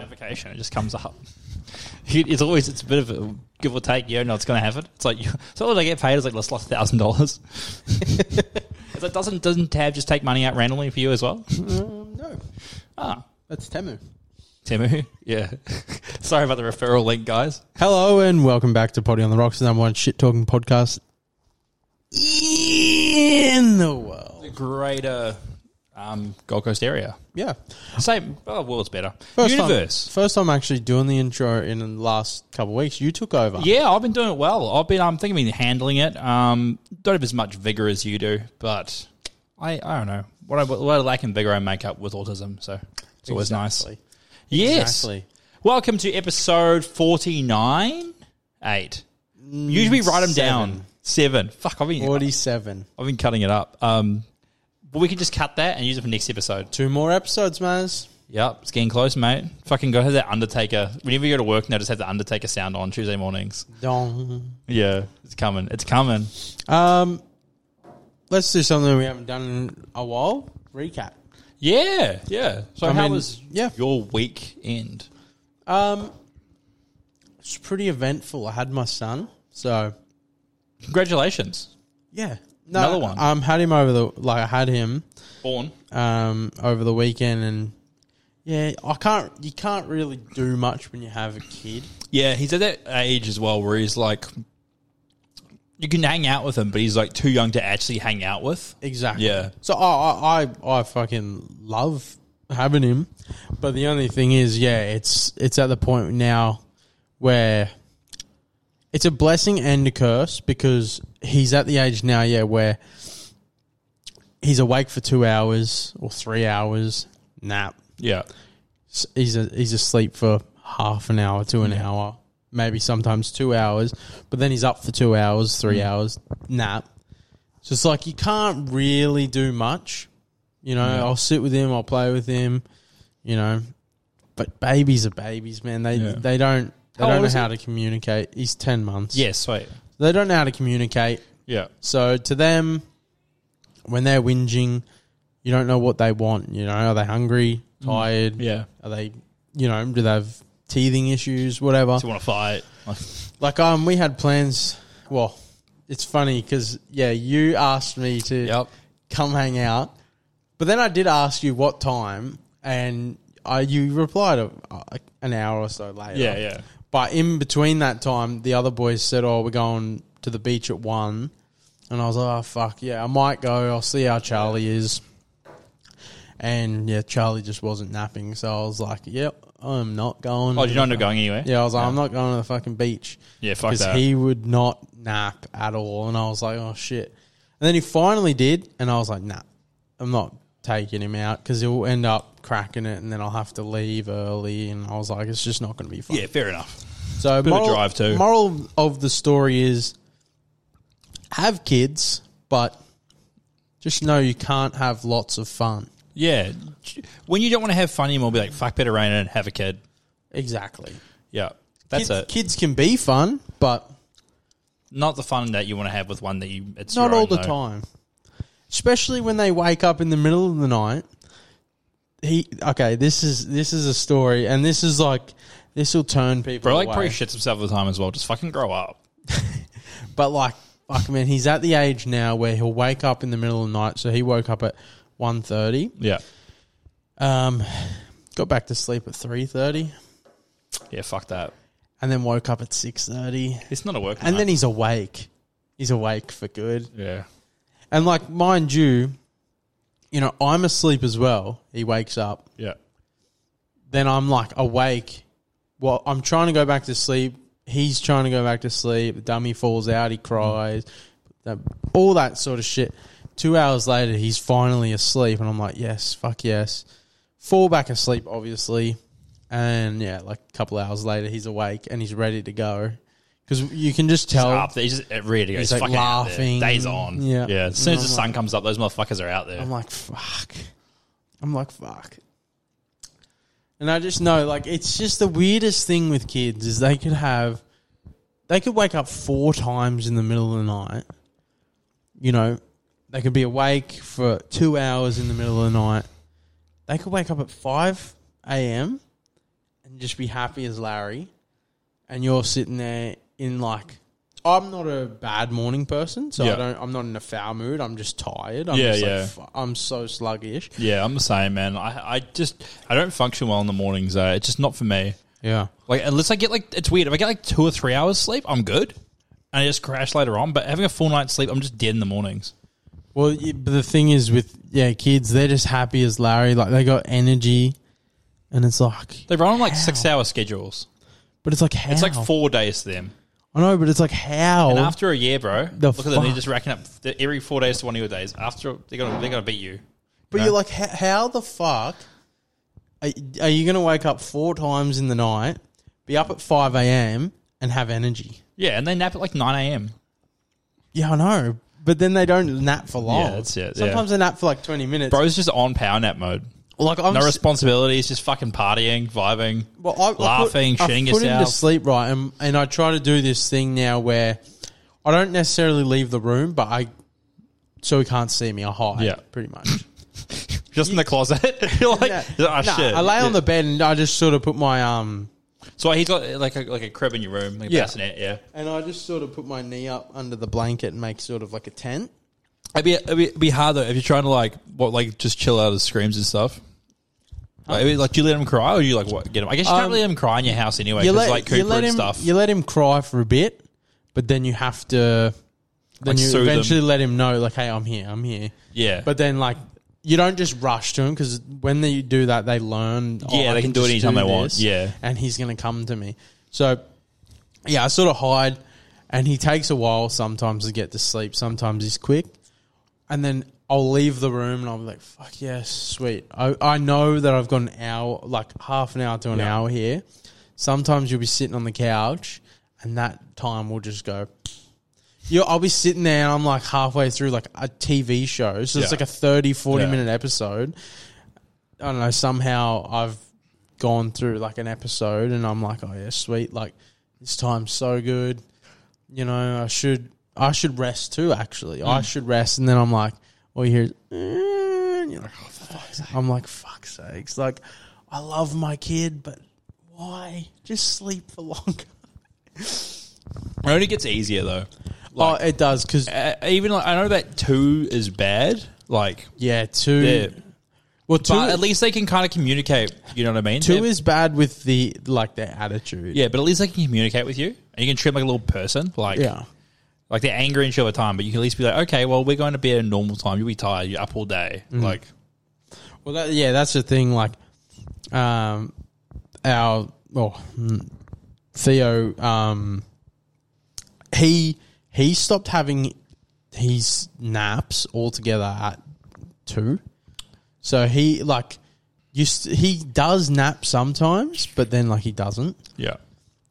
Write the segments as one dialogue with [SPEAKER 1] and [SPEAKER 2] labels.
[SPEAKER 1] information. It just comes up. It's always it's a bit of a give or take. You don't know it's going to happen. It's like you, so all they get paid is like less like thousand dollars. It doesn't doesn't Tab just take money out randomly for you as well?
[SPEAKER 2] Um, no,
[SPEAKER 1] Ah,
[SPEAKER 2] that's Temu.
[SPEAKER 1] Timu, yeah. Sorry about the referral link, guys.
[SPEAKER 2] Hello and welcome back to Potty on the Rocks, the number one shit talking podcast in the world.
[SPEAKER 1] The greater um, Gold Coast area.
[SPEAKER 2] Yeah,
[SPEAKER 1] Same. Oh, well, it's better.
[SPEAKER 2] time-
[SPEAKER 1] Universe.
[SPEAKER 2] first time actually doing the intro in the last couple of weeks. You took over.
[SPEAKER 1] Yeah, I've been doing it well. I've been, I'm thinking, I've been handling it. Um, don't have as much vigor as you do, but I, I don't know what I, what I lack in vigor, I make up with autism. So it's always nice.
[SPEAKER 2] Exactly.
[SPEAKER 1] Yes.
[SPEAKER 2] Exactly.
[SPEAKER 1] Welcome to episode forty nine, eight.
[SPEAKER 2] Mm,
[SPEAKER 1] Usually write them down. Seven. Fuck, I've been
[SPEAKER 2] Forty-seven.
[SPEAKER 1] I've been cutting it up. Um, but we could just cut that and use it for next episode.
[SPEAKER 2] Two more episodes, Maz.
[SPEAKER 1] Yep, it's getting close, mate. Fucking go have that Undertaker. Whenever you go to work now, just have the Undertaker sound on Tuesday mornings.
[SPEAKER 2] Dong.
[SPEAKER 1] Yeah, it's coming. It's coming.
[SPEAKER 2] Um, let's do something we haven't done in a while. Recap.
[SPEAKER 1] Yeah, yeah. So
[SPEAKER 2] I
[SPEAKER 1] how
[SPEAKER 2] mean,
[SPEAKER 1] was
[SPEAKER 2] yeah.
[SPEAKER 1] your weekend?
[SPEAKER 2] Um, it's pretty eventful. I had my son, so
[SPEAKER 1] Congratulations,
[SPEAKER 2] yeah,
[SPEAKER 1] Another one.
[SPEAKER 2] Um, had him over the like I had him
[SPEAKER 1] born.
[SPEAKER 2] um over the weekend, and yeah, I can't. You can't really do much when you have a kid.
[SPEAKER 1] Yeah, he's at that age as well where he's like, you can hang out with him, but he's like too young to actually hang out with.
[SPEAKER 2] Exactly.
[SPEAKER 1] Yeah.
[SPEAKER 2] So I I I, I fucking love having him, but the only thing is, yeah, it's it's at the point now where it's a blessing and a curse because he's at the age now, yeah, where he's awake for two hours or three hours, nap.
[SPEAKER 1] Yeah,
[SPEAKER 2] S- He's a, he's asleep for half an hour to an hour, maybe sometimes two hours, but then he's up for two hours, three
[SPEAKER 1] Mm.
[SPEAKER 2] hours, nap. So it's like you can't really do much. You know, I'll sit with him, I'll play with him, you know. But babies are babies, man. They
[SPEAKER 1] Yeah.
[SPEAKER 2] they don't they
[SPEAKER 1] How old
[SPEAKER 2] don't know
[SPEAKER 1] is
[SPEAKER 2] how to communicate. He's ten months.
[SPEAKER 1] yeah, sweet.
[SPEAKER 2] They don't know how to communicate.
[SPEAKER 1] Yeah,
[SPEAKER 2] So to them, when they're whinging, you don't know what they want, you know. Are they hungry,
[SPEAKER 1] Mm.
[SPEAKER 2] tired?
[SPEAKER 1] yeah.
[SPEAKER 2] Are they you know, do they have teething issues, whatever?
[SPEAKER 1] Do you want to fight?
[SPEAKER 2] Like um, we had plans. Well, it's funny because yeah, you asked me to
[SPEAKER 1] Yep.
[SPEAKER 2] come hang out, but then I did ask you what time, and I you replied a, a, an hour or so later.
[SPEAKER 1] Yeah, yeah.
[SPEAKER 2] But in between that time, the other boys said, "Oh, we're going to the beach at one," and I was like, "Oh fuck, yeah, I might go. I'll see how Charlie is." And yeah, Charlie just wasn't napping, so I was like, "Yep, I'm not going."
[SPEAKER 1] Oh, you don't end up going anywhere?
[SPEAKER 2] Yeah, I was like, I'm not going to the fucking beach.
[SPEAKER 1] Yeah, fuck that.
[SPEAKER 2] he would not nap at all. And I was like, oh shit. And then he finally did, and I was like, nah, I'm not taking him out because he'll end up cracking it, and then I'll have to leave early. And I was like, it's just not going to be fun.
[SPEAKER 1] Yeah, fair enough.
[SPEAKER 2] so
[SPEAKER 1] of a
[SPEAKER 2] moral,
[SPEAKER 1] drive too.
[SPEAKER 2] Moral of the story is have kids, but just know you can't have lots of fun.
[SPEAKER 1] Yeah. When you don't want to have fun anymore, be like, fuck better rain and have a kid.
[SPEAKER 2] Exactly.
[SPEAKER 1] Yeah. That's
[SPEAKER 2] kids,
[SPEAKER 1] it.
[SPEAKER 2] Kids can be fun, but
[SPEAKER 1] Not the fun that you want to have with one that you. It's
[SPEAKER 2] not
[SPEAKER 1] your
[SPEAKER 2] all
[SPEAKER 1] own,
[SPEAKER 2] the
[SPEAKER 1] though.
[SPEAKER 2] time. Especially when they wake up in the middle of the night. He okay, this is this is a story and this is like this will turn people
[SPEAKER 1] Bro, like,
[SPEAKER 2] away.
[SPEAKER 1] probably shits himself all the time as well. Just fucking grow up.
[SPEAKER 2] But like like man, he's at the age now where he'll wake up in the middle of the night. So he woke up at 1.30.
[SPEAKER 1] Yeah.
[SPEAKER 2] Um got back to sleep at 3.30
[SPEAKER 1] Yeah, fuck that.
[SPEAKER 2] and then woke up at 6.30
[SPEAKER 1] It's not a work.
[SPEAKER 2] and then he's awake. He's awake for good.
[SPEAKER 1] Yeah.
[SPEAKER 2] And like mind you, you know, I'm asleep as well. He wakes up.
[SPEAKER 1] Yeah.
[SPEAKER 2] then I'm like awake. Well, I'm trying to go back to sleep. He's trying to go back to sleep. The dummy falls out. He cries. That- all that sort of shit. Two hours later, he's finally asleep, and I'm like, yes, fuck yes. Fall back asleep, obviously. And yeah, like a couple hours later, he's awake and he's ready to go. Because you can just
[SPEAKER 1] He's
[SPEAKER 2] tell.
[SPEAKER 1] up there. He's just ready to go. He's,
[SPEAKER 2] like,
[SPEAKER 1] fucking out there.
[SPEAKER 2] laughing.
[SPEAKER 1] Days on.
[SPEAKER 2] Yeah.
[SPEAKER 1] Yeah. As soon as the sun comes up, those motherfuckers are out there.
[SPEAKER 2] I'm like, fuck. I'm like, fuck. And I just know, like, it's just the weirdest thing with kids is they could have, they could wake up four times in the middle of the night. You know, they could be awake for two hours in the middle of the night. They could wake up at 5 a.m. and just be happy as Larry, and you're sitting there in like. I'm not a bad morning person, so
[SPEAKER 1] Yeah.
[SPEAKER 2] I don't. I'm not in a foul mood. I'm just tired. I'm
[SPEAKER 1] Yeah,
[SPEAKER 2] just
[SPEAKER 1] yeah.
[SPEAKER 2] Like, "Fu- I'm so sluggish.
[SPEAKER 1] Yeah, I'm the same, man. I, I just I don't function well in the mornings. Uh, it's just not for me.
[SPEAKER 2] Yeah.
[SPEAKER 1] Like unless I get like it's weird. If I get like two or three hours sleep, I'm good. And I just crash later on. But having a full night's sleep, I'm just dead in the mornings.
[SPEAKER 2] Well, y- but the thing is with yeah, kids, they're just happy as Larry. Like they got energy, and it's like,
[SPEAKER 1] They run on like six hour schedules.
[SPEAKER 2] but it's like how?
[SPEAKER 1] It's like four days to them.
[SPEAKER 2] I know, but it's like how?
[SPEAKER 1] And after a year, bro,
[SPEAKER 2] The
[SPEAKER 1] look at them. They're
[SPEAKER 2] fuck?
[SPEAKER 1] just racking up th- every four days to one of your days. After they're gonna they're gonna beat you.
[SPEAKER 2] but you're like, how, how the fuck are, are you going to wake up four times in the night, be up at five a.m. and have energy?
[SPEAKER 1] Yeah, and they nap at like nine a.m.
[SPEAKER 2] Yeah, I know, but then they don't nap for long.
[SPEAKER 1] that's it, yeah.
[SPEAKER 2] Sometimes they nap for like twenty minutes.
[SPEAKER 1] Bro's just on power nap mode.
[SPEAKER 2] like I'm
[SPEAKER 1] No
[SPEAKER 2] s-
[SPEAKER 1] responsibilities, just fucking partying, vibing.
[SPEAKER 2] Well, I,
[SPEAKER 1] Laughing,
[SPEAKER 2] I put,
[SPEAKER 1] shitting
[SPEAKER 2] I put him to
[SPEAKER 1] yourself.
[SPEAKER 2] sleep right, and, and I try to do this thing now where I don't necessarily leave the room, but I so he can't see me. I hide,
[SPEAKER 1] Yeah.
[SPEAKER 2] pretty much.
[SPEAKER 1] Just in the closet. You're like,
[SPEAKER 2] Yeah.
[SPEAKER 1] oh,
[SPEAKER 2] Nah,
[SPEAKER 1] shit.
[SPEAKER 2] I lay
[SPEAKER 1] Yeah.
[SPEAKER 2] on the bed and I just sort of put my um,
[SPEAKER 1] So he's got uh, like a, like a crib in your room, like a
[SPEAKER 2] Yeah.
[SPEAKER 1] bassinet. Yeah,
[SPEAKER 2] and I just sort of put my knee up under the blanket and make sort of like a tent.
[SPEAKER 1] it'd be, it'd be it'd be hard though if you're trying to like what like just chill out his screams and stuff. Like, it'd be like, do you let him cry or you like what get him? I guess you can't
[SPEAKER 2] Um,
[SPEAKER 1] really let him cry in your house anyway.
[SPEAKER 2] You
[SPEAKER 1] Because
[SPEAKER 2] let,
[SPEAKER 1] like Cooper
[SPEAKER 2] you let
[SPEAKER 1] and
[SPEAKER 2] him
[SPEAKER 1] stuff.
[SPEAKER 2] you let him cry for a bit, but then you have to then
[SPEAKER 1] Like,
[SPEAKER 2] you
[SPEAKER 1] soothe him.
[SPEAKER 2] eventually let him know like, hey, I'm here, I'm here.
[SPEAKER 1] yeah,
[SPEAKER 2] But then, like, you don't just rush to him because when they do that, they learn. oh,
[SPEAKER 1] Yeah,
[SPEAKER 2] I
[SPEAKER 1] they can do it
[SPEAKER 2] just
[SPEAKER 1] anytime they want.
[SPEAKER 2] this,
[SPEAKER 1] Yeah.
[SPEAKER 2] and he's gonna come to me. So, yeah, I sort of hide, and he takes a while sometimes to get to sleep. Sometimes he's quick, and then I'll leave the room and I'll be like, "Fuck yes, sweet." I I know that I've got an hour, like half an hour to an hour here. Sometimes you'll be sitting on the couch, and that time will just go. Yeah, I'll be sitting there and I'm like halfway through like a TV show. So
[SPEAKER 1] Yeah.
[SPEAKER 2] it's like a 30, 40
[SPEAKER 1] Yeah.
[SPEAKER 2] minute episode. I don't know, somehow I've gone through like an episode and I'm like, oh yeah, sweet. Like this time's so good. You know, I should I should rest too, actually. I
[SPEAKER 1] Mm.
[SPEAKER 2] should rest. And then I'm like, all you hear is, "Eh," and you're like, oh, for fuck's sake. I'm like, fuck's sakes. Like, I love my kid, but why? Just sleep for longer.
[SPEAKER 1] it only gets easier though.
[SPEAKER 2] oh, it does. Because,
[SPEAKER 1] Uh, even like I know that two is bad. Like,
[SPEAKER 2] yeah, two.
[SPEAKER 1] Yeah.
[SPEAKER 2] Well, two,
[SPEAKER 1] but at least they can kind of communicate. You know what I mean?
[SPEAKER 2] Two
[SPEAKER 1] They're-
[SPEAKER 2] is bad with the like their attitude.
[SPEAKER 1] yeah, but at least they can communicate with you, and you can treat them like a little person. Like,
[SPEAKER 2] yeah.
[SPEAKER 1] Like they're angry and shit all the time, but you can at least be like, okay, well, we're going to bed at a normal time. You'll be tired. You're up all day.
[SPEAKER 2] Mm.
[SPEAKER 1] Like,
[SPEAKER 2] Well, that, yeah, that's the thing. Like, um, our well, mm, Theo, um, he he stopped having his naps altogether at two. So he like used he does nap sometimes, but then like he doesn't.
[SPEAKER 1] yeah.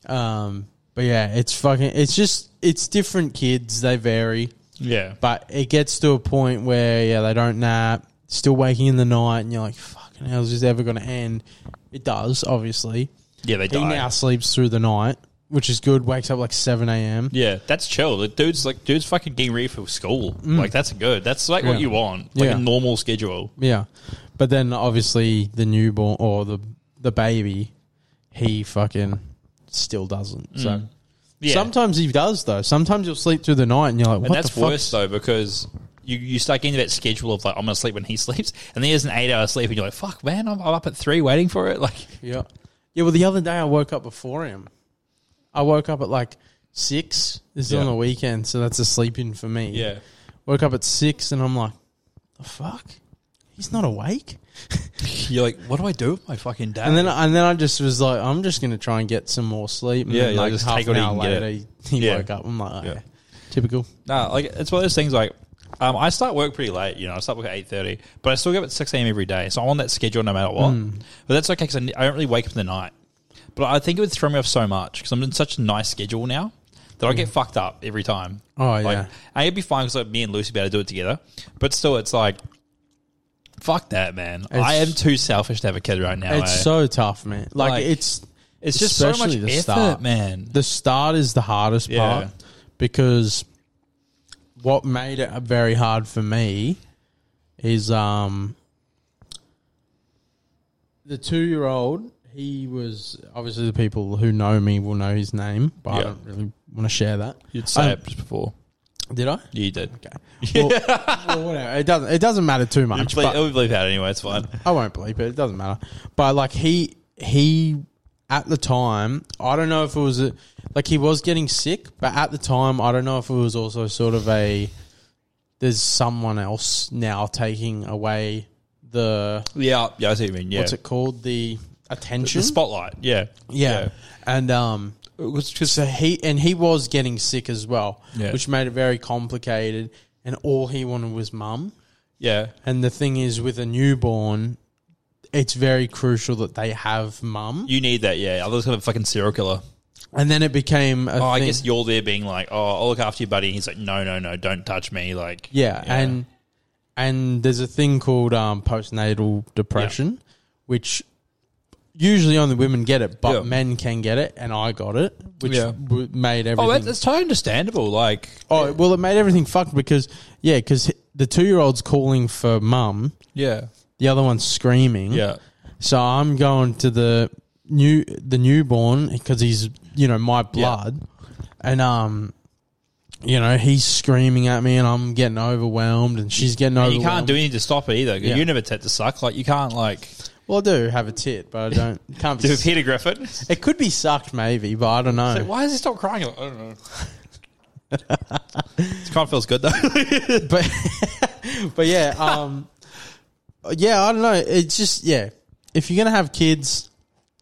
[SPEAKER 2] Um, but yeah, it's fucking. It's just it's different kids. They vary.
[SPEAKER 1] Yeah.
[SPEAKER 2] But it gets to a point where yeah, they don't nap, still waking in the night, and you're like, "Fucking hell, is this ever going to end?" It does, obviously.
[SPEAKER 1] yeah, they
[SPEAKER 2] He
[SPEAKER 1] die.
[SPEAKER 2] now sleeps through the night, which is good. Wakes up like seven a.m.
[SPEAKER 1] yeah, that's chill. The dude's like, dude's fucking getting ready for school. Like, that's good. That's like what
[SPEAKER 2] Mm. Yeah.
[SPEAKER 1] you want. Like
[SPEAKER 2] Yeah.
[SPEAKER 1] a normal schedule.
[SPEAKER 2] Yeah, but then obviously the newborn or the the baby, he fucking still doesn't. So
[SPEAKER 1] Mm. Yeah.
[SPEAKER 2] sometimes he does though. Sometimes you'll sleep through the night, and you're like, "What
[SPEAKER 1] and that's
[SPEAKER 2] the fuck?"
[SPEAKER 1] worse, though, because you, you start getting that schedule of like, I'm going to sleep when he sleeps. And then there's an eight hour sleep, and you're like, fuck, man, I'm, I'm up at three waiting for it. Like,
[SPEAKER 2] Yeah. Yeah, well, the other day I woke up before him. I woke up at like six. This is
[SPEAKER 1] Yeah.
[SPEAKER 2] on the weekend, so that's a sleep in for me.
[SPEAKER 1] yeah.
[SPEAKER 2] Woke up at six and I'm like, the fuck? He's not awake?
[SPEAKER 1] You're like, what do I do with my fucking day?
[SPEAKER 2] And then and then I just was like, I'm just gonna try and get some more sleep. And
[SPEAKER 1] Yeah,
[SPEAKER 2] then
[SPEAKER 1] yeah,
[SPEAKER 2] like
[SPEAKER 1] just
[SPEAKER 2] half
[SPEAKER 1] take
[SPEAKER 2] an
[SPEAKER 1] what you
[SPEAKER 2] hour
[SPEAKER 1] can get
[SPEAKER 2] later
[SPEAKER 1] it.
[SPEAKER 2] he, he
[SPEAKER 1] Yeah.
[SPEAKER 2] woke up. I'm like,
[SPEAKER 1] Yeah.
[SPEAKER 2] okay. typical.
[SPEAKER 1] No, like it's one of those things. Like, um, I start work pretty late. You know, I start work at eight thirty, but I still get up at six a.m. every day, so I'm on that schedule no matter what.
[SPEAKER 2] Hmm.
[SPEAKER 1] But that's okay because I, I don't really wake up in the night. But I think it would throw me off so much because I'm in such a nice schedule now that I
[SPEAKER 2] Hmm.
[SPEAKER 1] get fucked up every time.
[SPEAKER 2] Oh,
[SPEAKER 1] Like,
[SPEAKER 2] yeah.
[SPEAKER 1] and it'd be fine because like, me and Lucy be able to do it together. But still, it's like, fuck that, man. I am too selfish to have a kid right now.
[SPEAKER 2] It's
[SPEAKER 1] eh?
[SPEAKER 2] so tough, man. Like,
[SPEAKER 1] Like,
[SPEAKER 2] it's
[SPEAKER 1] it's just so much
[SPEAKER 2] especially the
[SPEAKER 1] effort,
[SPEAKER 2] start.
[SPEAKER 1] man.
[SPEAKER 2] the start is the hardest
[SPEAKER 1] Yeah.
[SPEAKER 2] part because what made it very hard for me is um the two year old he was obviously the people who know me will know his name, but
[SPEAKER 1] Yeah.
[SPEAKER 2] I don't really want to share that.
[SPEAKER 1] You'd
[SPEAKER 2] say
[SPEAKER 1] say
[SPEAKER 2] it
[SPEAKER 1] it just before.
[SPEAKER 2] Did I?
[SPEAKER 1] You did.
[SPEAKER 2] Okay. Well, well, whatever. It doesn't. It doesn't matter too
[SPEAKER 1] We
[SPEAKER 2] much.
[SPEAKER 1] bleep,
[SPEAKER 2] but
[SPEAKER 1] we bleep out anyway. It's fine.
[SPEAKER 2] I won't bleep it. It doesn't matter. But like he he at the time, I don't know if it was a, like he was getting sick, but at the time, I don't know if it was also sort of a there's someone else now taking away the
[SPEAKER 1] Yeah, yeah, I see what you mean. Yeah,
[SPEAKER 2] what's it called the attention.
[SPEAKER 1] the spotlight. Yeah,
[SPEAKER 2] yeah. and um,
[SPEAKER 1] It was just
[SPEAKER 2] so he and he was getting sick as well,
[SPEAKER 1] Yeah.
[SPEAKER 2] which made it very complicated. And all he wanted was mum.
[SPEAKER 1] yeah,
[SPEAKER 2] And the thing is, with a newborn, it's very crucial that they have mum.
[SPEAKER 1] you need that. Yeah, otherwise, kind of fucking serial killer.
[SPEAKER 2] And then it became a
[SPEAKER 1] Oh, I
[SPEAKER 2] thing.
[SPEAKER 1] guess you're there being like, oh, I'll look after your buddy. And he's like, no, no, no, don't touch me. Like,
[SPEAKER 2] yeah, and and there's a thing called um, postnatal depression, which usually only women get it, but
[SPEAKER 1] Yeah.
[SPEAKER 2] men can get it, and I got it, which
[SPEAKER 1] Yeah.
[SPEAKER 2] w- made
[SPEAKER 1] oh, that,
[SPEAKER 2] everything.
[SPEAKER 1] that's totally understandable. Like,
[SPEAKER 2] Oh, well, it made everything fucked because yeah, because the two year old's calling for mum,
[SPEAKER 1] yeah,
[SPEAKER 2] the other one's screaming,
[SPEAKER 1] yeah,
[SPEAKER 2] So I'm going to the new the newborn because he's you know my blood, and um, you know he's screaming at me and I'm getting overwhelmed and she's getting
[SPEAKER 1] and
[SPEAKER 2] overwhelmed.
[SPEAKER 1] you can't do anything to stop it either.
[SPEAKER 2] Yeah.
[SPEAKER 1] You never tend to suck. Like, you can't like
[SPEAKER 2] Well, I do have a tit, but I don't can't. Be
[SPEAKER 1] do Peter Griffin. It's
[SPEAKER 2] it could be sucked maybe, but I don't know.
[SPEAKER 1] like, why does he stop crying? You're like, I don't know. it kind of feels good though.
[SPEAKER 2] but but yeah, um, yeah, I don't know. It's just yeah, if you're gonna have kids,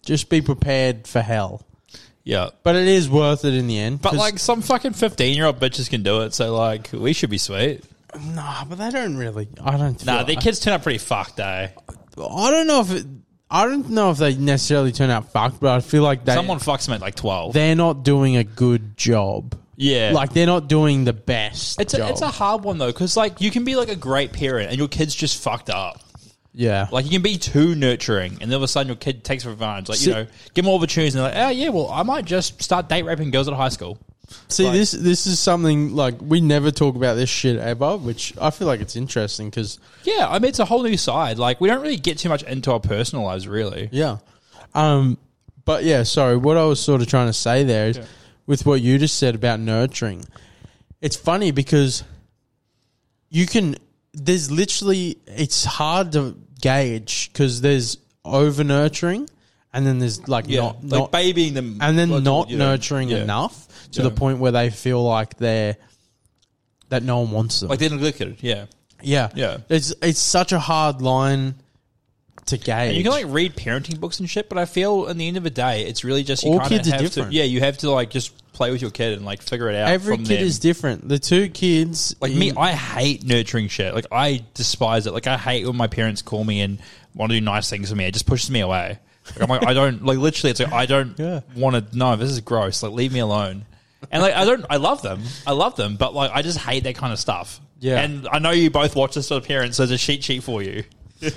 [SPEAKER 2] just be prepared for hell.
[SPEAKER 1] yeah.
[SPEAKER 2] But it is worth it in the end.
[SPEAKER 1] But
[SPEAKER 2] 'cause-
[SPEAKER 1] like some fucking fifteen year old bitches can do it, so like we should be sweet.
[SPEAKER 2] nah, but they don't really. I don't.
[SPEAKER 1] Nah,
[SPEAKER 2] feel-
[SPEAKER 1] their kids turn out pretty fucked, eh?
[SPEAKER 2] I don't know if it, I don't know if they necessarily turn out fucked, but I feel like they
[SPEAKER 1] Someone fucks them at like twelve.
[SPEAKER 2] they're not doing a good job.
[SPEAKER 1] Yeah,
[SPEAKER 2] Like they're not doing the best.
[SPEAKER 1] it's a,
[SPEAKER 2] job.
[SPEAKER 1] it's a hard one though, because like you can be like a great parent and your kid's just fucked up.
[SPEAKER 2] yeah.
[SPEAKER 1] Like you can be too nurturing, and then all of a sudden your kid takes advantage. Like
[SPEAKER 2] See-
[SPEAKER 1] you know, give them all opportunities, and they're like, oh yeah, well I might just start date raping girls at high school.
[SPEAKER 2] See,
[SPEAKER 1] like-
[SPEAKER 2] this this is something like we never talk about this shit ever, which I feel like it's interesting because
[SPEAKER 1] Yeah, I mean it's a whole new side. Like we don't really get too much into our personal lives, really.
[SPEAKER 2] yeah. Um, but yeah, sorry. What I was sort of trying to say there is, with what you just said about nurturing, it's funny because you can. There's literally it's hard to gauge because there's over nurturing, and then there's like
[SPEAKER 1] Yeah,
[SPEAKER 2] not
[SPEAKER 1] like
[SPEAKER 2] not
[SPEAKER 1] babying them,
[SPEAKER 2] and then
[SPEAKER 1] like,
[SPEAKER 2] not
[SPEAKER 1] you know,
[SPEAKER 2] nurturing
[SPEAKER 1] yeah.
[SPEAKER 2] enough to the
[SPEAKER 1] Yeah.
[SPEAKER 2] point where they feel like they're that no one wants them.
[SPEAKER 1] Like they're neglected. Yeah,
[SPEAKER 2] yeah,
[SPEAKER 1] yeah.
[SPEAKER 2] It's it's such a hard line to gauge.
[SPEAKER 1] And you can like read parenting books and shit, but I feel in the end of the day, it's really just you
[SPEAKER 2] All
[SPEAKER 1] kinda
[SPEAKER 2] kids are
[SPEAKER 1] have to-
[SPEAKER 2] different.
[SPEAKER 1] yeah, you have to like just play with your kid and like figure it out.
[SPEAKER 2] Every
[SPEAKER 1] from
[SPEAKER 2] kid
[SPEAKER 1] them.
[SPEAKER 2] is different. The two kids,
[SPEAKER 1] like
[SPEAKER 2] in-
[SPEAKER 1] me. I hate nurturing shit. Like I despise it. Like I hate when my parents call me and want to do nice things for me. It just pushes me away. Like, I'm like I don't like literally. It's like I don't
[SPEAKER 2] Yeah.
[SPEAKER 1] want to. No, this is gross. Like leave me alone. And like I don't. I love them. I love them, but like I just hate that kind of stuff.
[SPEAKER 2] Yeah.
[SPEAKER 1] And I know you both watch this sort of parents. So there's a cheat sheet for you.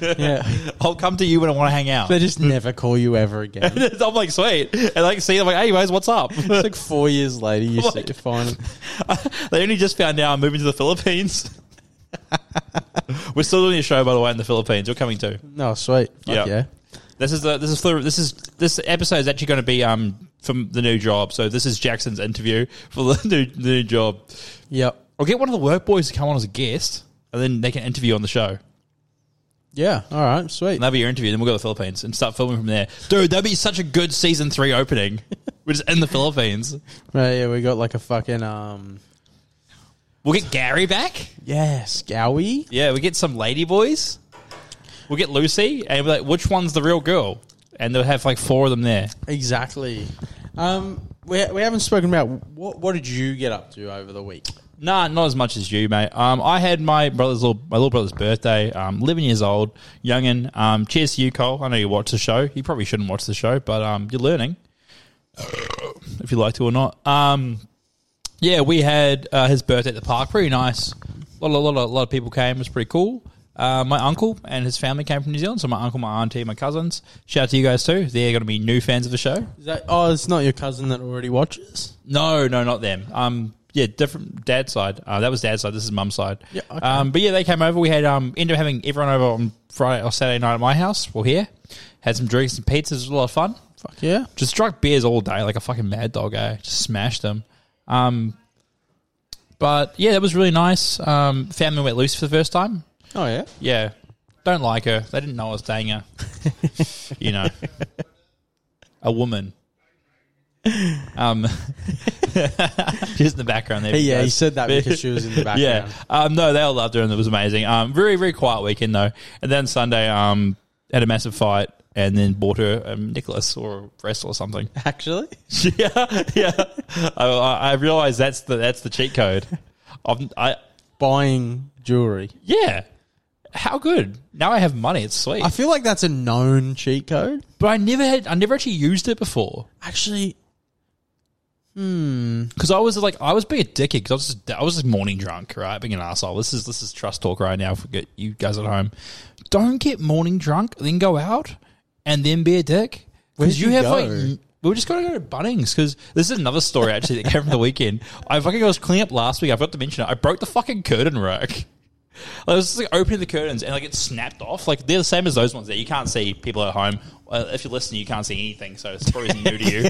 [SPEAKER 2] yeah,
[SPEAKER 1] I'll come to you when I want to hang out.
[SPEAKER 2] they just never call you ever again.
[SPEAKER 1] I'm like, sweet. And like, see, I'm like, hey, guys, what's up?
[SPEAKER 2] It's like four years later, you
[SPEAKER 1] Like-
[SPEAKER 2] sit, find
[SPEAKER 1] they only just found out I'm moving to the Philippines. We're still doing a show, by the way, in the Philippines. You're coming too.
[SPEAKER 2] no sweet,
[SPEAKER 1] Yeah.
[SPEAKER 2] Fuck yeah,
[SPEAKER 1] This is the this is Fleur- this is this episode is actually going to be um from the new job. So this is Jackson's interview for the new, the new job.
[SPEAKER 2] yep,
[SPEAKER 1] I'll get one of the work boys to come on as a guest, and then they can interview on the show.
[SPEAKER 2] yeah. All right, sweet.
[SPEAKER 1] And that'll be your interview. Then we'll go to the Philippines and start filming from there, dude. That'd be such a good season three opening. We're just in the Philippines.
[SPEAKER 2] Right, yeah, we got like a fucking um,
[SPEAKER 1] We'll get Gary back.
[SPEAKER 2] yes, Gowie.
[SPEAKER 1] Yeah, we get some lady boys. We'll get Lucy, and we're like, which one's the real girl? And they'll have like four of them there.
[SPEAKER 2] Exactly. Um, we we haven't spoken about what what did you get up to over the week?
[SPEAKER 1] Nah, not as much as you, mate. Um, I had my brother's little, my little brother's birthday. Um, eleven years old, youngin. Um, cheers to you, Cole. I know you watch the show. You probably shouldn't watch the show, but um, you're learning, if you like to or not. Um, yeah, we had uh, his birthday at the park. Pretty nice. A lot, a lot, a lot of people came. It was pretty cool. Uh, my uncle and his family came from New Zealand. So my uncle, my auntie, my cousins. Shout out to you guys too. They're going to be new fans of the show.
[SPEAKER 2] Is that oh, it's not your cousin that already watches.
[SPEAKER 1] No, no, not them. Um, yeah, different dad's side. Uh, that was dad's side. This is mum's side.
[SPEAKER 2] Yeah, okay.
[SPEAKER 1] Um, but yeah, they came over. We had um, ended up having everyone over on Friday or Saturday night at my house. Well, here had some drinks and pizzas. It was a lot of fun.
[SPEAKER 2] Fuck yeah.
[SPEAKER 1] Just struck beers all day like a fucking mad dog. Eh? Just smashed them. Um, but yeah, that was really nice. Um, family went loose for the first time.
[SPEAKER 2] Oh yeah.
[SPEAKER 1] Yeah. Don't like her. They didn't know I was dating her. you know. A woman. Um, she's in the background there.
[SPEAKER 2] yeah, he
[SPEAKER 1] because-
[SPEAKER 2] said that because she was in the
[SPEAKER 1] yeah.
[SPEAKER 2] background.
[SPEAKER 1] Um, no, they all loved her and it was amazing. Um, very, very quiet weekend though. And then Sunday, um, had a massive fight and then bought her a necklace or a breast or something.
[SPEAKER 2] Actually,
[SPEAKER 1] yeah, yeah. I, I I realized that's the that's the cheat code. I've, I
[SPEAKER 2] buying jewelry.
[SPEAKER 1] yeah. How good? Now I have money. It's sweet.
[SPEAKER 2] I feel like that's a known cheat code.
[SPEAKER 1] but I never had. I never actually used it before
[SPEAKER 2] Actually,
[SPEAKER 1] because I was like, I was being a dickhead because I was just, I was just morning drunk, right? Being an asshole. This is this is trust talk right now. For get you guys at home, don't get morning drunk, then go out and then be a dick
[SPEAKER 2] Where'd
[SPEAKER 1] because you
[SPEAKER 2] you
[SPEAKER 1] have
[SPEAKER 2] go?
[SPEAKER 1] like. n- We were just going to go to Bunnings because this is another story actually that came from the weekend. I fucking I was cleaning up last week. I forgot to mention it. I broke the fucking curtain rack. I was just like opening the curtains and like it snapped off. Like they're the same as those ones there. You can't see people at home. Uh, if you're listening, you can't see anything, so it's probably new to you.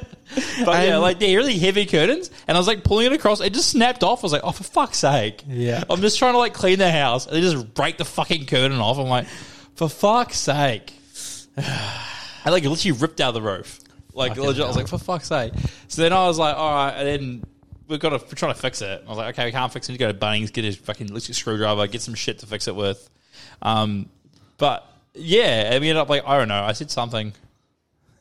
[SPEAKER 1] Um, but yeah,
[SPEAKER 2] Um,
[SPEAKER 1] like they're really heavy curtains, and I was like pulling it across. It just snapped off. I was like, oh for fuck's sake!
[SPEAKER 2] Yeah.
[SPEAKER 1] I'm just trying to like clean the house, and they just break the fucking curtain off. I'm like, for fuck's sake! I like literally ripped out the roof. Like legit, I was like, for fuck's sake. So then I was like, all right, and then we've got to we're trying to fix it. I was like, okay, we can't fix it. We need to go to Bunnings, get a fucking electric screwdriver, get some shit to fix it with. Um, but yeah, and we ended up like, I don't know, I said something.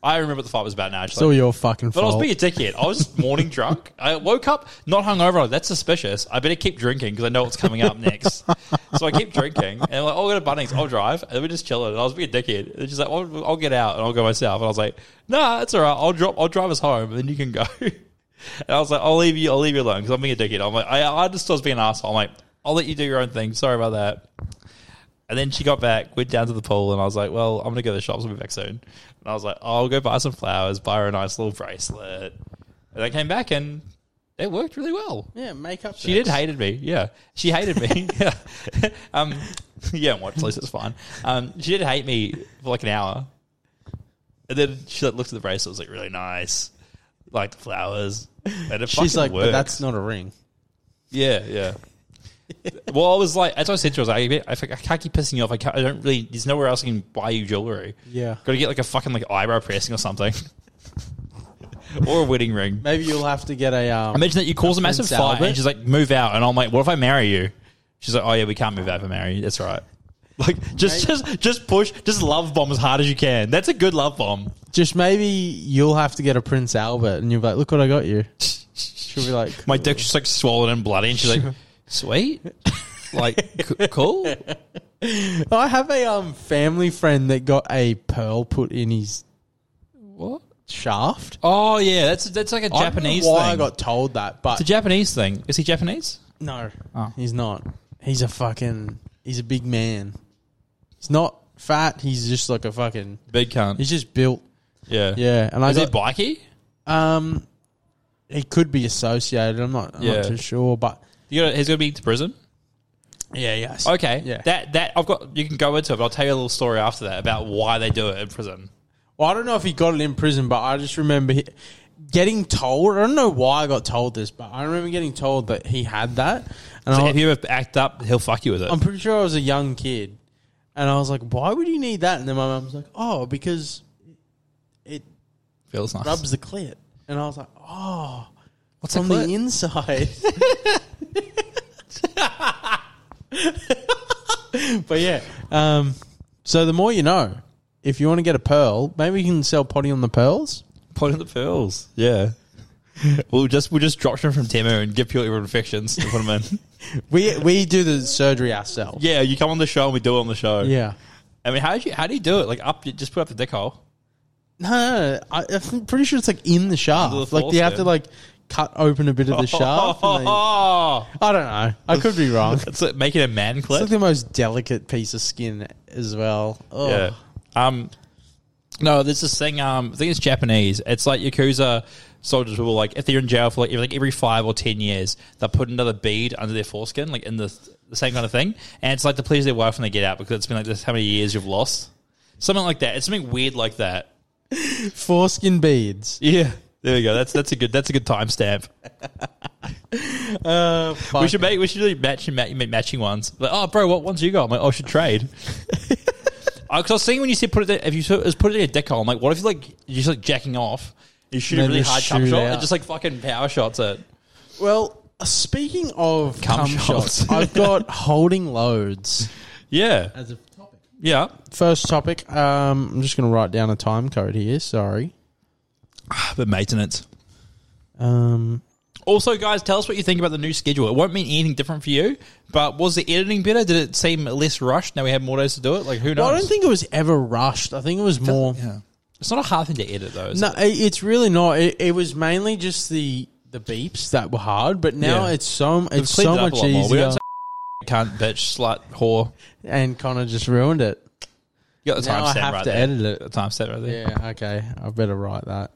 [SPEAKER 1] I remember what the fight was about now. Actually.
[SPEAKER 2] it's all your fucking
[SPEAKER 1] But I was
[SPEAKER 2] fault.
[SPEAKER 1] being a dickhead. I was just morning drunk. I woke up not hungover. I was, That's suspicious. I better keep drinking because I know what's coming up next. so I keep drinking and I'm like, oh, I'll go to Bunnings. I'll drive. And we're just chilling. And I was being a dickhead. And she's like, well, I'll get out and I'll go myself. And I was like, nah, it's all right. I'll drop. I'll drive us home and then you can go. and I was like, I'll leave you. I'll leave you alone because I'm being a dickhead. I'm like, I, I just was being an asshole. I'm like, I'll let you do your own thing. Sorry about that. And then she got back, went down to the pool, and I was like, "Well, I'm gonna go to the shops. I'll be back soon." And I was like, "I'll go buy some flowers, buy her a nice little bracelet." And I came back, and it worked really well.
[SPEAKER 2] yeah, makeup.
[SPEAKER 1] She did hated me. Yeah, she hated me. yeah, um, yeah. and Watch Lisa's fine. Um, she did hate me for like an hour, and then she like, looked at the bracelet. Was like really nice, like the flowers. And it
[SPEAKER 2] She's
[SPEAKER 1] fucking
[SPEAKER 2] like,
[SPEAKER 1] worked.
[SPEAKER 2] but that's not a ring.
[SPEAKER 1] Yeah, yeah. well, I was like, as I said to her, I was like, I, think I can't keep pissing you off. I, can't, I don't really. There's nowhere else I can buy you jewelry.
[SPEAKER 2] Yeah.
[SPEAKER 1] Got to get like a fucking like eyebrow piercing or something, or a wedding ring.
[SPEAKER 2] Maybe you'll have to get a. Um,
[SPEAKER 1] Imagine that you cause a massive
[SPEAKER 2] Prince
[SPEAKER 1] fight,
[SPEAKER 2] Albert?
[SPEAKER 1] and she's like, "Move out," and I'm like, "What if I marry you?" She's like, "Oh yeah, we can't move out if I marry you. That's right." Like just just just push, just love bomb as hard as you can. That's a good love bomb.
[SPEAKER 2] just maybe you'll have to get a Prince Albert, and you'll be like, look what I got you. She'll be like,
[SPEAKER 1] My dick's just like swollen and bloody, and she's like, "Sweet." Like c- cool,
[SPEAKER 2] I have a um family friend that got a pearl put in his
[SPEAKER 1] what?
[SPEAKER 2] shaft.
[SPEAKER 1] Oh yeah, that's that's like a
[SPEAKER 2] I don't know
[SPEAKER 1] Japanese thing.
[SPEAKER 2] why I got told that, but
[SPEAKER 1] it's a Japanese thing. Is he Japanese?
[SPEAKER 2] no,
[SPEAKER 1] Oh.
[SPEAKER 2] he's not. He's a fucking. He's a big man. He's not fat. He's just like a fucking.
[SPEAKER 1] Big cunt.
[SPEAKER 2] He's just built.
[SPEAKER 1] Yeah.
[SPEAKER 2] Yeah, and I
[SPEAKER 1] Is he
[SPEAKER 2] got
[SPEAKER 1] bikey?
[SPEAKER 2] um. It could be associated. I'm not. I'm
[SPEAKER 1] Yeah.
[SPEAKER 2] not too sure, but
[SPEAKER 1] You gotta, he's gonna be to prison.
[SPEAKER 2] yeah, yes.
[SPEAKER 1] Okay.
[SPEAKER 2] Yeah.
[SPEAKER 1] That that I've got. You can go into it, but I'll tell you a little story after that about why they do it in prison.
[SPEAKER 2] Well, I don't know if he got it in prison, but I just remember he, getting told. I don't know why I got told this, but I remember getting told that he had that, and I
[SPEAKER 1] So
[SPEAKER 2] was,
[SPEAKER 1] if you ever act up, he'll fuck you with it.
[SPEAKER 2] I'm pretty sure I was a young kid, and I was like, "Why would you need that?" And then my mum was like, "Oh, because it
[SPEAKER 1] Feels nice.
[SPEAKER 2] rubs the clit," and I was like, "Oh,
[SPEAKER 1] What's
[SPEAKER 2] from the inside." but yeah, um, so the more you know. If you want to get a pearl, maybe you can sell potty on the pearls.
[SPEAKER 1] Point of the pearls. Yeah. we'll just we'll just drop them from Temu and give people infections and put them in.
[SPEAKER 2] We we do the surgery ourselves.
[SPEAKER 1] yeah, you come on the show and we do it on the show.
[SPEAKER 2] Yeah.
[SPEAKER 1] I mean, how did you how do you do it? Like up, you just put up the dick hole.
[SPEAKER 2] No, no, no. I, I'm pretty sure it's like in the shaft.
[SPEAKER 1] Under the
[SPEAKER 2] like you have to
[SPEAKER 1] foreskin.
[SPEAKER 2] like cut open a bit of the shaft. and then- I don't know. I could be wrong. It's
[SPEAKER 1] That's it. Making a man clip.
[SPEAKER 2] like the most delicate piece of skin as well. Oh.
[SPEAKER 1] Yeah. Um, no, there's this thing. Um, I think it's Japanese. It's like Yakuza. soldiers who were like, if they're in jail for like, every- like every five or ten years, they'll put another bead under their foreskin, like in the, the same kind of thing. And it's like to please their wife when they get out because it's been like this how many years you've lost. Something like that. It's something weird like that.
[SPEAKER 2] Foreskin beads.
[SPEAKER 1] Yeah. There we go. That's that's a good that's a good timestamp.
[SPEAKER 2] Uh,
[SPEAKER 1] We
[SPEAKER 2] fuck.
[SPEAKER 1] should make we should do match match matching ones. Like, oh, bro, what ones you got? I'm like, oh, I should trade. Because I was thinking when you said put it, there, if you said- put it in a dick hole, I'm like, what if you like you're just like jacking off, you shoot a
[SPEAKER 2] Then
[SPEAKER 1] really
[SPEAKER 2] just
[SPEAKER 1] hard cum
[SPEAKER 2] shoot
[SPEAKER 1] shot,
[SPEAKER 2] out.
[SPEAKER 1] and just like fucking power shots it.
[SPEAKER 2] well, speaking of
[SPEAKER 1] Cum
[SPEAKER 2] cum,
[SPEAKER 1] shots.
[SPEAKER 2] shots, I've got holding loads
[SPEAKER 1] Yeah,
[SPEAKER 2] as a topic.
[SPEAKER 1] yeah.
[SPEAKER 2] First topic. Um, I'm just going to write down a time code here. Sorry.
[SPEAKER 1] But maintenance.
[SPEAKER 2] Um,
[SPEAKER 1] Also, guys, tell us what you think about the new schedule. It won't mean anything different for you, but was the editing better? Did it seem less rushed? Now we have more days to do it. Like who knows?
[SPEAKER 2] well, I don't think it was ever rushed. I think it was more.
[SPEAKER 1] it's not a hard thing to edit though. Is
[SPEAKER 2] No,
[SPEAKER 1] it?
[SPEAKER 2] i- it's really not. It, it was mainly just the the beeps that were hard, but now
[SPEAKER 1] Yeah.
[SPEAKER 2] it's so it's
[SPEAKER 1] Cleaned
[SPEAKER 2] so
[SPEAKER 1] it up
[SPEAKER 2] much
[SPEAKER 1] a lot more. We
[SPEAKER 2] easier.
[SPEAKER 1] don't say cunt, bitch, slut, whore.
[SPEAKER 2] and Connor just ruined it.
[SPEAKER 1] You got the
[SPEAKER 2] Now I
[SPEAKER 1] timestamp
[SPEAKER 2] have
[SPEAKER 1] right
[SPEAKER 2] to
[SPEAKER 1] there.
[SPEAKER 2] edit it.
[SPEAKER 1] Got The timestamp right there.
[SPEAKER 2] Yeah, okay. I better write that.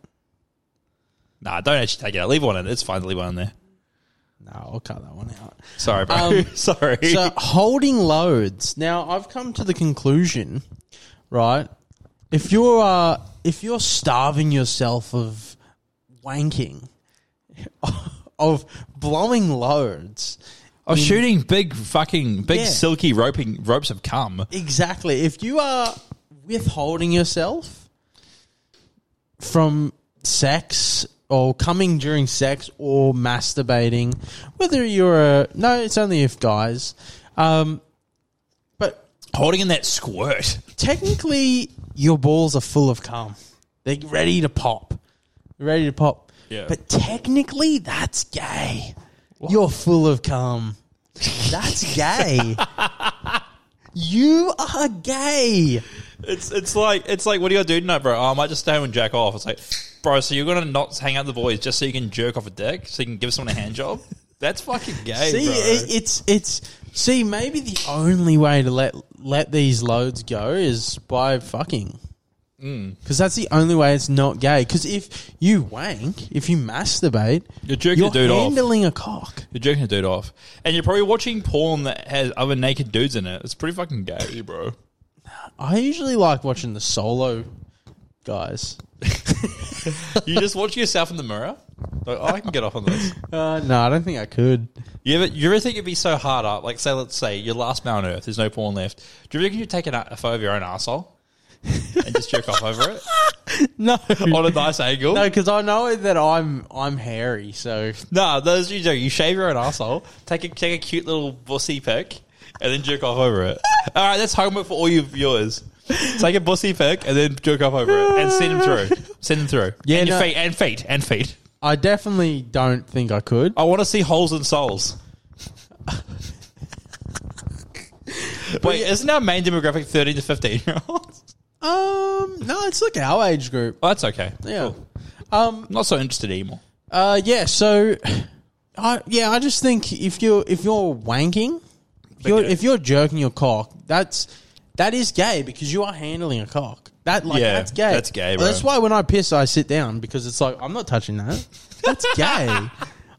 [SPEAKER 1] Nah, don't actually take it out. Leave one in. It's fine to leave one in there.
[SPEAKER 2] No, I'll cut that one out.
[SPEAKER 1] Sorry, bro.
[SPEAKER 2] Um,
[SPEAKER 1] Sorry.
[SPEAKER 2] So holding loads. Now I've come to the conclusion, right? If you're uh, if you're starving yourself of wanking, of blowing loads,
[SPEAKER 1] I was shooting big fucking big
[SPEAKER 2] um, Yeah.
[SPEAKER 1] silky roping ropes of cum.
[SPEAKER 2] Exactly. If you are withholding yourself from sex or coming during sex or masturbating, whether you're a no, it's only if guys. Um, but
[SPEAKER 1] Holding in that squirt.
[SPEAKER 2] technically, your balls are full of cum. They're ready to pop. Ready to pop.
[SPEAKER 1] Yeah.
[SPEAKER 2] But technically, that's gay. You're full of cum. That's gay. you are gay.
[SPEAKER 1] It's it's like it's like what do you do tonight, bro? Oh, I might just stay home and jack off. It's like, bro, so you're gonna not hang out with the boys just so you can jerk off a dick, so you can give someone a hand job? That's fucking gay,
[SPEAKER 2] see,
[SPEAKER 1] bro.
[SPEAKER 2] it, it's it's see. Maybe the only way to let let these loads go is by fucking.
[SPEAKER 1] Mm.
[SPEAKER 2] Because that's the only way it's not gay. Because if you wank, if you masturbate,
[SPEAKER 1] You're jerking
[SPEAKER 2] you're
[SPEAKER 1] a dude off.
[SPEAKER 2] handling a cock.
[SPEAKER 1] You're jerking a dude off, and you're probably watching porn that has other naked dudes in it. It's pretty fucking gay, bro.
[SPEAKER 2] I usually like watching the solo guys.
[SPEAKER 1] you just watch yourself in the mirror. Like, oh, I can get off on this.
[SPEAKER 2] Uh, no, I don't think I could.
[SPEAKER 1] You ever, you ever think it'd be so hard up? Like, say, let's say your last man on earth, there's no porn left. Do you reckon you'd take an, a photo of your own asshole and just jerk off over it
[SPEAKER 2] No,
[SPEAKER 1] on a nice angle?
[SPEAKER 2] no,
[SPEAKER 1] No,
[SPEAKER 2] because I know that I'm I'm hairy, so
[SPEAKER 1] nah, those you do. You shave your own asshole, take a take a cute little bussy pic, and then jerk off over it. All right, that's homework for all your viewers. Take a bussy pic and then jerk off over it, and send them through. Send them through.
[SPEAKER 2] Yeah,
[SPEAKER 1] and your
[SPEAKER 2] no.
[SPEAKER 1] feet and feet and feet.
[SPEAKER 2] I definitely don't think I could.
[SPEAKER 1] I want to see holes in souls. Wait, isn't our main demographic thirteen to fifteen year olds?
[SPEAKER 2] Um, no, it's like our age group.
[SPEAKER 1] Oh, that's okay.
[SPEAKER 2] Yeah.
[SPEAKER 1] Cool.
[SPEAKER 2] Um,
[SPEAKER 1] I'm not so interested anymore.
[SPEAKER 2] Uh, yeah. So, I yeah, I just think if you are if you're wanking, if you're, if you're jerking your cock, that's that is gay because you are handling a cock. That like
[SPEAKER 1] Yeah,
[SPEAKER 2] that's gay.
[SPEAKER 1] that's gay,
[SPEAKER 2] That's
[SPEAKER 1] bro.
[SPEAKER 2] why when I piss, I sit down because it's like I'm not touching that. That's gay. I'm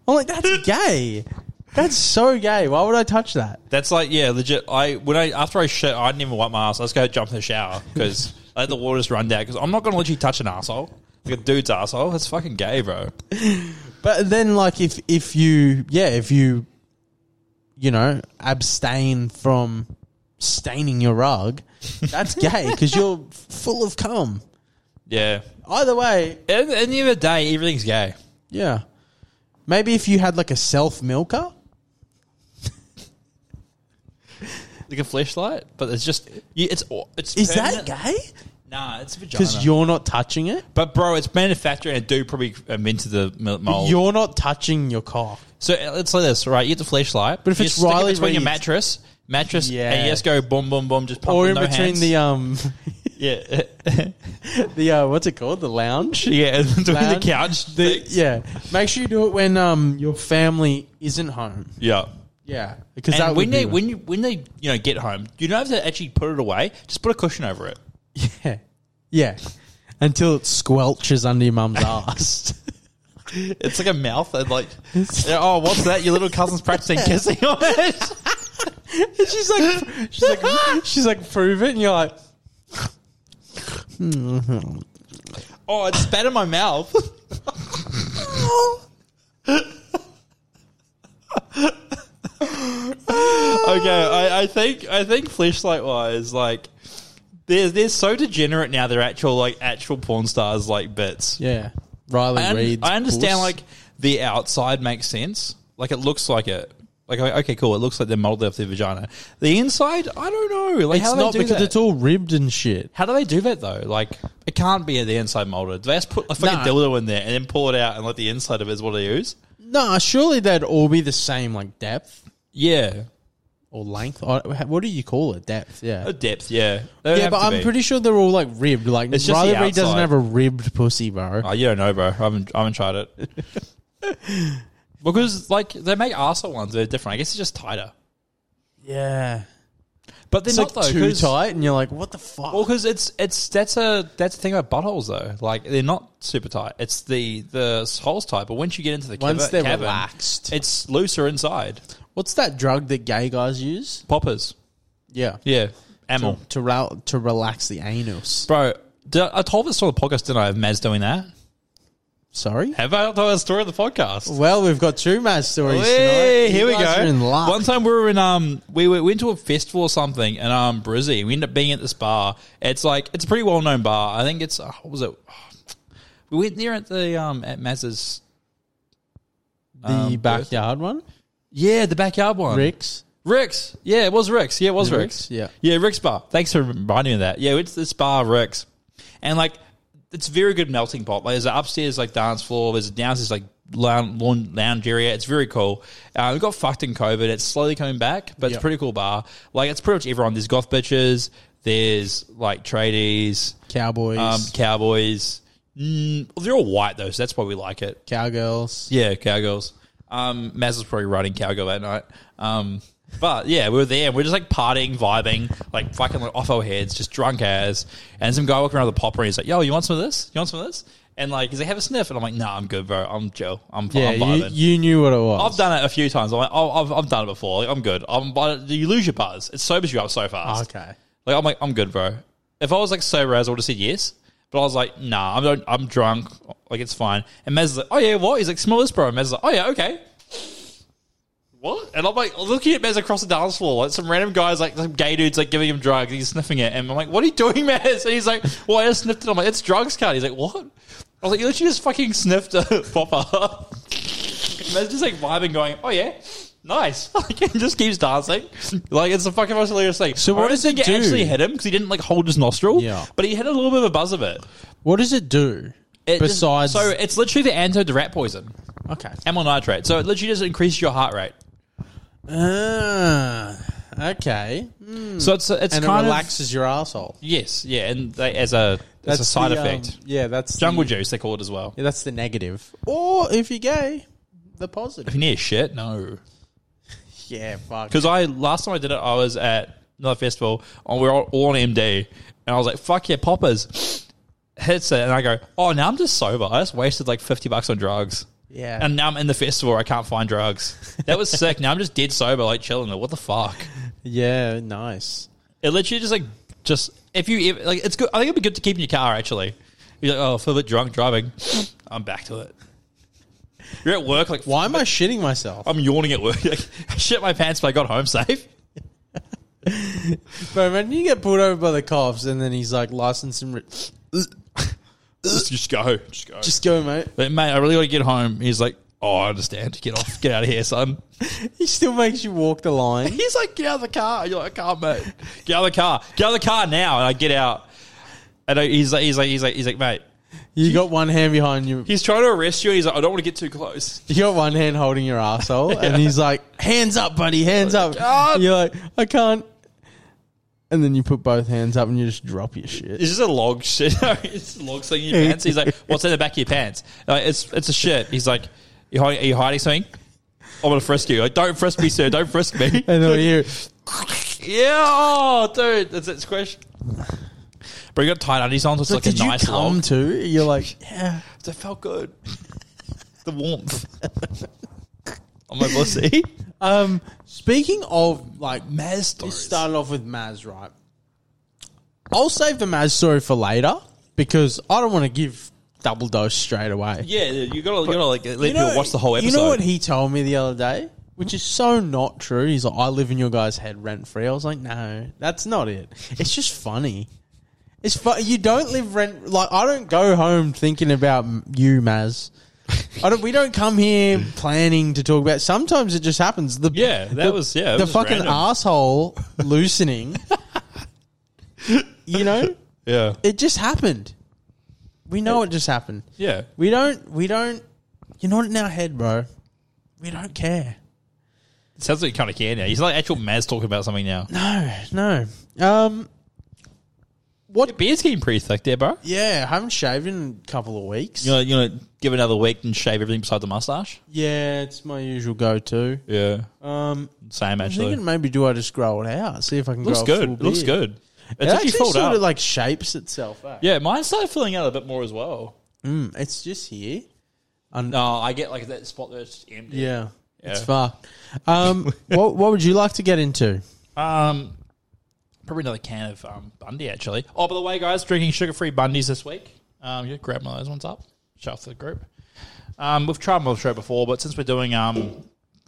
[SPEAKER 2] like that's gay. That's so gay. Why would I touch that?
[SPEAKER 1] That's like, yeah, legit. I when I after I shit, I didn't even wipe my ass. I just go jump in the shower because let the water just run down. Because I'm not gonna literally touch an asshole, like a dude's asshole. That's fucking gay, bro.
[SPEAKER 2] But then, like, if if you, yeah, if you, you know, abstain from staining your rug, that's gay because you're full of cum.
[SPEAKER 1] Yeah.
[SPEAKER 2] Either way,
[SPEAKER 1] At the end of the day, everything's gay.
[SPEAKER 2] yeah. Maybe if you had like a self milker,
[SPEAKER 1] Like a flashlight, but it's just you, it's it's
[SPEAKER 2] is
[SPEAKER 1] permanent-
[SPEAKER 2] that gay?
[SPEAKER 1] Nah, it's vagina.
[SPEAKER 2] Because you're not touching it.
[SPEAKER 1] But bro, it's manufactured and a dude probably invented the mil- mold.
[SPEAKER 2] You're not touching your cock.
[SPEAKER 1] so uh, it's like this, right? You get the flashlight, but
[SPEAKER 2] if
[SPEAKER 1] you
[SPEAKER 2] it's
[SPEAKER 1] stick it
[SPEAKER 2] Riley
[SPEAKER 1] between your
[SPEAKER 2] Reid-
[SPEAKER 1] mattress, mattress,
[SPEAKER 2] Yeah.
[SPEAKER 1] and you just go boom, boom, boom, just pump
[SPEAKER 2] Or
[SPEAKER 1] with
[SPEAKER 2] in
[SPEAKER 1] no
[SPEAKER 2] between
[SPEAKER 1] hands.
[SPEAKER 2] the um,
[SPEAKER 1] yeah,
[SPEAKER 2] the uh, what's it called? The lounge.
[SPEAKER 1] yeah, in between the
[SPEAKER 2] Lounge.
[SPEAKER 1] couch,
[SPEAKER 2] The, yeah. Make sure you do it when um your family isn't home.
[SPEAKER 1] yeah.
[SPEAKER 2] Yeah, because
[SPEAKER 1] And
[SPEAKER 2] that
[SPEAKER 1] when
[SPEAKER 2] would
[SPEAKER 1] they
[SPEAKER 2] be
[SPEAKER 1] when you when they you know get home, you don't have to actually put it away. Just put a cushion over it.
[SPEAKER 2] Yeah. Yeah. Until it squelches under your mum's ass.
[SPEAKER 1] It's like a mouth and like, oh, what's that? Your little cousin's practicing kissing on it.
[SPEAKER 2] she's like, she's like, she's like, prove it, and you're like,
[SPEAKER 1] Oh, it spat in my mouth. okay, I, I think I think fleshlight wise, like they're they're so degenerate now. They're actual like actual porn stars like bits.
[SPEAKER 2] yeah, Riley
[SPEAKER 1] I, un-
[SPEAKER 2] Reid.
[SPEAKER 1] I understand like the outside makes sense. Like it looks like it. Like okay, cool. It looks like they're molded off their vagina. The inside, I don't know. Like
[SPEAKER 2] it's
[SPEAKER 1] how do
[SPEAKER 2] not
[SPEAKER 1] they do
[SPEAKER 2] because
[SPEAKER 1] that?
[SPEAKER 2] it's all ribbed and shit.
[SPEAKER 1] How do they do that though? Like it can't be the inside molded. They just put a fucking
[SPEAKER 2] Nah.
[SPEAKER 1] dildo in there and then pull it out and like the inside of it is what they use.
[SPEAKER 2] Nah, surely they'd all be the same, like depth
[SPEAKER 1] Yeah,
[SPEAKER 2] or length. Or, what do you call it? Depth, yeah.
[SPEAKER 1] a Oh, depth. Yeah,
[SPEAKER 2] Yeah, but I'm pretty sure they're all like ribbed. Like
[SPEAKER 1] It's just
[SPEAKER 2] Riley
[SPEAKER 1] the
[SPEAKER 2] Reid doesn't
[SPEAKER 1] outside.
[SPEAKER 2] have a ribbed pussy, bro.
[SPEAKER 1] Oh, you don't know, bro. I haven't, I haven't tried it because like they make arsehole ones. They're different. I guess it's just tighter,
[SPEAKER 2] Yeah,
[SPEAKER 1] but they're
[SPEAKER 2] it's
[SPEAKER 1] not
[SPEAKER 2] like
[SPEAKER 1] though.
[SPEAKER 2] too
[SPEAKER 1] 'cause-
[SPEAKER 2] tight, and you're like, what the fuck?
[SPEAKER 1] Well, because it's it's that's a that's the thing about buttholes though. Like they're not super tight. It's the the holes tight. But once you get into the
[SPEAKER 2] Once
[SPEAKER 1] cava-
[SPEAKER 2] they're
[SPEAKER 1] cavern,
[SPEAKER 2] relaxed.
[SPEAKER 1] it's looser inside.
[SPEAKER 2] What's that drug that gay guys use?
[SPEAKER 1] Poppers,
[SPEAKER 2] Yeah.
[SPEAKER 1] yeah, amyl.
[SPEAKER 2] To, rel- to relax the anus.
[SPEAKER 1] Bro, did I, I told this story on the podcast, didn't I, of Maz doing that?
[SPEAKER 2] Sorry?
[SPEAKER 1] Have I not told that story on the podcast?
[SPEAKER 2] Well, we've got two mad stories
[SPEAKER 1] Hey,
[SPEAKER 2] tonight.
[SPEAKER 1] here
[SPEAKER 2] You
[SPEAKER 1] we
[SPEAKER 2] guys
[SPEAKER 1] go.
[SPEAKER 2] Are in luck.
[SPEAKER 1] One time we were in um we were- went to a festival or something in um Brizzy. We ended up being at this bar. It's like it's a pretty well known bar. I think it's uh, what was it? We went there at the um at Maz's
[SPEAKER 2] the
[SPEAKER 1] um,
[SPEAKER 2] backyard one?
[SPEAKER 1] yeah the backyard one.
[SPEAKER 2] Rick's?
[SPEAKER 1] Rick's. Yeah, it was Rick's. Yeah, it was Rick's.
[SPEAKER 2] Rick's? Yeah.
[SPEAKER 1] Yeah, Rick's Bar. Thanks for reminding me of that. Yeah, it's this bar, Rick's. And like, it's a very good melting pot. Like, there's an upstairs, like, dance floor. There's a downstairs, like, lounge, lawn- lounge area. It's very cool. Uh, we got fucked in COVID. It's slowly coming back, but it's a
[SPEAKER 2] Yep.
[SPEAKER 1] pretty cool bar. Like, it's pretty much everyone. There's goth bitches. There's, like, tradies,
[SPEAKER 2] Cowboys.
[SPEAKER 1] um, cowboys. Mm, they're all white, though, so that's why we like it.
[SPEAKER 2] cowgirls.
[SPEAKER 1] Yeah, cowgirls. Um, Maz was probably riding cowgirl that night. Um, but yeah, we were there and we are just like partying, vibing, like fucking like off our heads, just drunk as. And some guy walking around with a popper and he's like, "Yo, you want some of this? You want some of this?" And like, he's like, "Have a sniff," and I'm like, "Nah, I'm good, bro. I'm Joe. I'm, fine.
[SPEAKER 2] Yeah,
[SPEAKER 1] I'm
[SPEAKER 2] you,
[SPEAKER 1] vibing."
[SPEAKER 2] you knew what it was.
[SPEAKER 1] I've done it a few times. I'm like, oh, I've, I've done it before. Like, I'm good. I'm, but you lose your buzz. It sobers you up so fast.
[SPEAKER 2] okay.
[SPEAKER 1] Like I'm like I'm good, bro. If I was like sober as I would have said yes, but I was like nah, I'm not, I'm drunk. Like it's fine. And Maz is like, oh yeah, what? He's like smell this, bro. And Maz is like, oh yeah, okay. What? And I'm like looking at Maz across the dance floor, like some random guys, like some gay dudes, like giving him drugs. And he's sniffing it, and I'm like, what are you doing, Maz? And he's like, well, I just sniffed it. I'm like, it's drugs, card. He's like, what? I was like, you literally just fucking sniffed a popper. That's just like vibing, going, "Oh yeah, nice." Like it just keeps dancing. Like it's a fucking most hilarious thing.
[SPEAKER 2] So what
[SPEAKER 1] I don't
[SPEAKER 2] does it
[SPEAKER 1] think
[SPEAKER 2] do?
[SPEAKER 1] actually hit him because he didn't like hold his nostril.
[SPEAKER 2] Yeah.
[SPEAKER 1] but he had a little bit of a buzz of it.
[SPEAKER 2] What does it do?
[SPEAKER 1] It just-
[SPEAKER 2] Besides.
[SPEAKER 1] so it's literally the antidote to rat poison,
[SPEAKER 2] okay.
[SPEAKER 1] amyl nitrate. So it literally just increases your heart rate.
[SPEAKER 2] Ah, okay.
[SPEAKER 1] So it's it's
[SPEAKER 2] Hmm. And it
[SPEAKER 1] kind of
[SPEAKER 2] relaxes your asshole.
[SPEAKER 1] yes, yeah, and they, as a as a side
[SPEAKER 2] the, um,
[SPEAKER 1] effect,
[SPEAKER 2] yeah, that's
[SPEAKER 1] jungle
[SPEAKER 2] the,
[SPEAKER 1] juice they call it as well.
[SPEAKER 2] yeah, that's the negative. Or if you're gay, the positive.
[SPEAKER 1] If you need shit, no.
[SPEAKER 2] Yeah, fuck.
[SPEAKER 1] Because I last time I did it, I was at another festival, and we were all, all on MD, and I was like, "Fuck yeah, poppers!" Hits it, and I go, "Oh, now I'm just sober. I just wasted like fifty bucks on drugs."
[SPEAKER 2] Yeah.
[SPEAKER 1] and now I'm in the festival. I can't find drugs. That was sick. Now I'm just dead sober, like chilling. Like, what the fuck?
[SPEAKER 2] yeah, nice.
[SPEAKER 1] It literally just like just if you ever, like, it's good. I think it'd be good to keep in your car actually. You're like, oh, I feel a bit drunk driving. I'm back to it. You're at work, like
[SPEAKER 2] Why am I shitting myself?
[SPEAKER 1] I'm yawning at work. Like, I shit my pants, but I got home safe.
[SPEAKER 2] Bro, imagine you get pulled over by the cops and then he's like, license and re-
[SPEAKER 1] Just, just go, just go.
[SPEAKER 2] just go, mate.
[SPEAKER 1] Like, mate, I really want to get home. He's like, oh, I understand. Get off. Get out of here, son.
[SPEAKER 2] He still makes you walk the line.
[SPEAKER 1] He's like, get out of the car. You're like, I can't, mate. Get out of the car. Get out of the car now. And I get out. And I, he's like, he's like, he's like, he's like, mate.
[SPEAKER 2] You got one hand behind you.
[SPEAKER 1] He's trying to arrest you. And he's like, I don't want to get too close.
[SPEAKER 2] You got one hand holding your asshole, and he's like, "Hands up, buddy, hands up."
[SPEAKER 1] Oh God.
[SPEAKER 2] You're like, "I can't." And then you put both hands up and you just drop your shit.
[SPEAKER 1] It's just a log shit. it's a log thing in your pants. He's like, what's in the back of your pants? And I'm like, it's it's a shit. He's like, you hiding, are you hiding something? I'm gonna frisk you. Like, don't frisk me, sir. Don't frisk me.
[SPEAKER 2] And then you,
[SPEAKER 1] yeah, oh, dude, that's it. Squish. But you got tight undies on, so it's like
[SPEAKER 2] did
[SPEAKER 1] a
[SPEAKER 2] you
[SPEAKER 1] nice
[SPEAKER 2] come
[SPEAKER 1] log.
[SPEAKER 2] too? You're like, "Yeah."
[SPEAKER 1] It felt good. the warmth on my pussy.
[SPEAKER 2] Um, speaking of like
[SPEAKER 1] Maz
[SPEAKER 2] This
[SPEAKER 1] stories.
[SPEAKER 2] started off with Maz, right? I'll save the Maz story for later because I don't want to give double dose straight away.
[SPEAKER 1] Yeah, you gotta, you gotta like let
[SPEAKER 2] You know-
[SPEAKER 1] people watch the whole episode.
[SPEAKER 2] You know what he told me the other day, which is so not true. He's like, "I live in your guys' head rent free." I was like, "No, that's not it. It's just funny. It's fu- you don't live rent like I don't go home thinking about m- you, Maz." I don't, we don't come here planning to talk about. Sometimes it just happens. The
[SPEAKER 1] Yeah, that
[SPEAKER 2] the-
[SPEAKER 1] was- yeah, it
[SPEAKER 2] the
[SPEAKER 1] was just
[SPEAKER 2] fucking
[SPEAKER 1] random.
[SPEAKER 2] asshole loosening. you know,
[SPEAKER 1] yeah,
[SPEAKER 2] it just happened. We know it just happened.
[SPEAKER 1] yeah.
[SPEAKER 2] We don't. We don't. You're not in our head, bro. We don't care.
[SPEAKER 1] It sounds like you kind of care now. He's like actual Maz talking about something now.
[SPEAKER 2] No, no. Um. What?
[SPEAKER 1] Your beard's getting pretty thick there, bro.
[SPEAKER 2] Yeah, I haven't shaved in a couple of weeks.
[SPEAKER 1] You know, you know, give it another week and shave everything beside the mustache.
[SPEAKER 2] Yeah, it's my usual go-to.
[SPEAKER 1] Yeah,
[SPEAKER 2] Um,
[SPEAKER 1] same
[SPEAKER 2] I'm
[SPEAKER 1] actually.
[SPEAKER 2] thinking maybe do I just grow it out? See if I can.
[SPEAKER 1] looks
[SPEAKER 2] grow a
[SPEAKER 1] good.
[SPEAKER 2] full
[SPEAKER 1] It looks
[SPEAKER 2] beard.
[SPEAKER 1] good.
[SPEAKER 2] It
[SPEAKER 1] It's
[SPEAKER 2] actually
[SPEAKER 1] actually
[SPEAKER 2] sort
[SPEAKER 1] filled out.
[SPEAKER 2] of like shapes itself. eh?
[SPEAKER 1] yeah, mine started filling out a bit more as well.
[SPEAKER 2] Mm, it's just here.
[SPEAKER 1] No, I get like that spot that's empty.
[SPEAKER 2] Yeah. It's
[SPEAKER 1] Yeah.
[SPEAKER 2] fucked. Um, what what would you like to get into?
[SPEAKER 1] Um, probably another can of um, Bundy actually. Oh, by the way, guys, drinking sugar-free Bundies this week. Um, you grab one of those ones up. Shout out to the group. Um, we've tried them on the show before, but since we're doing um,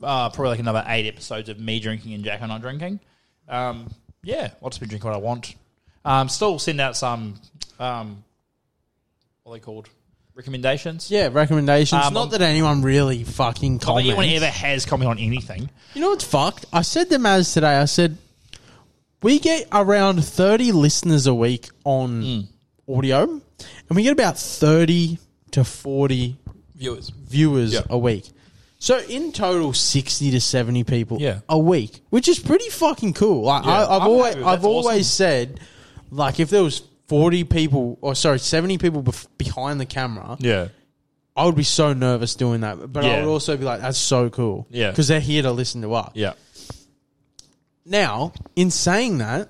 [SPEAKER 1] uh, probably like another eight episodes of me drinking and Jack and I drinking, um, yeah, I'll just be drinking what I want. Um, still send out some um, what are they called recommendations.
[SPEAKER 2] Yeah, recommendations.
[SPEAKER 1] Um,
[SPEAKER 2] Not that anyone really fucking
[SPEAKER 1] Not that
[SPEAKER 2] comments.
[SPEAKER 1] anyone ever has comment on anything.
[SPEAKER 2] You know what's fucked? I said to Maz today, I said, we get around 30 listeners a week on
[SPEAKER 1] Mm.
[SPEAKER 2] audio, and we get about 30 to 40
[SPEAKER 1] Viewers,
[SPEAKER 2] viewers
[SPEAKER 1] Yeah.
[SPEAKER 2] a week. So in total, 60 to 70 people
[SPEAKER 1] Yeah.
[SPEAKER 2] a week, which is pretty fucking cool. Like, I,
[SPEAKER 1] Yeah,
[SPEAKER 2] I've,
[SPEAKER 1] I'm
[SPEAKER 2] always,
[SPEAKER 1] happy with that.
[SPEAKER 2] I've
[SPEAKER 1] That's awesome.
[SPEAKER 2] always said, like, if there was 40 people, or sorry, 70 people bef- behind the camera,
[SPEAKER 1] yeah,
[SPEAKER 2] I would be so nervous doing that. But I
[SPEAKER 1] Yeah.
[SPEAKER 2] would also be like, that's so cool.
[SPEAKER 1] Yeah.
[SPEAKER 2] Because they're here to listen to us.
[SPEAKER 1] yeah,
[SPEAKER 2] Now, in saying that,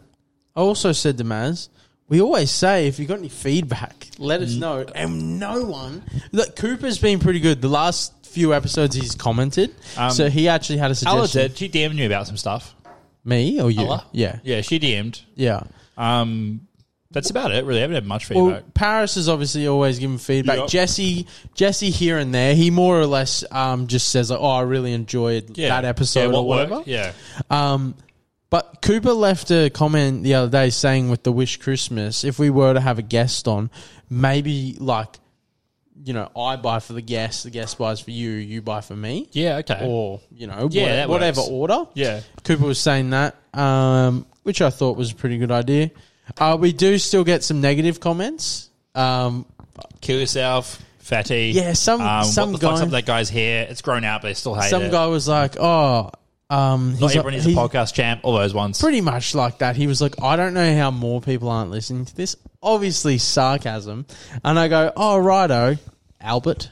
[SPEAKER 2] I also said to Maz, we always say if you got any feedback, let us know. And no one, look, Cooper's been pretty good. The last few episodes, he's commented,
[SPEAKER 1] Um,
[SPEAKER 2] so he actually had a
[SPEAKER 1] Ella
[SPEAKER 2] suggestion.
[SPEAKER 1] did. She DM'd me about some stuff.
[SPEAKER 2] Me or you?
[SPEAKER 1] Ella?
[SPEAKER 2] Yeah,
[SPEAKER 1] Yeah, she DM'd.
[SPEAKER 2] yeah.
[SPEAKER 1] Um, that's about it. Really, I haven't had much
[SPEAKER 2] Well,
[SPEAKER 1] feedback.
[SPEAKER 2] Paris is obviously always giving feedback.
[SPEAKER 1] Yep.
[SPEAKER 2] Jesse, Jesse here and there, he more or less um, just says like, "Oh, I really enjoyed
[SPEAKER 1] yeah,
[SPEAKER 2] that episode
[SPEAKER 1] yeah,
[SPEAKER 2] or
[SPEAKER 1] what worked,
[SPEAKER 2] whatever."
[SPEAKER 1] Yeah,
[SPEAKER 2] Um, but Cooper left a comment the other day saying with the Wish Christmas, if we were to have a guest on, maybe like, you know, I buy for the guest, the guest buys for you, you buy for me,
[SPEAKER 1] yeah, okay.
[SPEAKER 2] or you know,
[SPEAKER 1] Yeah,
[SPEAKER 2] whate-
[SPEAKER 1] that
[SPEAKER 2] whatever
[SPEAKER 1] works.
[SPEAKER 2] order.
[SPEAKER 1] yeah,
[SPEAKER 2] Cooper was saying that, um, which I thought was a pretty good idea. Uh, we do still get some negative comments. Um,
[SPEAKER 1] kill yourself, fatty. Um,
[SPEAKER 2] Yeah, some- some
[SPEAKER 1] what the fuck's
[SPEAKER 2] guy-
[SPEAKER 1] up with that guy's hair? It's grown out, but they still hate
[SPEAKER 2] some
[SPEAKER 1] it.
[SPEAKER 2] guy was like, "Oh, um,
[SPEAKER 1] Not
[SPEAKER 2] he's-
[SPEAKER 1] everyone is a
[SPEAKER 2] he-
[SPEAKER 1] podcast champ. All those ones.
[SPEAKER 2] pretty much like that. He was like, I don't know how more people aren't listening to this. Obviously, sarcasm. And I go, oh, righto, Albert.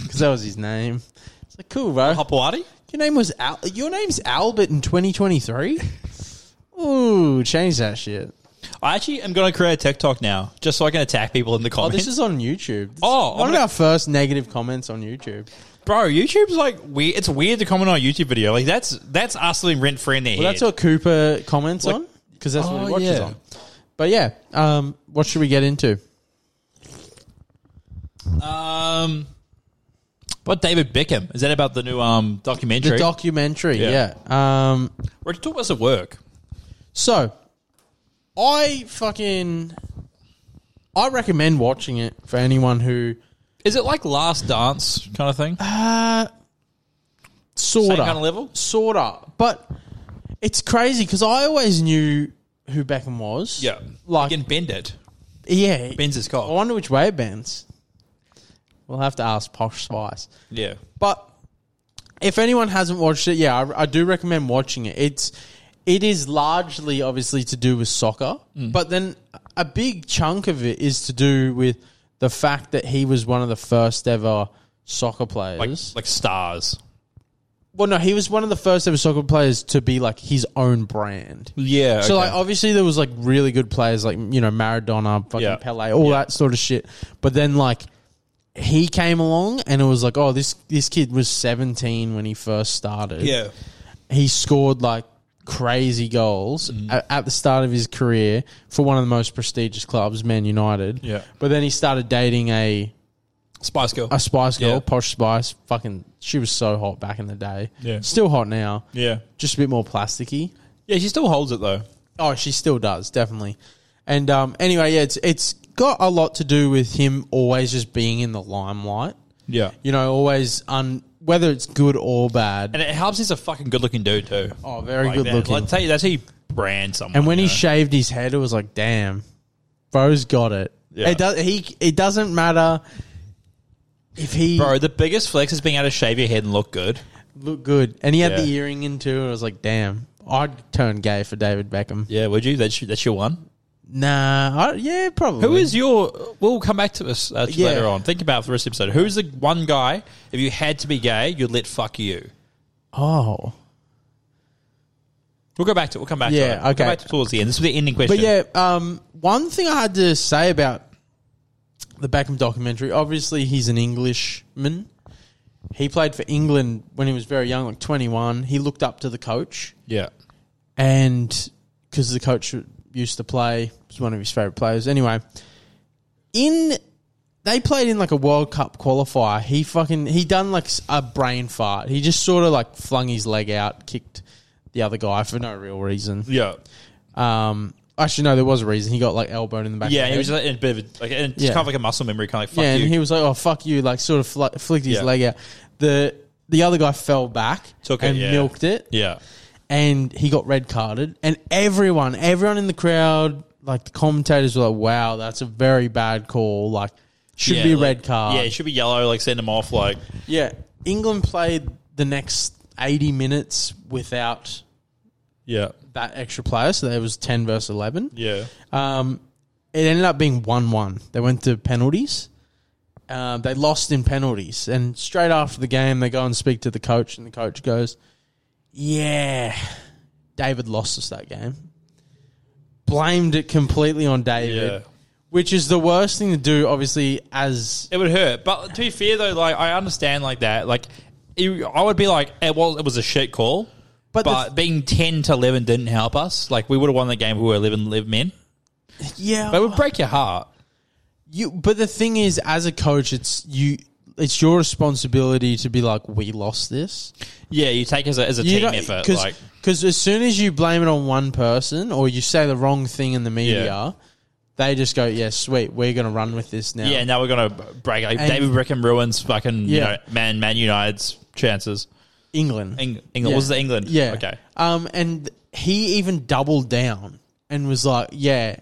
[SPEAKER 2] Because that was his name. It's like, cool, bro.
[SPEAKER 1] Hopoati?
[SPEAKER 2] Your name was Al- Your name's Albert in 2023? Ooh, change that shit.
[SPEAKER 1] I actually am going to create a TikTok now, just so I can attack people in the
[SPEAKER 2] Oh,
[SPEAKER 1] comments.
[SPEAKER 2] this is on YouTube. This
[SPEAKER 1] Oh,
[SPEAKER 2] one
[SPEAKER 1] I'm
[SPEAKER 2] of
[SPEAKER 1] gonna-
[SPEAKER 2] our first negative comments on YouTube.
[SPEAKER 1] bro, YouTube's like weird. It's weird to comment on a YouTube video. Like that's that's us living rent free in their
[SPEAKER 2] Well,
[SPEAKER 1] head.
[SPEAKER 2] that's what Cooper comments on. 'Cause on because that's what
[SPEAKER 1] Oh,
[SPEAKER 2] he watches
[SPEAKER 1] yeah.
[SPEAKER 2] on. But yeah, um, what should we get into?
[SPEAKER 1] Um, what David Beckham? Is that about the new um documentary?
[SPEAKER 2] The documentary,
[SPEAKER 1] Yeah.
[SPEAKER 2] yeah. Um,
[SPEAKER 1] We're talking about us at work.
[SPEAKER 2] So, I fucking I recommend watching it for anyone who
[SPEAKER 1] Is it like Last Dance kind of thing?
[SPEAKER 2] uh, sorta
[SPEAKER 1] Same kind of level?
[SPEAKER 2] sorta, but it's crazy because I always knew who Beckham was.
[SPEAKER 1] like
[SPEAKER 2] like
[SPEAKER 1] you can bend it.
[SPEAKER 2] yeah.
[SPEAKER 1] Bends his
[SPEAKER 2] I
[SPEAKER 1] cock.
[SPEAKER 2] wonder which way it bends. We'll have to ask Posh Spice.
[SPEAKER 1] Yeah,
[SPEAKER 2] But if anyone hasn't watched it, yeah, I, I do recommend watching it. It's it is largely obviously to do with soccer,
[SPEAKER 1] Mm.
[SPEAKER 2] but then a big chunk of it is to do with the fact that he was one of the first ever soccer
[SPEAKER 1] like
[SPEAKER 2] players.
[SPEAKER 1] like stars.
[SPEAKER 2] well, no, he was one of the first ever soccer players to be like his own brand.
[SPEAKER 1] Yeah.
[SPEAKER 2] So like obviously there was like really good players like you know Maradona, fucking
[SPEAKER 1] Yeah.
[SPEAKER 2] Pele, all that sort of shit. But then like he came along and it was like, oh, this this kid was 17 when he first started.
[SPEAKER 3] Yeah.
[SPEAKER 2] he scored like crazy goals
[SPEAKER 3] Mm-hmm.
[SPEAKER 2] a- at the start of his career for one of the most prestigious clubs, Man United.
[SPEAKER 3] Yeah.
[SPEAKER 2] but then he started dating a
[SPEAKER 3] Spice Girl.
[SPEAKER 2] a Spice Girl,
[SPEAKER 3] Yeah.
[SPEAKER 2] posh Spice. Fucking, she was so hot back in the day.
[SPEAKER 3] Yeah.
[SPEAKER 2] still hot now.
[SPEAKER 3] yeah.
[SPEAKER 2] Just a bit more plasticky.
[SPEAKER 3] Yeah, she still holds it though.
[SPEAKER 2] Oh, she still does, definitely. And um, anyway, yeah, it's it's got a lot to do with him always just being in the limelight.
[SPEAKER 3] Yeah.
[SPEAKER 2] You know, always un whether it's good or bad.
[SPEAKER 1] And it helps he's a fucking good looking dude too.
[SPEAKER 2] Oh, very
[SPEAKER 1] Like
[SPEAKER 2] good
[SPEAKER 1] that-
[SPEAKER 2] looking.
[SPEAKER 1] Like, tell you, that's how you brand someone.
[SPEAKER 2] and when
[SPEAKER 1] you
[SPEAKER 2] he
[SPEAKER 1] know?
[SPEAKER 2] shaved his head, it was like, damn, bro's got it.
[SPEAKER 1] Yeah.
[SPEAKER 2] It does. He it doesn't matter if he
[SPEAKER 1] Bro, the biggest flex is being able to shave your head and look good.
[SPEAKER 2] looked good, and he had the
[SPEAKER 1] Yeah.
[SPEAKER 2] earring in too. And I was like, damn, I'd turn gay for David Beckham.
[SPEAKER 1] Yeah, would you? That's, that's your one?
[SPEAKER 2] Nah, I, yeah, probably.
[SPEAKER 1] Who is your. We'll come back to this uh, to
[SPEAKER 2] Yeah.
[SPEAKER 1] later on. Think about it for this episode. Who's the one guy, if you had to be gay, you'd let fuck you?
[SPEAKER 2] Oh,
[SPEAKER 1] We'll go back to it. We'll come back to
[SPEAKER 2] Yeah,
[SPEAKER 1] it. We'll
[SPEAKER 2] okay.
[SPEAKER 1] Come back to towards the end. This was the ending question.
[SPEAKER 2] But yeah, um, one thing I had to say about the Beckham documentary, obviously he's an Englishman. He played for England when he was very young, like 21. He looked up to the coach,
[SPEAKER 1] Yeah.
[SPEAKER 2] and because the coach used to play, was one of his favorite players. Anyway, in they played in like a World Cup qualifier. He fucking he done like s- a brain fart. He just sort of like flung his leg out, kicked the other guy for no real reason.
[SPEAKER 1] Yeah.
[SPEAKER 2] Um, actually, no, there was a reason. He got like elbowed in the back.
[SPEAKER 1] Yeah,
[SPEAKER 2] of the
[SPEAKER 1] he
[SPEAKER 2] head.
[SPEAKER 1] was like, in a bit of a, like, in- just
[SPEAKER 2] Yeah.
[SPEAKER 1] kind of like a muscle memory, kind of like, fuck
[SPEAKER 2] yeah,
[SPEAKER 1] you.
[SPEAKER 2] and he was like, "Oh fuck you!" Like sort of fl- flicked his
[SPEAKER 1] Yeah.
[SPEAKER 2] leg out. The the other guy fell back,
[SPEAKER 1] Took it,
[SPEAKER 2] and
[SPEAKER 1] yeah.
[SPEAKER 2] milked it,
[SPEAKER 1] yeah.
[SPEAKER 2] and he got red carded. And everyone, everyone in the crowd, like the commentators, were like, "Wow, that's a very bad call. Like, should
[SPEAKER 1] Yeah,
[SPEAKER 2] be a
[SPEAKER 1] like-
[SPEAKER 2] red card."
[SPEAKER 1] Yeah, it should be yellow, like send him off, like.
[SPEAKER 2] yeah. England played the next eighty minutes without
[SPEAKER 1] Yeah.
[SPEAKER 2] that extra player, so there was ten versus eleven.
[SPEAKER 1] Yeah.
[SPEAKER 2] Um, it ended up being one-one. They went to penalties. Um, they lost in penalties, and straight after the game, they go and speak to the coach, and the coach goes, "Yeah, David lost us that game." Blamed it completely on David,
[SPEAKER 1] Yeah.
[SPEAKER 2] which is the worst thing to do. Obviously, as
[SPEAKER 1] It would hurt, but to be fair though, like I understand like that. Like you- I would be like, it was it was a shit call,
[SPEAKER 2] But
[SPEAKER 1] but,
[SPEAKER 2] the-
[SPEAKER 1] being ten to eleven didn't help us. Like we would have won the game if we were eleven live men.
[SPEAKER 2] yeah,
[SPEAKER 1] But it would break your heart.
[SPEAKER 2] You, but the thing is, as a coach, it's you. It's your responsibility to be like, we lost this.
[SPEAKER 1] Yeah, you take it as a, as a team
[SPEAKER 2] don't-
[SPEAKER 1] effort.
[SPEAKER 2] Cause,
[SPEAKER 1] like
[SPEAKER 2] 'cause as soon as you blame it on one person or you say the wrong thing in the media,
[SPEAKER 1] Yeah.
[SPEAKER 2] they just go, "Yeah, sweet, we're going to run with this now."
[SPEAKER 1] yeah, now we're gonna break. Like
[SPEAKER 2] And-
[SPEAKER 1] David Beckham ruins fucking you
[SPEAKER 2] Yeah.
[SPEAKER 1] know, man Man United's chances.
[SPEAKER 2] England,
[SPEAKER 1] Eng- England was it England?
[SPEAKER 2] yeah,
[SPEAKER 1] okay.
[SPEAKER 2] Um, and he even doubled down and was like, "Yeah."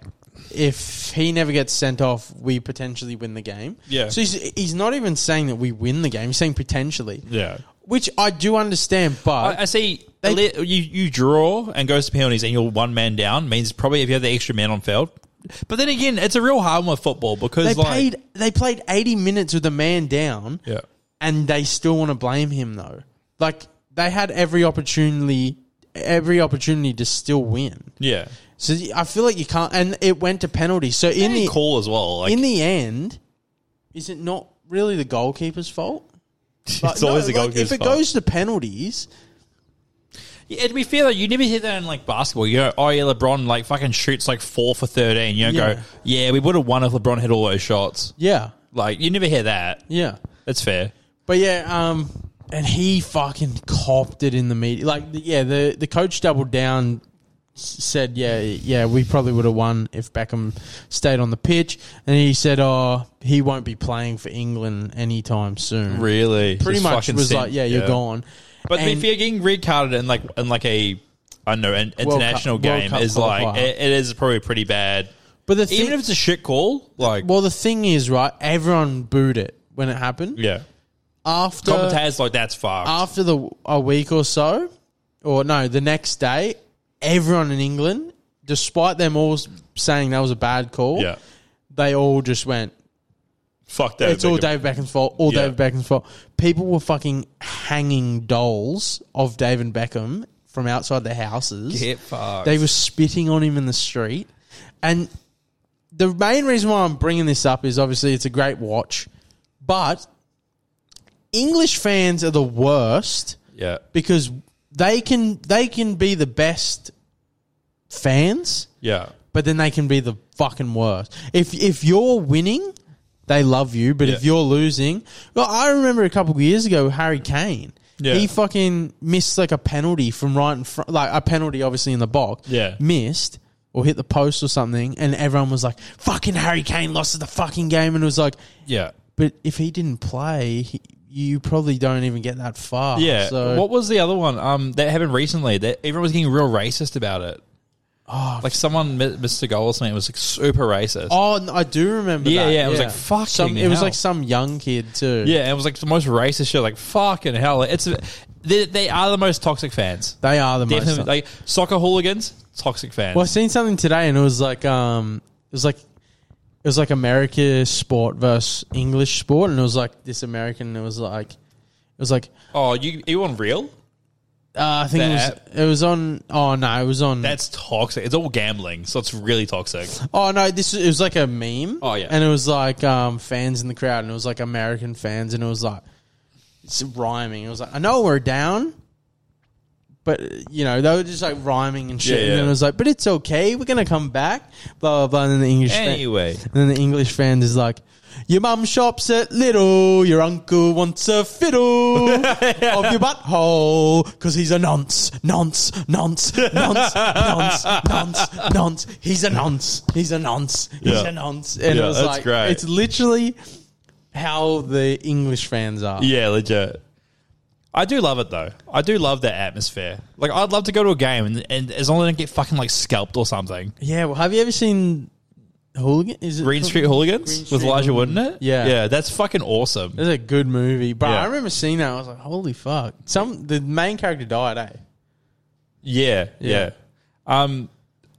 [SPEAKER 2] If he never gets sent off, we potentially win the game.
[SPEAKER 3] Yeah.
[SPEAKER 2] So he's, he's not even saying that we win the game. He's saying potentially.
[SPEAKER 1] Yeah,
[SPEAKER 2] Which I do understand, but
[SPEAKER 1] I, I see.
[SPEAKER 2] They-
[SPEAKER 1] le- you you draw and goes to penalties, and you're one man down. Means probably if you have the extra man on field. But then again, it's a real harm with football because
[SPEAKER 2] they
[SPEAKER 1] like
[SPEAKER 2] played they played 80 minutes with a man down.
[SPEAKER 3] Yeah.
[SPEAKER 2] and they still want to blame him though. Like they had every opportunity, every opportunity to still win.
[SPEAKER 1] yeah.
[SPEAKER 2] So I feel like you can't. And it went to penalty. So in the
[SPEAKER 1] call as well. Like,
[SPEAKER 2] in the end, is it not really the goalkeeper's fault? Like,
[SPEAKER 1] it's always the
[SPEAKER 2] no, like,
[SPEAKER 1] goalkeeper's
[SPEAKER 2] If it
[SPEAKER 1] fault.
[SPEAKER 2] goes to penalties,
[SPEAKER 1] Yeah, to be fair though, you never hear that in like basketball. You know, oh yeah, LeBron like fucking shoots like four for thirteen. You don't
[SPEAKER 2] Yeah.
[SPEAKER 1] go, yeah, we would have won if LeBron hit all those shots.
[SPEAKER 2] yeah,
[SPEAKER 1] Like you never hear that.
[SPEAKER 2] yeah.
[SPEAKER 1] That's fair.
[SPEAKER 2] But yeah, um, and he fucking copped it in the media. Like, the- yeah, the the coach doubled down, s- said, yeah, yeah, we probably would have won if Beckham stayed on the pitch. And he said, oh, he won't be playing for England anytime soon.
[SPEAKER 1] Really,
[SPEAKER 2] Pretty
[SPEAKER 1] Just
[SPEAKER 2] much
[SPEAKER 1] fucking
[SPEAKER 2] was
[SPEAKER 1] sin-
[SPEAKER 2] like, yeah, you're gone.
[SPEAKER 1] But to be
[SPEAKER 2] And-
[SPEAKER 1] fair, getting red carded in like in like a I don't know an international
[SPEAKER 2] World
[SPEAKER 1] game
[SPEAKER 2] Cup
[SPEAKER 1] is
[SPEAKER 2] qualifier.
[SPEAKER 1] like it, it is probably pretty bad.
[SPEAKER 2] But the
[SPEAKER 1] Even
[SPEAKER 2] thing,
[SPEAKER 1] if it's a shit call, like
[SPEAKER 2] well, the thing is, right? Everyone booed it when it happened.
[SPEAKER 1] yeah,
[SPEAKER 2] After
[SPEAKER 1] commentators like that's fucked.
[SPEAKER 2] after the a week or so, or no, the next day, everyone in England, despite them all s- saying that was a bad call,
[SPEAKER 1] yeah,
[SPEAKER 2] they all just went.
[SPEAKER 1] fuck that.
[SPEAKER 2] It's all David Beckham's fault. All
[SPEAKER 1] Yeah.
[SPEAKER 2] David Beckham's fault. People were fucking hanging dolls of David Beckham from outside their houses.
[SPEAKER 1] Get fucked.
[SPEAKER 2] They were spitting on him in the street. And the main reason why I'm bringing this up is obviously it's a great watch, But English fans are the worst
[SPEAKER 1] Yeah.
[SPEAKER 2] because they can they can be the best fans,
[SPEAKER 1] Yeah.
[SPEAKER 2] but then they can be the fucking worst. If if you're winning, they love you, but if
[SPEAKER 1] Yeah.
[SPEAKER 2] you're losing, well, I remember a couple of years ago Harry Kane.
[SPEAKER 1] Yeah.
[SPEAKER 2] He fucking missed like a penalty from right in front, like a penalty obviously in the box.
[SPEAKER 1] Yeah.
[SPEAKER 2] missed or hit the post or something, and everyone was like, "Fucking Harry Kane lost the fucking game," and it was like,
[SPEAKER 1] Yeah.
[SPEAKER 2] but if he didn't play, he, you probably don't even get that far.
[SPEAKER 1] Yeah.
[SPEAKER 2] So
[SPEAKER 1] What was the other one? Um, that happened recently. That everyone was getting real racist about it.
[SPEAKER 2] Oh,
[SPEAKER 1] like someone mi- missed a goal or something. It was like super racist.
[SPEAKER 2] Oh, n- I do remember.
[SPEAKER 1] Yeah,
[SPEAKER 2] that.
[SPEAKER 1] yeah, it was like, fucking
[SPEAKER 2] Some, it was
[SPEAKER 1] hell.
[SPEAKER 2] like some young kid too.
[SPEAKER 1] Yeah, it was like the most racist shit. Like fucking hell, Like, it's they, they are the most toxic fans.
[SPEAKER 2] they are the most.
[SPEAKER 1] Definitely, like soccer hooligans, toxic fans.
[SPEAKER 2] well, I seen something today, and it was like, um, it was like, it was like America sport versus English sport, and it was like this American. and It was like, it was like,
[SPEAKER 1] Oh, you you on real?
[SPEAKER 2] uh, I think
[SPEAKER 1] That-
[SPEAKER 2] it was, it was on. Oh no, it was on.
[SPEAKER 1] That's toxic. It's all gambling, so it's really toxic.
[SPEAKER 2] Oh no, this it was like a meme.
[SPEAKER 1] Oh, yeah.
[SPEAKER 2] and it was like um, fans in the crowd, and it was like American fans, and it was like it's rhyming. It was like I know we're down, but you know they were just like rhyming and shit.
[SPEAKER 1] Yeah,
[SPEAKER 2] And then
[SPEAKER 1] yeah.
[SPEAKER 2] it was like, but it's okay, we're gonna come back. Blah blah blah. And then the English fan-
[SPEAKER 1] Anyway.
[SPEAKER 2] and then the English fan is like. Your mum shops at Little. Your uncle wants a fiddle of your butthole because he's a nonce, nonce, nonce, nonce, nonce, nonce, nonce. He's a nonce. He's a nonce. He's
[SPEAKER 1] Yeah.
[SPEAKER 2] a nonce. And
[SPEAKER 1] Yeah,
[SPEAKER 2] it was
[SPEAKER 1] that's
[SPEAKER 2] like,
[SPEAKER 1] great.
[SPEAKER 2] it's literally how the English fans are.
[SPEAKER 1] Yeah, legit. I do love it though. I do love that atmosphere. Like I'd love to go to a game and, and as long as I don't get fucking like scalped or something.
[SPEAKER 2] Yeah, well, have you ever seen Hooligan? Is it
[SPEAKER 1] Green Street Hooligans
[SPEAKER 2] Green
[SPEAKER 1] with
[SPEAKER 2] Street
[SPEAKER 1] Elijah Wood
[SPEAKER 2] Hooligan.
[SPEAKER 1] in it.
[SPEAKER 2] Yeah.
[SPEAKER 1] yeah, that's fucking awesome.
[SPEAKER 2] It's a good movie, but
[SPEAKER 1] Yeah.
[SPEAKER 2] I remember seeing that. I was like, "Holy fuck!" Some the main character died, eh?
[SPEAKER 1] Yeah, yeah. Um,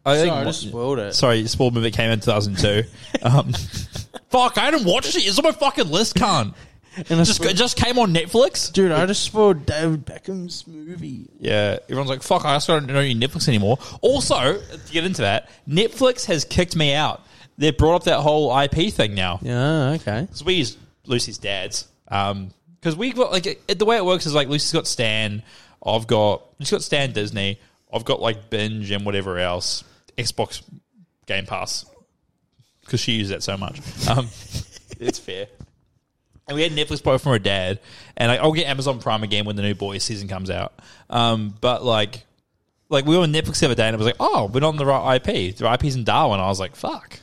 [SPEAKER 1] I
[SPEAKER 2] Sorry,
[SPEAKER 1] think-
[SPEAKER 2] I just spoiled it.
[SPEAKER 1] Sorry, Sport Movie came in 2002. um, fuck, I didn't watch it. It's on my fucking list, can't.
[SPEAKER 2] And I
[SPEAKER 1] Just,
[SPEAKER 2] spoiled-
[SPEAKER 1] it just came on Netflix.
[SPEAKER 2] dude, I just spoiled David Beckham's movie.
[SPEAKER 1] Yeah, everyone's like, fuck, I just don't know your Netflix anymore. Also, to get into that, Netflix has kicked me out. They brought up that whole IP thing now.
[SPEAKER 2] Yeah, okay.
[SPEAKER 1] because we use Lucy's dad's. Um, because we got like it, the way it works is like Lucy's got Stan, I've got she's got Stan Disney, I've got like binge and whatever else Xbox Game Pass because she uses that so much. Um, it's fair. And we had Netflix both from her dad, and like, I'll get Amazon Prime again when the new Boys season comes out. Um, but like, like we were on Netflix the other day, and it was like, oh, we're not on the right IP. The IP's in Darwin. I was like, fuck.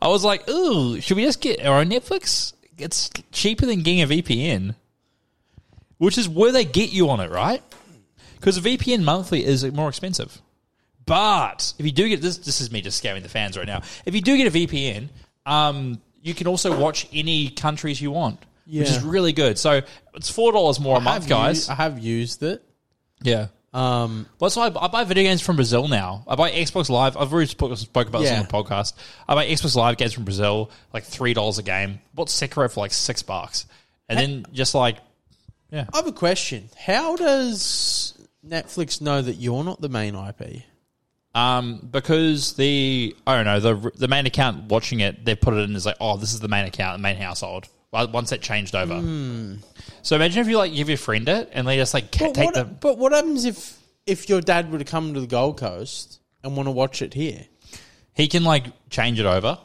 [SPEAKER 1] I was like, ooh, should we just get our own Netflix? It's cheaper than getting a VPN, which is where they get you on it, right? Because a VPN monthly is more expensive. But if you do get this, this is me just scamming the fans right now. If you do get a VPN, um, you can also watch any countries you want, which is
[SPEAKER 2] Yeah.
[SPEAKER 1] really good. So it's four dollars more a month,
[SPEAKER 2] I've
[SPEAKER 1] guys.
[SPEAKER 2] used- I have used it.
[SPEAKER 1] yeah.
[SPEAKER 2] Um,
[SPEAKER 1] Well, that's why I, I buy video games from Brazil now. I buy Xbox Live. I've already spoke, spoke about this
[SPEAKER 2] Yeah.
[SPEAKER 1] on the podcast. I buy Xbox Live games from Brazil, like three dollars a game. Bought Sekiro for like six bucks, and then just like
[SPEAKER 2] I have a question. How does Netflix know that you're not the main IP?
[SPEAKER 1] um because the I don't know the the main account watching it, they put it in as like, oh, this is the main account, the main household. Well, Once that changed over, so imagine if you like give your friend it and they just like ca-
[SPEAKER 2] Hmm. But
[SPEAKER 1] take
[SPEAKER 2] what,
[SPEAKER 1] the
[SPEAKER 2] but what happens if if your dad were to come to the Gold Coast and want to watch it here?
[SPEAKER 1] he can like change it over.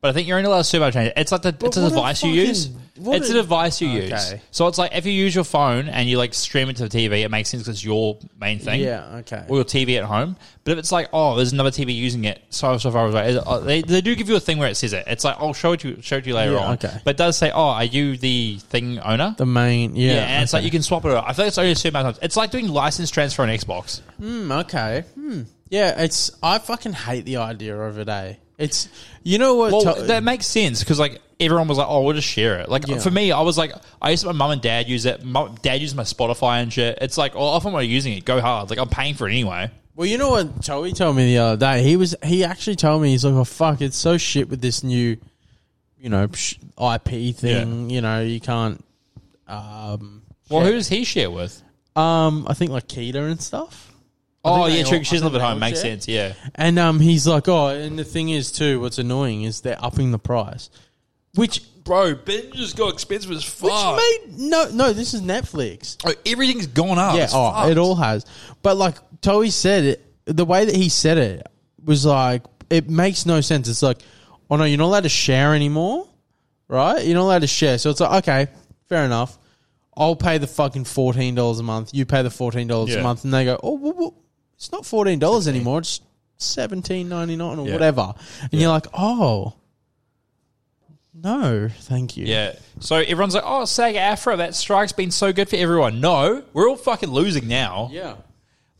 [SPEAKER 1] But I think you're only allowed to turbo change it. It's like the it's a
[SPEAKER 2] what a
[SPEAKER 1] device you
[SPEAKER 2] fucking-
[SPEAKER 1] use.
[SPEAKER 2] what
[SPEAKER 1] It's
[SPEAKER 2] a-
[SPEAKER 1] a device you use.
[SPEAKER 2] Okay.
[SPEAKER 1] So it's like if you use your phone and you like stream it to the TV, it makes sense because it's your main thing.
[SPEAKER 2] Yeah, okay.
[SPEAKER 1] Or your TV at home. But if it's like, oh, there's another TV using it, so so far away. it- oh, They, they do give you a thing where it says it. It's like, I'll show it to you, show it to you later
[SPEAKER 2] Yeah,
[SPEAKER 1] on.
[SPEAKER 2] okay.
[SPEAKER 1] But it does say, oh, are you the thing owner?
[SPEAKER 2] the main, yeah.
[SPEAKER 1] yeah, and it's like you can swap it. Around. I think it's only a certain amount of times. It's like doing license transfer on Xbox.
[SPEAKER 2] Hmm, okay. Hmm. Yeah, it's. I fucking hate the idea of it. Eh? It's. You know what?
[SPEAKER 1] Well,
[SPEAKER 2] to-
[SPEAKER 1] that makes sense because like everyone was like, "Oh, we'll just share it." Like
[SPEAKER 2] Yeah.
[SPEAKER 1] for me, I was like, I used to, my mum and dad use it. My dad used my Spotify and shit. It's like, oh, if I'm not using it, go hard. Like I'm paying for it anyway.
[SPEAKER 2] well, you know what? Joey told me the other day. He was. He actually told me he's like, "Oh fuck, it's so shit with this new, you know, sh- IP thing. You know, you can't." Um.
[SPEAKER 1] Well, who does he share with?
[SPEAKER 2] Um. I think like Keita and stuff.
[SPEAKER 1] Oh
[SPEAKER 2] think
[SPEAKER 1] yeah,
[SPEAKER 2] they
[SPEAKER 1] true.
[SPEAKER 2] all-
[SPEAKER 1] 'cause She doesn't
[SPEAKER 2] I
[SPEAKER 1] live
[SPEAKER 2] think
[SPEAKER 1] at
[SPEAKER 2] they
[SPEAKER 1] home.
[SPEAKER 2] all
[SPEAKER 1] Makes
[SPEAKER 2] share.
[SPEAKER 1] sense. Yeah,
[SPEAKER 2] And um, he's like, oh, and the thing is too, what's annoying is they're upping the price, which
[SPEAKER 1] bro, binge has got expensive as
[SPEAKER 2] Which
[SPEAKER 1] fuck.
[SPEAKER 2] made no, no. This is Netflix.
[SPEAKER 1] Oh, everything's gone up.
[SPEAKER 2] Yeah,
[SPEAKER 1] It's
[SPEAKER 2] oh,
[SPEAKER 1] fucked.
[SPEAKER 2] it all has. But like Toey said it, the way that he said it was like it makes no sense. It's like, oh no, you're not allowed to share anymore, right? You're not allowed to share. So it's like, okay, fair enough. I'll pay the fucking fourteen dollars a month. You pay the fourteen dollars
[SPEAKER 1] Yeah.
[SPEAKER 2] a month, and they go, oh, well, well, it's not fourteen dollars anymore. It's seventeen ninety nine or
[SPEAKER 1] Yeah.
[SPEAKER 2] whatever. And you're like, oh, no, thank you.
[SPEAKER 1] Yeah. So everyone's like, oh, SAG AFRA, that strike's been so good for everyone. No, we're all fucking losing now.
[SPEAKER 2] yeah.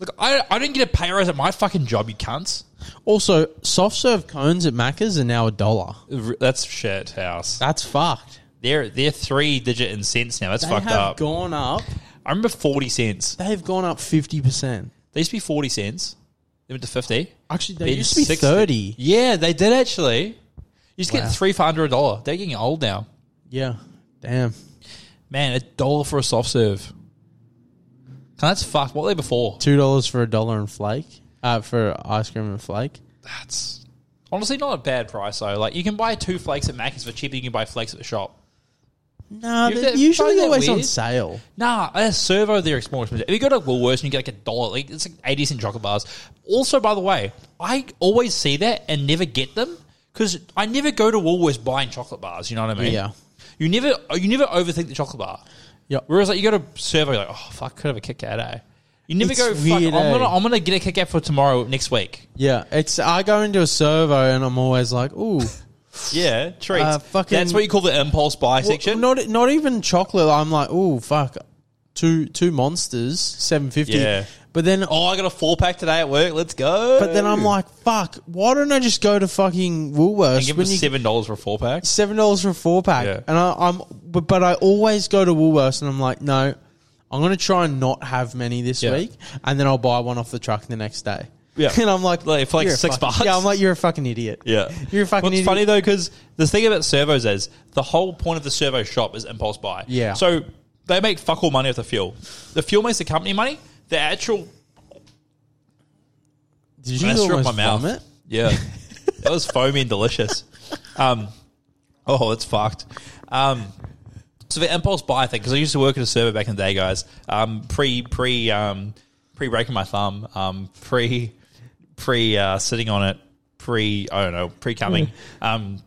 [SPEAKER 1] Look, I, I didn't get a pay rise at my fucking job, you cunts.
[SPEAKER 2] Also, soft serve cones at Macca's are now a dollar.
[SPEAKER 1] That's shit house.
[SPEAKER 2] That's fucked.
[SPEAKER 1] They're they're three digit in cents now. That's
[SPEAKER 2] They
[SPEAKER 1] fucked
[SPEAKER 2] have
[SPEAKER 1] up.
[SPEAKER 2] gone up.
[SPEAKER 1] I remember forty cents.
[SPEAKER 2] They've gone up fifty percent.
[SPEAKER 1] They used to be forty cents. They went to fifty.
[SPEAKER 2] Actually, they
[SPEAKER 1] Been
[SPEAKER 2] used to be
[SPEAKER 1] 60.
[SPEAKER 2] thirty.
[SPEAKER 1] Yeah, they did actually. You used to
[SPEAKER 2] Wow.
[SPEAKER 1] get three for under a dollar. They're getting old now.
[SPEAKER 2] Yeah. Damn.
[SPEAKER 1] Man, a dollar for a soft serve. That's fucked. What were they before?
[SPEAKER 2] Two dollars for a dollar and flake. Uh, for ice cream and flake.
[SPEAKER 1] That's honestly not a bad price though. Like you can buy two flakes at Macca's for cheaper. than You can buy flakes at the shop.
[SPEAKER 2] No,
[SPEAKER 1] You-
[SPEAKER 2] they're
[SPEAKER 1] they're
[SPEAKER 2] usually
[SPEAKER 1] fucking
[SPEAKER 2] always on
[SPEAKER 1] weird.
[SPEAKER 2] sale.
[SPEAKER 1] Nah, at a servo they're more expensive. If you go to Woolworths and you get like a dollar, like it's like eighty cent chocolate bars. Also, by the way, I always see that and never get them because I never go to Woolworths buying chocolate bars. You know what I mean?
[SPEAKER 2] Yeah.
[SPEAKER 1] You never you never overthink the chocolate bar.
[SPEAKER 2] Yeah.
[SPEAKER 1] Whereas like you go to servo, you're like oh fuck, could have a Kit Kat. Eh? You never
[SPEAKER 2] It's
[SPEAKER 1] go. Fuck,
[SPEAKER 2] weird,
[SPEAKER 1] I'm
[SPEAKER 2] eh?
[SPEAKER 1] gonna I'm gonna get a Kit Kat for tomorrow next week.
[SPEAKER 2] Yeah. It's I go into a servo and I'm always like, ooh,
[SPEAKER 1] Yeah, treats.
[SPEAKER 2] Uh, fucking-
[SPEAKER 1] That's what you call the impulse buy
[SPEAKER 2] well,
[SPEAKER 1] section.
[SPEAKER 2] not not even chocolate. I'm like, ooh, fuck, two two monsters, seven fifty.
[SPEAKER 1] Yeah.
[SPEAKER 2] But then
[SPEAKER 1] Oh, I got a four pack today at work. Let's go.
[SPEAKER 2] But then I'm like, fuck, why don't I just go to fucking Woolworths?
[SPEAKER 1] and give them
[SPEAKER 2] when you-
[SPEAKER 1] seven dollars for a four pack.
[SPEAKER 2] seven dollars for a four pack,
[SPEAKER 1] Yeah.
[SPEAKER 2] and I, I'm but, but I always go to Woolworths, and I'm like, no, I'm gonna try and not have many this
[SPEAKER 1] Yeah.
[SPEAKER 2] week, and then I'll buy one off the truck the next day.
[SPEAKER 1] Yeah.
[SPEAKER 2] and I'm like,
[SPEAKER 1] Like, for like
[SPEAKER 2] "You're a
[SPEAKER 1] six
[SPEAKER 2] fucking-"
[SPEAKER 1] bucks.
[SPEAKER 2] Yeah, I'm like, you're a fucking idiot.
[SPEAKER 1] Yeah,
[SPEAKER 2] you're a fucking
[SPEAKER 1] What's
[SPEAKER 2] idiot.
[SPEAKER 1] funny though, because the thing about servos is the whole point of the servo shop is impulse buy.
[SPEAKER 2] Yeah.
[SPEAKER 1] So they make fuck all money off the fuel. The fuel makes the company money. The actual
[SPEAKER 2] Did you
[SPEAKER 1] I
[SPEAKER 2] almost
[SPEAKER 1] threw up my
[SPEAKER 2] my
[SPEAKER 1] mouth.
[SPEAKER 2] vomit?
[SPEAKER 1] Yeah, that was foamy and delicious. Um, oh, it's fucked. Um, so the impulse buy thing because I used to work at a server back in the day, guys. Um, pre pre um, pre breaking my thumb, um, pre pre uh, sitting on it, pre I don't know, pre
[SPEAKER 2] Hmm.
[SPEAKER 1] coming. um,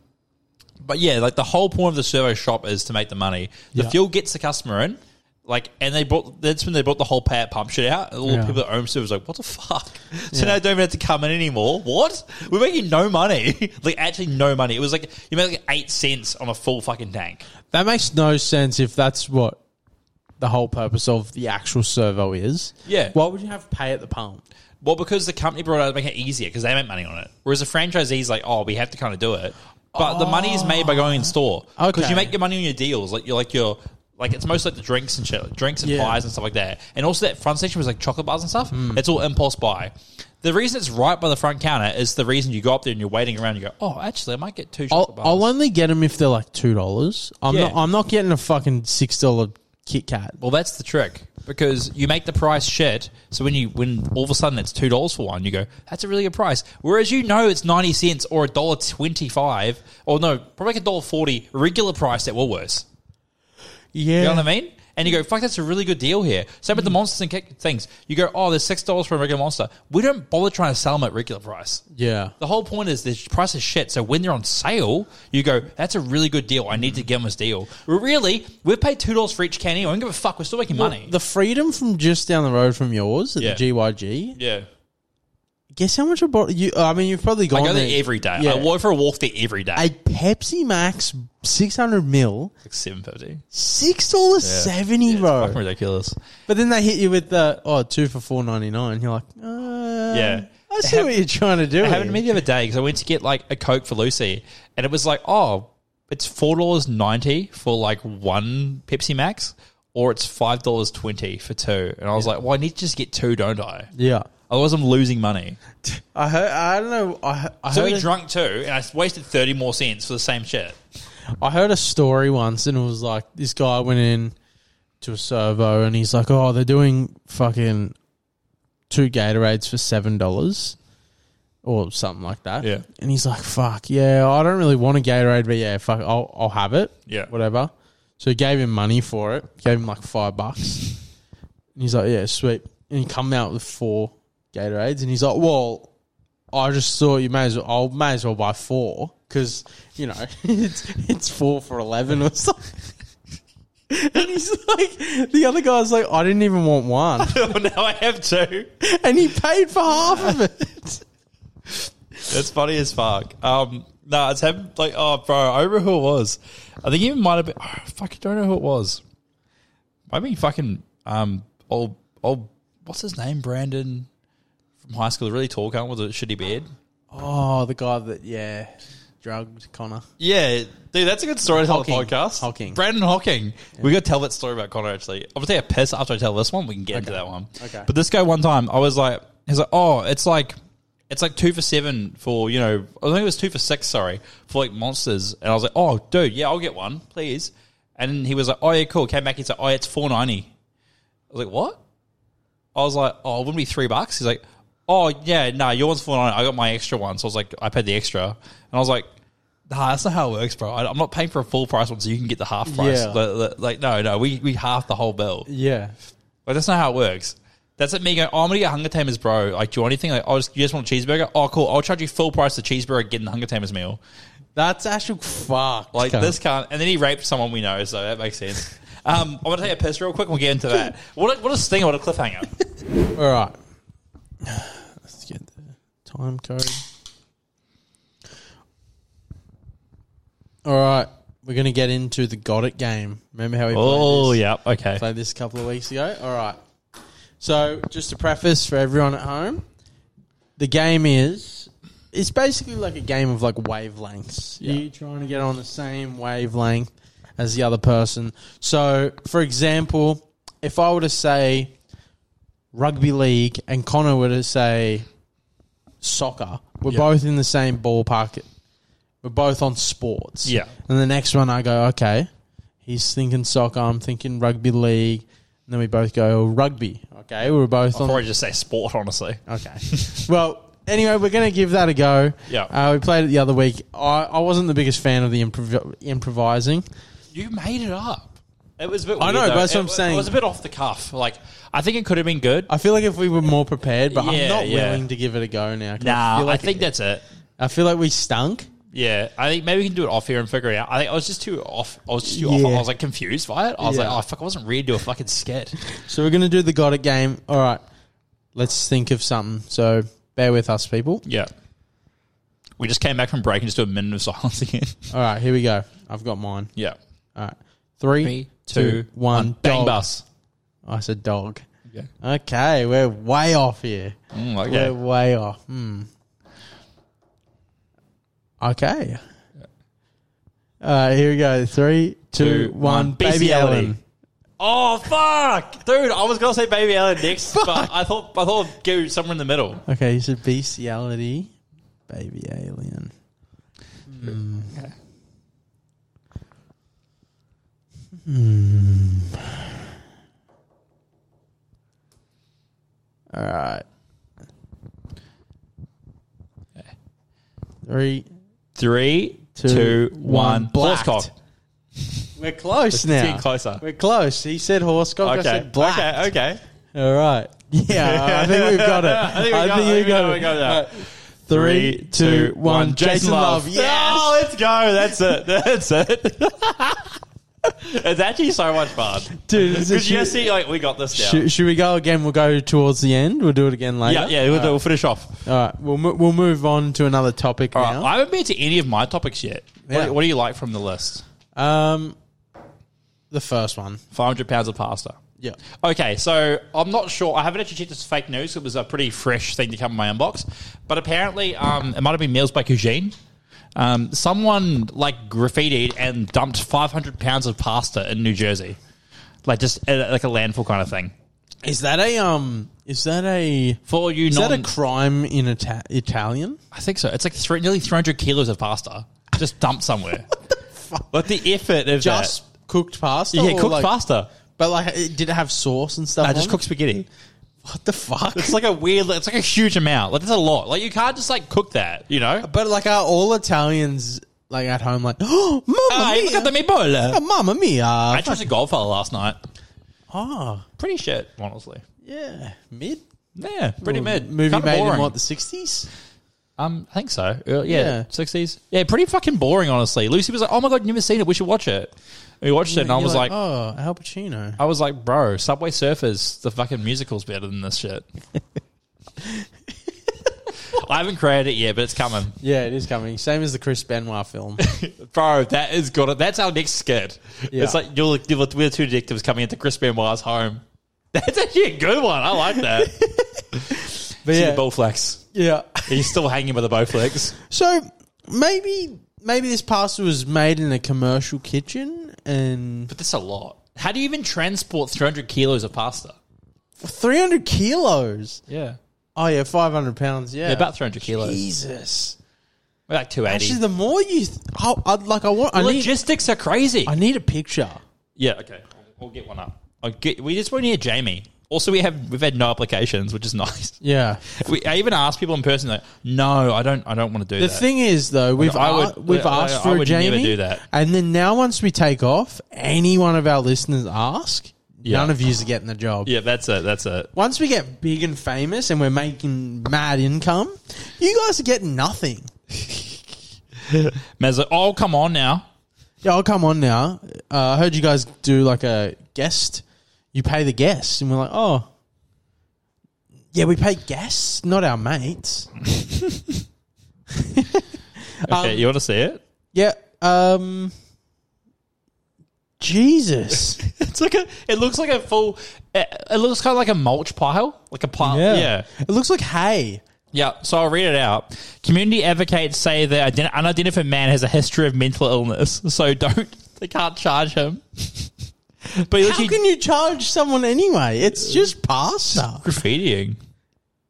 [SPEAKER 1] but yeah, like the whole point of the servo shop is to make the money. The
[SPEAKER 2] Yeah.
[SPEAKER 1] fuel gets the customer in. Like and they brought that's when they brought the whole pay at pump shit out. All
[SPEAKER 2] Yeah.
[SPEAKER 1] the people that own servers like, what the fuck? So now I don't even have to come in anymore. What? We're making no money. like actually no money. It was like you make like eight cents on a full fucking tank.
[SPEAKER 2] That makes no sense if that's what the whole purpose of the actual servo is.
[SPEAKER 1] Yeah.
[SPEAKER 2] why would you have pay at the pump?
[SPEAKER 1] Well, because the company brought it out to make it easier because they make money on it. Whereas the franchisee's like, oh, we have to kind of do it. But the money is made by going in store because
[SPEAKER 2] Okay.
[SPEAKER 1] you make your money on your deals. Like you're like your like it's most like the drinks and shit, like drinks and
[SPEAKER 2] Yeah.
[SPEAKER 1] pies and stuff like that. And also that front section was like chocolate bars and stuff. It's all impulse buy. The reason it's right by the front counter is the reason you go up there and you're waiting around. And you go, oh, actually, I might get two
[SPEAKER 2] I'll,
[SPEAKER 1] chocolate bars.
[SPEAKER 2] I'll only get them if they're like two dollars. I'm
[SPEAKER 1] Yeah.
[SPEAKER 2] not. I'm not getting a fucking six dollar Kit Kat.
[SPEAKER 1] well, that's the trick because you make the price shit. So when you when all of a sudden it's two dollars for one, you go, that's a really good price. Whereas you know it's ninety cents or a dollar twenty five, or no, probably like a dollar forty regular price at Woolworths.
[SPEAKER 2] Yeah,
[SPEAKER 1] You know what I mean? And you go, fuck, that's a really good deal here. Same with the monsters and kick things. You go, oh, there's six dollars for a regular monster. We don't bother trying to sell them at regular price.
[SPEAKER 2] yeah.
[SPEAKER 1] The whole point is the price is shit. So when they're on sale, you go, that's a really good deal. I need to get them this deal. Really, we've paid two dollars for each can anyway. I don't give a fuck. We're still making money.
[SPEAKER 2] The freedom from just down the road from yours at
[SPEAKER 1] Yeah.
[SPEAKER 2] the GYG.
[SPEAKER 1] yeah.
[SPEAKER 2] Guess how much a bottle? You, I mean, you've probably
[SPEAKER 1] I
[SPEAKER 2] gone
[SPEAKER 1] go there
[SPEAKER 2] there
[SPEAKER 1] every day.
[SPEAKER 2] Yeah.
[SPEAKER 1] I walk for a walk there every day.
[SPEAKER 2] a Pepsi Max six hundred mil,
[SPEAKER 1] like seven fifty.
[SPEAKER 2] six dollars seventy, bro.
[SPEAKER 1] Fucking ridiculous.
[SPEAKER 2] but then they hit you with the oh two for four ninety nine. You're like, uh,
[SPEAKER 1] Yeah.
[SPEAKER 2] I see what you're trying to do.
[SPEAKER 1] It happened to me
[SPEAKER 2] here.
[SPEAKER 1] the other day because I went to get like a Coke for Lucy, and it was like, oh, it's four dollars ninety for like one Pepsi Max, or it's five dollars twenty for two. And I was like, well, I need to just get two, don't I?
[SPEAKER 2] Yeah,
[SPEAKER 1] Otherwise, I'm losing money.
[SPEAKER 2] I heard. I don't know. I, he- I
[SPEAKER 1] So
[SPEAKER 2] heard
[SPEAKER 1] we
[SPEAKER 2] a-
[SPEAKER 1] drunk two, and I wasted thirty more cents for the same shit.
[SPEAKER 2] I heard a story once, and it was like this guy went in to a servo, and he's like, "Oh, they're doing fucking two Gatorades for seven dollars," or something like that.
[SPEAKER 1] Yeah.
[SPEAKER 2] And he's like, fuck, yeah, I don't really want a Gatorade, but yeah, fuck, I'll, I'll have it.
[SPEAKER 1] Yeah.
[SPEAKER 2] Whatever. So he gave him money for it, gave him like five bucks. and he's like, yeah, sweet. And he come out with four Gatorades and he's like, well, I just thought you may as well, I'll may as well buy four because, you know, it's, it's four for 11 or something. And he's like, the other guy's like, I didn't even want one.
[SPEAKER 1] now I have two.
[SPEAKER 2] And he paid for half of it.
[SPEAKER 1] That's funny as fuck. Um, no, it's happened. Like, oh, bro, I remember who it was. I think it might have been. Oh, fuck, I don't know who it was. Might be fucking um, old old. What's his name? Brandon from high school. The really tall guy with a shitty beard.
[SPEAKER 2] Oh, the guy that, yeah, drugged Connor.
[SPEAKER 1] Yeah, dude, that's a good story to tell
[SPEAKER 2] Hawking.
[SPEAKER 1] the podcast.
[SPEAKER 2] Hawking.
[SPEAKER 1] Brandon Hawking. We got to tell that story about Connor, actually. I'll take a piss after I tell this one. We can get into that one.
[SPEAKER 2] Okay.
[SPEAKER 1] But this guy, one time, I was like, he's like, oh, it's like, it's like two for seven for, you know, I think it was two for six, sorry, for like monsters. And I was like, oh, dude, yeah, I'll get one, please. And he was like, oh, yeah, cool. Came back, he's like, oh, yeah, it's 490 I was like, what? I was like, oh, it wouldn't be three bucks. He's like, oh yeah, no, your one's four nine. I got my extra one, so I was like, I paid the extra, and I was like, nah, that's not how it works, bro. I, I'm not paying for a full price one, so you can get the half price.
[SPEAKER 2] Yeah.
[SPEAKER 1] Like, like- like, no, no, we we half the whole bill.
[SPEAKER 2] Yeah.
[SPEAKER 1] Like that's not how it works. That's like me going, oh, I'm gonna get Hunger Tamers, bro. Like, do you want anything? Like, oh, just, you just want a cheeseburger? Oh, cool. I'll charge you full price the cheeseburger getting the Hunger Tamers meal.
[SPEAKER 2] That's actual fuck.
[SPEAKER 1] Like this can't. And then he raped someone we know, so that makes sense. Um, I'm gonna take a piss real quick. and We'll get into that. What a, what a stinger! What a cliffhanger!
[SPEAKER 2] All right. Let's get the time code. All right. We're going to get into the Got It game. Remember how we played
[SPEAKER 1] oh
[SPEAKER 2] this?
[SPEAKER 1] yeah, okay.
[SPEAKER 2] played this a couple of weeks ago. All right. So, just to preface for everyone at home, the game is it's basically like a game of like wavelengths. You trying to get on the same wavelength as the other person. So, for example, if I were to say rugby league and Connor were to say soccer, we're both in the same ballpark. We're both on sports.
[SPEAKER 1] Yeah.
[SPEAKER 2] And the next one, I go, okay, he's thinking soccer, I'm thinking rugby league. And then we both go "Oh, rugby. Okay, we're both on.
[SPEAKER 1] Probably just say sport, honestly.
[SPEAKER 2] Okay. well, anyway, we're going to give that a go.
[SPEAKER 1] Yeah.
[SPEAKER 2] Uh, we played it the other week. I, I wasn't the biggest fan of the improv- improvising.
[SPEAKER 1] You made it up. It was a bit.
[SPEAKER 2] I
[SPEAKER 1] weird,
[SPEAKER 2] know,
[SPEAKER 1] though.
[SPEAKER 2] but that's what
[SPEAKER 1] It-
[SPEAKER 2] I'm saying.
[SPEAKER 1] It was a bit off the cuff. Like I think it could have been good.
[SPEAKER 2] I feel like if we were more prepared, but
[SPEAKER 1] Yeah,
[SPEAKER 2] I'm not
[SPEAKER 1] yeah.
[SPEAKER 2] willing to give it a go now. 'cause I
[SPEAKER 1] Nah,
[SPEAKER 2] feel like
[SPEAKER 1] I think that's it.
[SPEAKER 2] I feel like we stunk.
[SPEAKER 1] Yeah, I think maybe we can do it off here and figure it out. I think I was just too off. I was just too off.
[SPEAKER 2] Yeah.
[SPEAKER 1] I was like confused by it. I was
[SPEAKER 2] Yeah.
[SPEAKER 1] like, oh fuck, I wasn't ready to a fucking skit.
[SPEAKER 2] So we're going to do the got it game. All right. Let's think of something. So bear with us, people.
[SPEAKER 1] yeah. We just came back from break and just do a minute of silence again.
[SPEAKER 2] All right, here we go. I've got mine.
[SPEAKER 1] Yeah.
[SPEAKER 2] All right. Three,
[SPEAKER 1] Three,
[SPEAKER 2] two, one.
[SPEAKER 1] Bang
[SPEAKER 2] Dog.
[SPEAKER 1] bus.
[SPEAKER 2] I said dog.
[SPEAKER 1] Yeah.
[SPEAKER 2] Okay, we're way off here.
[SPEAKER 1] Mm, okay.
[SPEAKER 2] We're way off. Hmm. Okay. All right, here we go. Three, two, one.
[SPEAKER 1] Two, one.
[SPEAKER 2] Baby
[SPEAKER 1] BC
[SPEAKER 2] Ellen.
[SPEAKER 1] Ellen. Oh fuck, dude! I was gonna say Baby Ellen next, but I thought I thought I'd go somewhere in the middle.
[SPEAKER 2] Okay, you said bestiality. Baby alien. Hmm. Hmm. All right. Three.
[SPEAKER 1] Three,
[SPEAKER 2] Two,
[SPEAKER 1] two,
[SPEAKER 2] one.
[SPEAKER 1] one.
[SPEAKER 2] Blacked.
[SPEAKER 1] Horsecock.
[SPEAKER 2] We're close now.
[SPEAKER 1] Getting closer.
[SPEAKER 2] We're close. He said horsecock. I
[SPEAKER 1] Okay.
[SPEAKER 2] said black.
[SPEAKER 1] Okay. Okay.
[SPEAKER 2] All right. Yeah, I think we've got it.
[SPEAKER 1] I think we got,
[SPEAKER 2] you
[SPEAKER 1] it.
[SPEAKER 2] got
[SPEAKER 1] We
[SPEAKER 2] it.
[SPEAKER 1] got
[SPEAKER 2] All right.
[SPEAKER 1] that.
[SPEAKER 2] Three, two, one. Jason Love.
[SPEAKER 1] Yeah.
[SPEAKER 2] Yes.
[SPEAKER 1] Oh, let's go. That's it. That's it. it's actually so much fun.
[SPEAKER 2] Dude, is it
[SPEAKER 1] Because you
[SPEAKER 2] should,
[SPEAKER 1] see, like, we got this now.
[SPEAKER 2] should, should we go again? We'll go towards the end. We'll do it again later.
[SPEAKER 1] Yeah, yeah, we'll, we'll finish off.
[SPEAKER 2] All right. We'll, mo- we'll move on to another topic
[SPEAKER 1] All right,
[SPEAKER 2] now.
[SPEAKER 1] I haven't been to any of my topics yet.
[SPEAKER 2] Yeah.
[SPEAKER 1] What, what do you like from the list?
[SPEAKER 2] um, the first one.
[SPEAKER 1] 500 pounds of pasta.
[SPEAKER 2] Yeah.
[SPEAKER 1] Okay, so I'm not sure. I haven't actually checked this fake news. It was a pretty fresh thing to come in my inbox, but apparently, um, it might have been Meals by Cuisine. Um, someone like graffitied and dumped 500 pounds of pasta in New Jersey, like just uh, like a landfill kind of thing.
[SPEAKER 2] Is that a um? Is that a
[SPEAKER 1] For you,
[SPEAKER 2] is
[SPEAKER 1] non-
[SPEAKER 2] that a crime in Ita- Italian?
[SPEAKER 1] I think so. It's like three, nearly 300 kilos of pasta just dumped somewhere. what the fuck? Like the effort of
[SPEAKER 2] Just cooked pasta.
[SPEAKER 1] that. Yeah,
[SPEAKER 2] or
[SPEAKER 1] cooked
[SPEAKER 2] like-
[SPEAKER 1] pasta.
[SPEAKER 2] But like, it, did it have sauce and stuff?
[SPEAKER 1] I
[SPEAKER 2] on
[SPEAKER 1] just
[SPEAKER 2] it?
[SPEAKER 1] cooked spaghetti.
[SPEAKER 2] What the fuck?
[SPEAKER 1] It's like a weird. It's like a huge amount. Like that's a lot. Like you can't just like cook that. You know.
[SPEAKER 2] But like, are all Italians like at home like, oh, mamma
[SPEAKER 1] Ah,
[SPEAKER 2] mia,
[SPEAKER 1] look at the meatball.
[SPEAKER 2] oh, mamma mia?
[SPEAKER 1] I chose a Godfather last night.
[SPEAKER 2] ah,
[SPEAKER 1] Pretty shit, honestly.
[SPEAKER 2] yeah, mid
[SPEAKER 1] Yeah, pretty
[SPEAKER 2] Or
[SPEAKER 1] mid.
[SPEAKER 2] movie
[SPEAKER 1] Kinda
[SPEAKER 2] made in
[SPEAKER 1] boring.
[SPEAKER 2] what the sixties.
[SPEAKER 1] Um, I think so. Uh,
[SPEAKER 2] Yeah.
[SPEAKER 1] yeah, sixties. Yeah. pretty fucking boring, honestly. Lucy was like, "Oh my god, you never seen it? We should watch it." And we watched it, and I was like,
[SPEAKER 2] oh, Al Pacino.
[SPEAKER 1] I was like, bro, Subway Surfers, the fucking musical's better than this shit. I haven't created it yet, but it's coming.
[SPEAKER 2] Yeah, it is coming. Same as the Chris Benoit film.
[SPEAKER 1] Bro, that is good. That's our next skit.
[SPEAKER 2] Yeah.
[SPEAKER 1] It's like you're, you're, we're two detectives coming into Chris Benoit's home. That's actually a good one. I like that.
[SPEAKER 2] But
[SPEAKER 1] See
[SPEAKER 2] yeah,
[SPEAKER 1] the bow flex.
[SPEAKER 2] yeah.
[SPEAKER 1] He's still hanging by the bow flex.
[SPEAKER 2] So maybe maybe this pasta was made in a commercial kitchen and
[SPEAKER 1] But that's a lot. How do you even transport 300 kilos of pasta?
[SPEAKER 2] three hundred kilos.
[SPEAKER 1] Yeah.
[SPEAKER 2] Oh yeah, five hundred pounds. Yeah,
[SPEAKER 1] Yeah, about 300 kilos.
[SPEAKER 2] Jesus.
[SPEAKER 1] About 280.
[SPEAKER 2] Actually, the more you, th- I, I like, I want, I need,
[SPEAKER 1] Logistics are crazy.
[SPEAKER 2] I need a picture.
[SPEAKER 1] Yeah, okay. I'll- I'll get one up. I'll get, we just want to hear Jamie. Also, we have we've had no applications, which is nice.
[SPEAKER 2] Yeah.
[SPEAKER 1] We, I even asked people in person, like, no, I don't, I don't want to do
[SPEAKER 2] The
[SPEAKER 1] that.
[SPEAKER 2] thing is, though, we've
[SPEAKER 1] I would-
[SPEAKER 2] a- we've
[SPEAKER 1] I-
[SPEAKER 2] asked
[SPEAKER 1] I
[SPEAKER 2] for a
[SPEAKER 1] would never
[SPEAKER 2] Jamie,
[SPEAKER 1] do that.
[SPEAKER 2] and then now once we take off, any one of our listeners ask,
[SPEAKER 1] Yeah.
[SPEAKER 2] none of yous are getting the job.
[SPEAKER 1] yeah, that's it. That's it.
[SPEAKER 2] Once we get big and famous and we're making mad income, you guys are getting nothing.
[SPEAKER 1] Mez, like, oh, come on now.
[SPEAKER 2] Yeah, I'll come on now. Uh, I heard you guys do like a guest. You pay the guests, and we're like, oh, yeah, we pay guests, not our mates.
[SPEAKER 1] Okay,
[SPEAKER 2] Um,
[SPEAKER 1] you want to see it?
[SPEAKER 2] Yeah. Um. Jesus.
[SPEAKER 1] It's like a. It looks like a full. It, it looks kind of like a mulch pile, like a pile. yeah.
[SPEAKER 2] It looks like hay.
[SPEAKER 1] Yeah, so I'll read it out. Community advocates say the ident- unidentified man has a history of mental illness, so don't they can't charge him. but he
[SPEAKER 2] How
[SPEAKER 1] literally
[SPEAKER 2] can you charge someone anyway? It's just pasta.
[SPEAKER 1] graffitiing.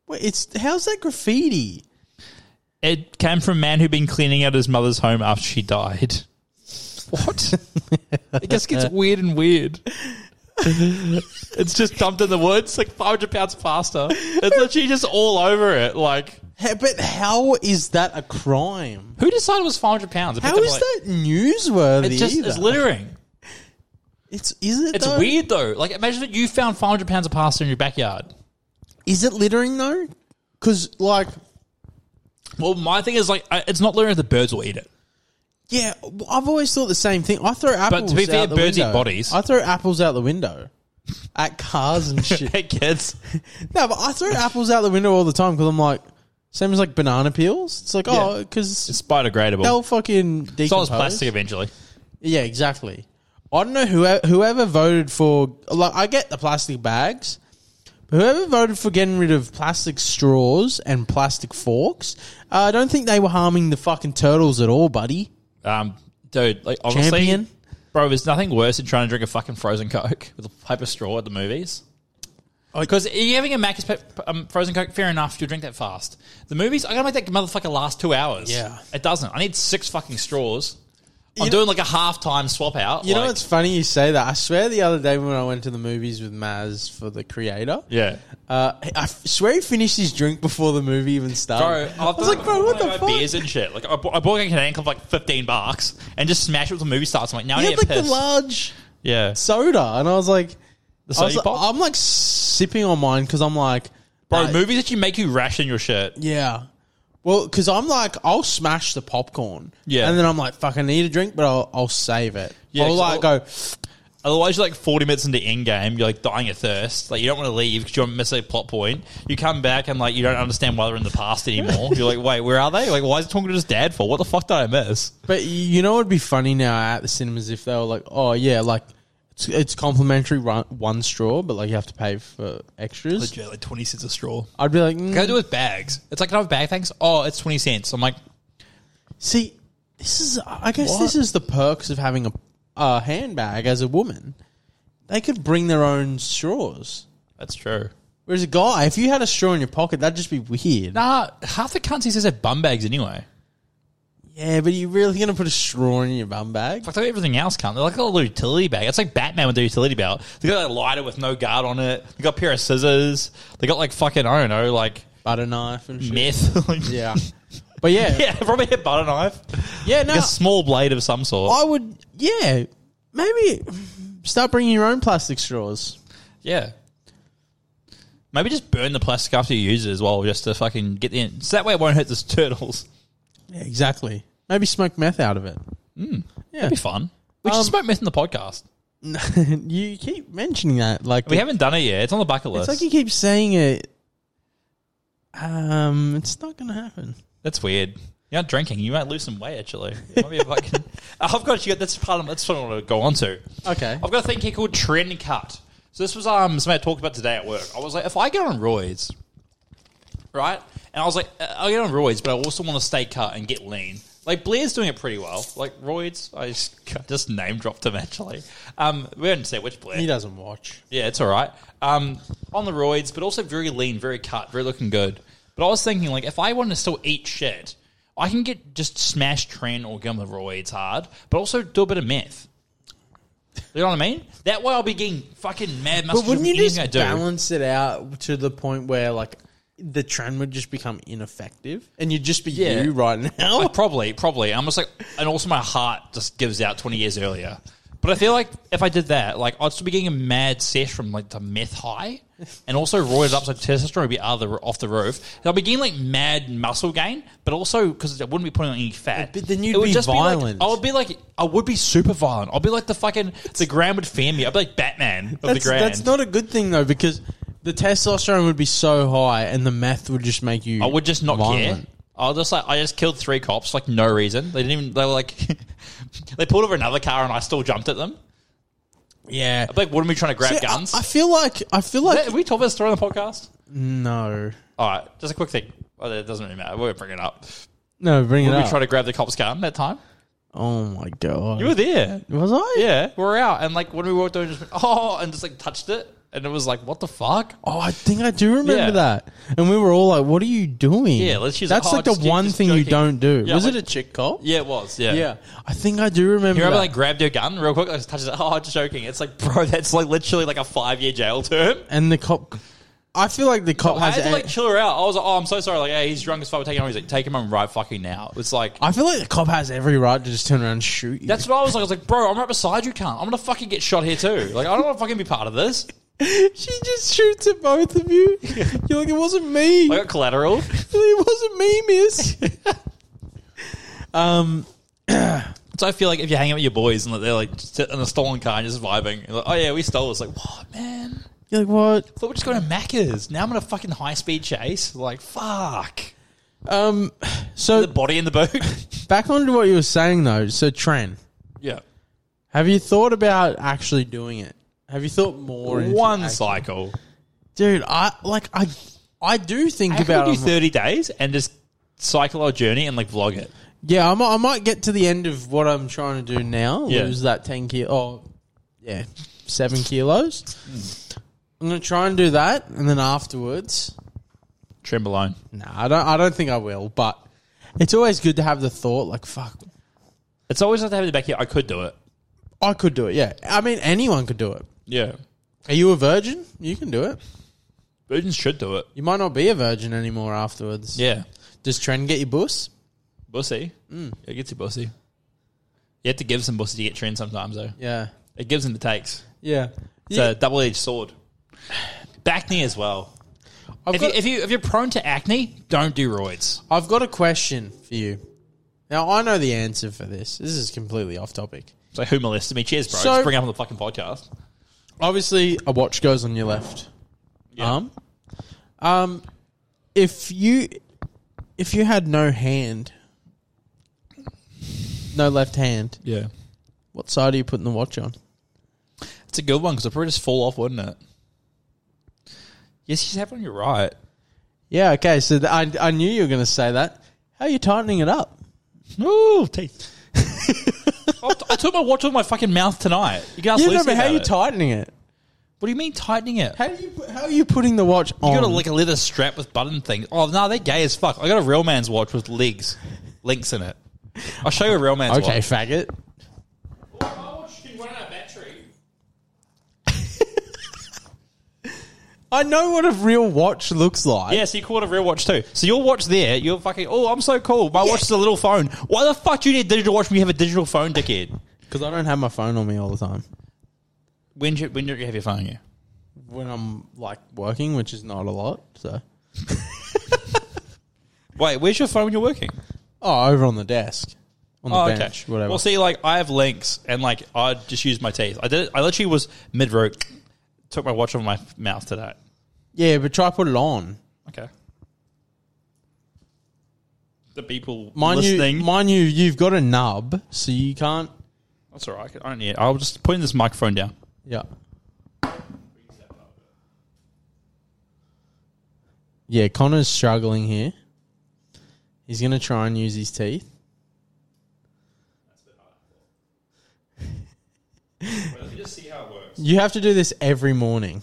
[SPEAKER 2] Wait, it's how's that graffiti?
[SPEAKER 1] It came from a man who'd been cleaning out his mother's home after she died. What? it just gets weird and weird. it's just dumped in the woods, like 500 pounds of pasta. It's literally just all over it. Like,
[SPEAKER 2] Hey, But how is that a crime?
[SPEAKER 1] who decided it was 500 pounds? It
[SPEAKER 2] How
[SPEAKER 1] picked up,
[SPEAKER 2] is
[SPEAKER 1] like-
[SPEAKER 2] that newsworthy?
[SPEAKER 1] It's just
[SPEAKER 2] either?
[SPEAKER 1] it's littering.
[SPEAKER 2] It's- is it?
[SPEAKER 1] It's
[SPEAKER 2] though?
[SPEAKER 1] weird though. Like imagine that you found 500 pounds of pasta in your backyard.
[SPEAKER 2] Is it littering though? Because like,
[SPEAKER 1] Well, my thing is like I- it's not littering. The birds will eat it.
[SPEAKER 2] yeah, I've always thought the same thing. I throw apples.
[SPEAKER 1] to be fair,
[SPEAKER 2] out the
[SPEAKER 1] birds eat
[SPEAKER 2] window.
[SPEAKER 1] bodies.
[SPEAKER 2] I throw apples out the window at cars and shit.
[SPEAKER 1] Hey kids,
[SPEAKER 2] No, but I throw apples out the window all the time because I'm like, same as like banana peels. It's like, oh, because
[SPEAKER 1] it's biodegradable.
[SPEAKER 2] they'll fucking decompose.
[SPEAKER 1] it's all plastic eventually.
[SPEAKER 2] Yeah, exactly. I don't know who whoever voted for. Like, I get the plastic bags, but whoever voted for getting rid of plastic straws and plastic forks, uh, I don't think they were harming the fucking turtles at all, buddy.
[SPEAKER 1] Um, dude, like honestly,
[SPEAKER 2] Champion.
[SPEAKER 1] bro, there's nothing worse than trying to drink a fucking frozen coke with a paper straw at the movies. Because you're having a Macca's pe- um, frozen coke, fair enough. You'll drink that fast. The movies, I gotta make that motherfucker last two hours.
[SPEAKER 2] Yeah.
[SPEAKER 1] it doesn't. I need six fucking straws. I'm doing like a half time swap out.
[SPEAKER 2] You know
[SPEAKER 1] like-
[SPEAKER 2] what's funny? You say that. I swear, the other day when I went to the movies with Maz for the creator,
[SPEAKER 1] yeah.
[SPEAKER 2] Uh, I f- swear he finished his drink before the movie even
[SPEAKER 1] Bro,
[SPEAKER 2] started.
[SPEAKER 1] I've
[SPEAKER 2] I was like, bro, what the fuck?
[SPEAKER 1] Beers and shit. Like I bought, I bought a Canadian Club for like fifteen bucks and just smashed it with the movie starts. I'm like, now
[SPEAKER 2] He
[SPEAKER 1] I
[SPEAKER 2] had
[SPEAKER 1] need
[SPEAKER 2] like
[SPEAKER 1] like
[SPEAKER 2] the
[SPEAKER 1] pissed.
[SPEAKER 2] large
[SPEAKER 1] yeah,
[SPEAKER 2] soda, and I was like,
[SPEAKER 1] the
[SPEAKER 2] I was
[SPEAKER 1] soda
[SPEAKER 2] like
[SPEAKER 1] pop.
[SPEAKER 2] I'm like sipping on mine because I'm like,
[SPEAKER 1] Bro,
[SPEAKER 2] uh,
[SPEAKER 1] movies actually make you ration your shit.
[SPEAKER 2] yeah. Well, because I'm like, I'll smash the popcorn,
[SPEAKER 1] Yeah.
[SPEAKER 2] and then I'm like, fuck, I need a drink, but I'll, I'll save it.
[SPEAKER 1] Yeah,
[SPEAKER 2] I'll
[SPEAKER 1] 'cause
[SPEAKER 2] like
[SPEAKER 1] I'll-
[SPEAKER 2] go,
[SPEAKER 1] Otherwise, you're like forty minutes into end game, you're like dying of thirst. Like you don't want to leave because you want to miss a plot point. You come back and like you don't understand why they're in the past anymore. you're like, wait, where are they? Like, why is he talking to his dad for? What the fuck did I miss?
[SPEAKER 2] But you know, it'd be funny now at the cinemas if they were like, "Oh yeah, like it's, it's complimentary run, one straw, but like you have to pay for extras."
[SPEAKER 1] Legit, like twenty cents a straw.
[SPEAKER 2] I'd be like,
[SPEAKER 1] Can I
[SPEAKER 2] mm,
[SPEAKER 1] do with bags? It's like another bag. Thanks. Oh, it's twenty cents. I'm like,
[SPEAKER 2] "See, this is I guess this is the perks of having a, a handbag as a woman. They could bring their own straws."
[SPEAKER 1] that's true.
[SPEAKER 2] Whereas a guy, if you had a straw in your pocket, that'd just be weird.
[SPEAKER 1] Nah, half the cunts he says have bum bags anyway.
[SPEAKER 2] Yeah, but you really gonna put a straw in your bum bag?
[SPEAKER 1] Fuck, they got everything else, cunt. They're like a little utility bag. It's like Batman with the utility belt. They got a lighter with no guard on it. They got a pair of scissors. They got like fucking, I don't know, like
[SPEAKER 2] Butter knife and shit.
[SPEAKER 1] meth. Like-
[SPEAKER 2] Yeah, but yeah, yeah,
[SPEAKER 1] Yeah, probably a butter knife.
[SPEAKER 2] no,
[SPEAKER 1] Like a small blade of some sort.
[SPEAKER 2] I would. Yeah, maybe start bringing your own plastic straws.
[SPEAKER 1] Yeah. Maybe just burn the plastic after you use it as well, just to fucking get the end. So that way it won't hurt the turtles.
[SPEAKER 2] Yeah, exactly. Maybe smoke meth out of it. Yeah,
[SPEAKER 1] That'd be fun. We should
[SPEAKER 2] Um,
[SPEAKER 1] smoke meth in the podcast.
[SPEAKER 2] you keep mentioning that. Like
[SPEAKER 1] We haven't done it yet. It's on the bucket list.
[SPEAKER 2] It's like you keep saying it. Um, it's not gonna happen.
[SPEAKER 1] That's weird. You're not drinking. You might lose some weight, actually. It might be a fucking... I've got you. That's part of that's what I want to go on to.
[SPEAKER 2] Okay.
[SPEAKER 1] I've got a thing here called trend cut. So this was um something I talked about today at work. I was like, if I get on roids, right? And I was like, uh, I'll get on roids, but I also want to stay cut and get lean. Like Blair's doing it pretty well. Like roids, I just, I just name dropped him actually. Um, we didn't say which Blair.
[SPEAKER 2] He doesn't watch.
[SPEAKER 1] Yeah, it's all right. Um, on the roids, but also very lean, very cut, very looking good. But I was thinking, like, if I want to still eat shit, I can get just smash Tren or get on the roids hard, but also do a bit of meth. You know what I mean? That way I'll be getting fucking mad muscles
[SPEAKER 2] But wouldn't
[SPEAKER 1] from
[SPEAKER 2] you just
[SPEAKER 1] anything I do.
[SPEAKER 2] balance it out to the point where like the trend would just become ineffective, and you'd just be
[SPEAKER 1] Yeah.
[SPEAKER 2] you right now?
[SPEAKER 1] Like, probably, probably. I'm just like, and also my heart just gives out 20 years earlier. But I feel like if I did that, like I'd still be getting a mad sesh from like the meth high, and also roided up, so testosterone would be out of the, off the roof. And I'd be getting like mad muscle gain, but also because I wouldn't be putting on any fat.
[SPEAKER 2] But then you'd
[SPEAKER 1] It would
[SPEAKER 2] be
[SPEAKER 1] just like-
[SPEAKER 2] violent.
[SPEAKER 1] I would be like, I would be super violent. I'd be like the fucking the grand would fan me. I'd be like Batman of the
[SPEAKER 2] That's,
[SPEAKER 1] grand.
[SPEAKER 2] that's not a good thing though, because the testosterone would be so high, and the meth would just make you.
[SPEAKER 1] I would just not care.
[SPEAKER 2] violent.
[SPEAKER 1] I'll just like I just killed three cops like no reason. They didn't even they were like they pulled over another car and I still jumped at them.
[SPEAKER 2] Yeah,
[SPEAKER 1] Like what are we trying to grab
[SPEAKER 2] See, I-
[SPEAKER 1] guns?
[SPEAKER 2] I, feel like I feel like
[SPEAKER 1] Have we told this story on the podcast?
[SPEAKER 2] no,
[SPEAKER 1] All right, just a quick thing. Well, it doesn't really matter. We'll bring it up.
[SPEAKER 2] no. Bring it
[SPEAKER 1] Did we
[SPEAKER 2] up.
[SPEAKER 1] try to grab the cop's gun that time?
[SPEAKER 2] oh my god,
[SPEAKER 1] You were there.
[SPEAKER 2] was I?
[SPEAKER 1] Yeah, we were out, and like when we walked over, just went, oh, and just like touched it, and it was like, what the fuck?
[SPEAKER 2] Oh, I think I do remember
[SPEAKER 1] Yeah.
[SPEAKER 2] that. And we were all like, "What are you doing?"
[SPEAKER 1] Yeah, let's use a
[SPEAKER 2] That's
[SPEAKER 1] hard
[SPEAKER 2] like the
[SPEAKER 1] stick,
[SPEAKER 2] one
[SPEAKER 1] just
[SPEAKER 2] thing you
[SPEAKER 1] joking.
[SPEAKER 2] don't do.
[SPEAKER 1] Yeah,
[SPEAKER 2] was
[SPEAKER 1] like-
[SPEAKER 2] it a chick cop?
[SPEAKER 1] Yeah, it was. Yeah,
[SPEAKER 2] Yeah, I think I do remember.
[SPEAKER 1] You remember
[SPEAKER 2] that.
[SPEAKER 1] like grabbed your gun real quick, like just touches it. Oh, just joking. It's like, bro, that's like literally like a five year jail term.
[SPEAKER 2] and the cop. I feel like the cop
[SPEAKER 1] I
[SPEAKER 2] has. e-
[SPEAKER 1] had to
[SPEAKER 2] a-
[SPEAKER 1] like chill her out. I was like, oh, I'm so sorry. Like, hey, he's drunk as fuck. We're taking him home. He's like, take him home right fucking now. It's like,
[SPEAKER 2] I feel like the cop has every right to just turn around and shoot you.
[SPEAKER 1] that's what I was like. I was like, bro, I'm right beside you, cunt. I'm gonna fucking get shot here too. Like, I don't want to fucking be part of this.
[SPEAKER 2] she just shoots at both of you. You're like, it wasn't me.
[SPEAKER 1] I got collateral.
[SPEAKER 2] it wasn't me, miss. um,
[SPEAKER 1] so I feel like if you're hanging out with your boys and like, they're like just in a stolen car and just vibing, you're like, oh yeah, we stole this. Like, what, man?
[SPEAKER 2] you're like, what?
[SPEAKER 1] I thought we're just going to Macca's. Now I'm in a fucking high speed chase. Like, fuck.
[SPEAKER 2] Um, so
[SPEAKER 1] The body in the boot.
[SPEAKER 2] back onto what you were saying though. So Tren,
[SPEAKER 1] yeah.
[SPEAKER 2] have you thought about actually doing it? Have you thought more? into
[SPEAKER 1] One
[SPEAKER 2] act-
[SPEAKER 1] cycle.
[SPEAKER 2] dude. I like I, I do think
[SPEAKER 1] How
[SPEAKER 2] about.
[SPEAKER 1] about do
[SPEAKER 2] it. I'm like,
[SPEAKER 1] 30 days and just cycle our journey and like vlog it?
[SPEAKER 2] Yeah, I might, I might get to the end of what I'm trying to do now.
[SPEAKER 1] Yeah.
[SPEAKER 2] Lose that 10 kilo. Oh, yeah, 7 kilos. I'm going to try and do that. And then afterwards,
[SPEAKER 1] Trim alone.
[SPEAKER 2] nah, I don't, I don't think I will. But it's always good to have the thought, like, fuck,
[SPEAKER 1] It's always nice to have in the back here. I could do it.
[SPEAKER 2] I could do it. Yeah. I mean, anyone could do it.
[SPEAKER 1] Yeah.
[SPEAKER 2] Are you a virgin? You can do it.
[SPEAKER 1] Virgins should do it.
[SPEAKER 2] You might not be a virgin anymore afterwards.
[SPEAKER 1] Yeah.
[SPEAKER 2] Does Trend get your bus?
[SPEAKER 1] Bussy. Mm. It gets you bussy. You have to give some bussy to get trend sometimes, though.
[SPEAKER 2] Yeah.
[SPEAKER 1] It gives and it takes.
[SPEAKER 2] Yeah.
[SPEAKER 1] It's a double edged sword. Back knee as well.
[SPEAKER 2] I've
[SPEAKER 1] If,
[SPEAKER 2] got-
[SPEAKER 1] you, if, you, if you're prone to acne, don't do roids.
[SPEAKER 2] I've got a question for you. Now I know the answer for this. This is completely off topic.
[SPEAKER 1] So who molested me? Cheers, bro.
[SPEAKER 2] So-
[SPEAKER 1] Just bring it up on the fucking podcast.
[SPEAKER 2] Obviously, a watch goes on your left arm. Um, if you if you had no hand, no left hand,
[SPEAKER 1] Yeah.
[SPEAKER 2] what side are you putting the watch on?
[SPEAKER 1] It's a good one because it'd probably just fall off, wouldn't it? Yes, you have it on your right.
[SPEAKER 2] Yeah. Okay. So th- I I knew you were going to say that. How are you tightening it up?
[SPEAKER 1] Ooh, teeth. I, I took my watch with my fucking mouth tonight. You guys
[SPEAKER 2] Yeah,
[SPEAKER 1] lose
[SPEAKER 2] no, but how are you
[SPEAKER 1] it.
[SPEAKER 2] tightening it?
[SPEAKER 1] What do you mean tightening it?
[SPEAKER 2] How do you put- how are you putting the watch on?
[SPEAKER 1] You got a, like a leather strap with button thing. Oh no, they're gay as fuck. I got a real man's watch with legs, links in it. I'll show you a real man's
[SPEAKER 2] okay,
[SPEAKER 1] watch.
[SPEAKER 2] faggot. I know what a real watch looks like.
[SPEAKER 1] Yeah, so you call it a real watch too. So your watch there, you're fucking, oh, I'm so cool. My watch is a little phone. Why the fuck do you need a digital watch when you have a digital phone, dickhead?
[SPEAKER 2] Because I don't have my phone on me all the time
[SPEAKER 1] When do you, when do you have your phone? Yeah.
[SPEAKER 2] when I'm like working, which is not a lot. So,
[SPEAKER 1] Wait, where's your phone when you're working?
[SPEAKER 2] oh, over on the desk, on the
[SPEAKER 1] Oh,
[SPEAKER 2] bench, whatever.
[SPEAKER 1] Well, see, like I have links, and like I just use my teeth. I did. I literally was mid rope, took my watch off my mouth today.
[SPEAKER 2] yeah, but try put it on.
[SPEAKER 1] Okay. The people
[SPEAKER 2] Mind
[SPEAKER 1] listening.
[SPEAKER 2] you, mind you, you've got a nub, so you can't.
[SPEAKER 1] That's all right. I can- I don't need it. I'll just put this microphone down.
[SPEAKER 2] Yeah. Yeah, Connor's struggling here. He's gonna try and use his teeth.
[SPEAKER 1] Let me just see how it works.
[SPEAKER 2] You have to do this every morning.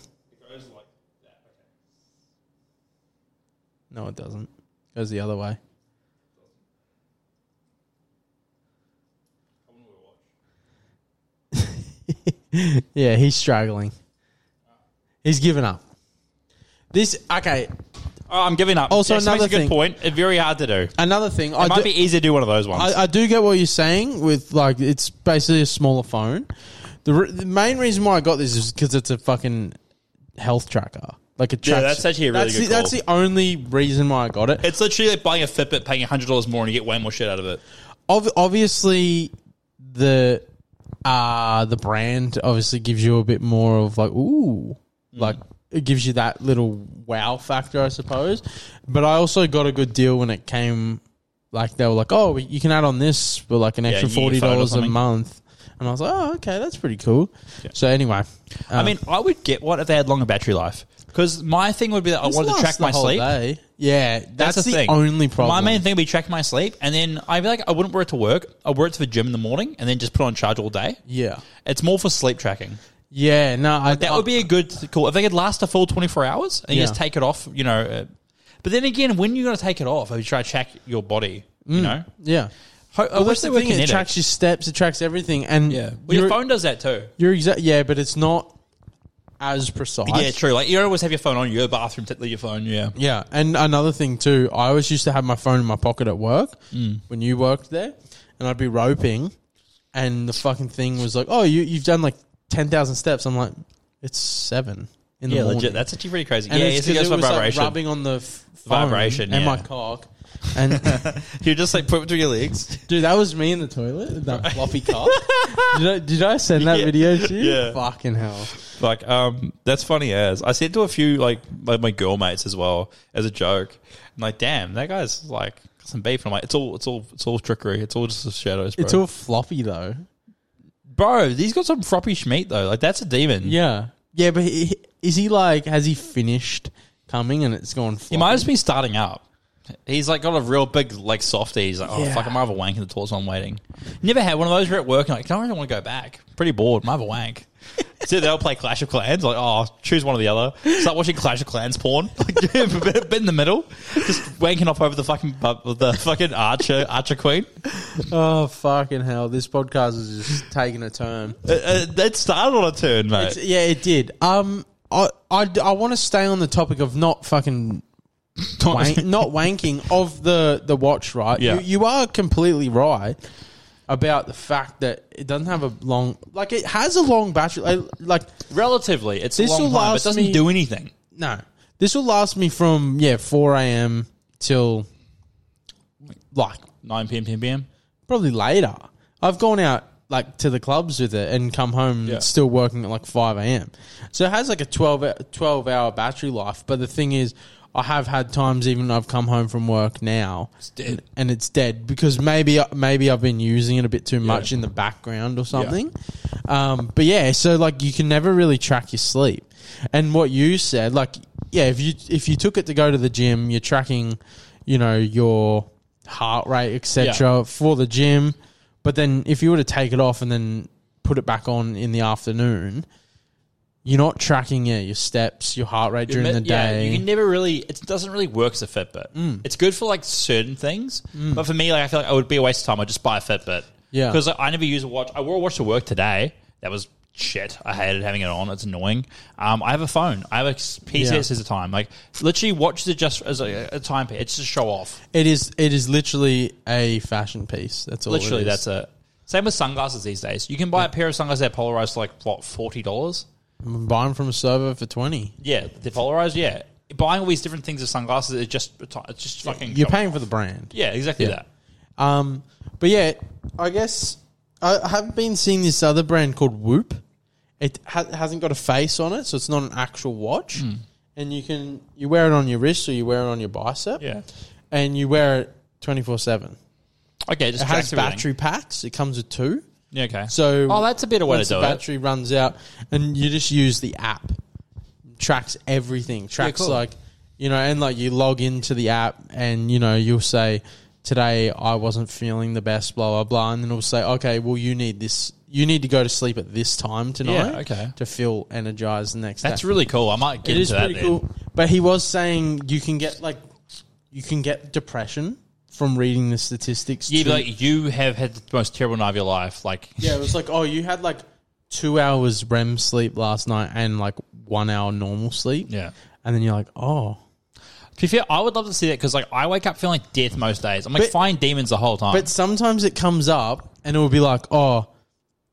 [SPEAKER 2] No, it doesn't. It goes the other way. yeah, he's struggling. He's given up. This okay.
[SPEAKER 1] Oh, I'm giving up.
[SPEAKER 2] Also,
[SPEAKER 1] Jackson
[SPEAKER 2] another
[SPEAKER 1] makes a good
[SPEAKER 2] thing-
[SPEAKER 1] point. It's very hard to do. It
[SPEAKER 2] Another thing, I
[SPEAKER 1] might
[SPEAKER 2] do,
[SPEAKER 1] be easy to do one of those ones.
[SPEAKER 2] I, I do get what you're saying with like it's basically a smaller phone. The, re- the main reason why I got this is because it's a fucking health tracker. Like a tracks,
[SPEAKER 1] that's actually a really
[SPEAKER 2] that's
[SPEAKER 1] good
[SPEAKER 2] the, that's
[SPEAKER 1] call.
[SPEAKER 2] the only reason why I got it.
[SPEAKER 1] it's literally like buying a Fitbit, paying hundred dollars more, and you get way more shit out of it.
[SPEAKER 2] Uh-huh. Ob- obviously, the uh the brand obviously gives you a bit more of like ooh,
[SPEAKER 1] Mm.
[SPEAKER 2] like it gives you that little wow factor, I suppose. But I also got a good deal when it came. Like they were like, oh, you can add on this for like an extra
[SPEAKER 1] year
[SPEAKER 2] forty
[SPEAKER 1] phone or
[SPEAKER 2] dollars a
[SPEAKER 1] something.
[SPEAKER 2] month, and I was like, oh, okay, that's pretty cool. So anyway, um,
[SPEAKER 1] I mean, I would get one if they had longer battery life. Because my thing would be that I wanted to track my sleep.
[SPEAKER 2] Day. Yeah, that's,
[SPEAKER 1] That's,
[SPEAKER 2] the,
[SPEAKER 1] the, thing.
[SPEAKER 2] only problem.
[SPEAKER 1] My main thing would be track my sleep, and then I would be like I wouldn't wear it to work. I wear it to the gym in the morning, and then just put it on charge all day.
[SPEAKER 2] yeah,
[SPEAKER 1] It's more for sleep tracking.
[SPEAKER 2] yeah, no, I,
[SPEAKER 1] That would be a good cool if they could last a full twenty four hours and you
[SPEAKER 2] Yeah.
[SPEAKER 1] just take it off. You know, uh, but then again, when you going to take it off? If you try to track your body,
[SPEAKER 2] Mm.
[SPEAKER 1] you know.
[SPEAKER 2] yeah.
[SPEAKER 1] Ho- uh, I wish
[SPEAKER 2] That's
[SPEAKER 1] they
[SPEAKER 2] the
[SPEAKER 1] were
[SPEAKER 2] thing. It
[SPEAKER 1] kinetic.
[SPEAKER 2] tracks your steps. It tracks everything. And
[SPEAKER 1] yeah, well,
[SPEAKER 2] you're,
[SPEAKER 1] your phone does that too.
[SPEAKER 2] you're exact. Yeah, but it's not as precise.
[SPEAKER 1] Yeah, true. Like you don't always have your phone on. You go to the bathroom, take your phone. Yeah,
[SPEAKER 2] Yeah, and another thing too, I always used to have my phone in my pocket at work
[SPEAKER 1] Mm.
[SPEAKER 2] when you worked there, and I'd be roping, and the fucking thing was like, "Oh, you you've done like ten thousand steps." I'm like, "It's seven in
[SPEAKER 1] yeah,
[SPEAKER 2] the morning."
[SPEAKER 1] legit. That's actually pretty crazy.
[SPEAKER 2] and
[SPEAKER 1] yeah,
[SPEAKER 2] it's
[SPEAKER 1] it's
[SPEAKER 2] 'cause
[SPEAKER 1] because
[SPEAKER 2] it
[SPEAKER 1] of
[SPEAKER 2] was like
[SPEAKER 1] vibration.
[SPEAKER 2] rubbing on the f- phone
[SPEAKER 1] Vibration,
[SPEAKER 2] and my
[SPEAKER 1] yeah.
[SPEAKER 2] cock, and
[SPEAKER 1] you just like put it through your legs.
[SPEAKER 2] Dude, that was me in the toilet. with That floppy cock. did, I, did I send that video to you?
[SPEAKER 1] Yeah.
[SPEAKER 2] Fucking hell.
[SPEAKER 1] Like, um, that's funny as I said to a few like my, my girl mates as well as a joke. I'm like, damn, that guy's like got some beef. And I'm like, it's all, it's all, it's all trickery. It's all just shadows, bro.
[SPEAKER 2] It's all floppy though.
[SPEAKER 1] bro, he's got some froppy schmeat though. Like, that's a demon.
[SPEAKER 2] Yeah. Yeah, but he, is he like? Has he finished coming and it's gone? Floppy?
[SPEAKER 1] he might just be starting up. He's like got a real big like softy. He's like, oh
[SPEAKER 2] Yeah.
[SPEAKER 1] fuck, I'm have a wank in the toilet. while I'm waiting. Never had one of those. You're at work and like, I don't really want to go back. Pretty bored. I have a wank. so they'll play Clash of Clans. Like, oh, choose one or the other. Start watching Clash of Clans porn. Like, bit in the middle, just wanking off over the fucking bu- the fucking archer archer queen.
[SPEAKER 2] Oh fucking hell! This podcast is just taking a turn.
[SPEAKER 1] Uh, uh, that started on a turn, mate.
[SPEAKER 2] It's- yeah, it did. Um, I I, want to stay on the topic of not fucking. Wank, not wanking of the the watch, right?
[SPEAKER 1] Yeah.
[SPEAKER 2] You, you are completely right about the fact that it doesn't have a long, like it has a long battery. Like, like
[SPEAKER 1] Relatively, it's
[SPEAKER 2] This
[SPEAKER 1] a long
[SPEAKER 2] will
[SPEAKER 1] time, but it
[SPEAKER 2] last
[SPEAKER 1] doesn't
[SPEAKER 2] me-
[SPEAKER 1] do anything.
[SPEAKER 2] no, this will last me from yeah four a.m. till like
[SPEAKER 1] Nine pm, pm, pm.
[SPEAKER 2] probably later. I've gone out like to the clubs with it and come home and it's still working at like 5 a.m. So it has like a 12, hou- 12 hour battery life. But the thing is, I have had times even I've come home from work now
[SPEAKER 1] dead.
[SPEAKER 2] And, and it's dead because maybe maybe I've been using it a bit too much in the background or something. Um, but yeah, so like you can never really track your sleep. And what you said, like yeah, if you if you took it to go to the gym, you're tracking, you know, your heart rate, etc
[SPEAKER 1] Yeah.
[SPEAKER 2] uh, for the gym. But then if you were to take it off and then put it back on in the afternoon, you're not tracking it, your steps, your heart rate during the
[SPEAKER 1] Me- yeah,
[SPEAKER 2] day. Mm.
[SPEAKER 1] you can never really. It doesn't really work as a Fitbit. It's good for like certain things, but for me, like I feel like it would be a waste of time. I just buy a Fitbit.
[SPEAKER 2] Yeah.
[SPEAKER 1] because I never use a watch. I wore a watch to work today. That was shit. I hated having it on. It's annoying. Um, I have a phone. I have a PCS
[SPEAKER 2] Yeah.
[SPEAKER 1] as a time. Like literally, watches are just as a, a time. piece. It's just show off.
[SPEAKER 2] it is it is literally a fashion piece. That's all.
[SPEAKER 1] Literally,
[SPEAKER 2] it is.
[SPEAKER 1] that's it. Same with sunglasses these days. You can buy a pair of sunglasses that are polarized for like what forty dollars.
[SPEAKER 2] I'm buying from a server for twenty.
[SPEAKER 1] Yeah, they're polarized. Yeah, buying all these different things of sunglasses is just it's just fucking.
[SPEAKER 2] You're paying for the brand.
[SPEAKER 1] Yeah, exactly
[SPEAKER 2] Yeah.
[SPEAKER 1] that.
[SPEAKER 2] Um, but yeah, I guess I have been seeing this other brand called Whoop. It ha- hasn't got a face on it, so it's not an actual watch.
[SPEAKER 1] Hmm.
[SPEAKER 2] And you can you wear it on your wrist or you wear it on your bicep.
[SPEAKER 1] Yeah.
[SPEAKER 2] and you wear it twenty four seven.
[SPEAKER 1] Okay, just
[SPEAKER 2] It has
[SPEAKER 1] tracks everything.
[SPEAKER 2] battery packs. It comes with two.
[SPEAKER 1] Yeah, okay.
[SPEAKER 2] So
[SPEAKER 1] oh, that's a better way to
[SPEAKER 2] once
[SPEAKER 1] do
[SPEAKER 2] the
[SPEAKER 1] it.
[SPEAKER 2] battery runs out, and you just use the app, tracks everything, tracks
[SPEAKER 1] cool.
[SPEAKER 2] like you know, and like you log into the app, and you know you'll say today I wasn't feeling the best, blah blah blah, and then it'll say okay, well you need this, you need to go to sleep at this time tonight,
[SPEAKER 1] okay.
[SPEAKER 2] to feel energized the next
[SPEAKER 1] That's
[SPEAKER 2] day.
[SPEAKER 1] really cool. I might get
[SPEAKER 2] it is
[SPEAKER 1] into that.
[SPEAKER 2] pretty
[SPEAKER 1] then.
[SPEAKER 2] cool. But he was saying you can get like you can get depression from reading the statistics.
[SPEAKER 1] You'd be
[SPEAKER 2] too.
[SPEAKER 1] like, you have had the most terrible night of your life. Like,
[SPEAKER 2] Yeah, it was like, oh, you had like two hours REM sleep last night and like one hour normal sleep.
[SPEAKER 1] yeah.
[SPEAKER 2] And then you're like, oh.
[SPEAKER 1] To be fair, I would love to see that because, like, I wake up feeling like death most days. I'm like,
[SPEAKER 2] But-
[SPEAKER 1] fine demons the whole time.
[SPEAKER 2] But sometimes it comes up and it will be like, oh,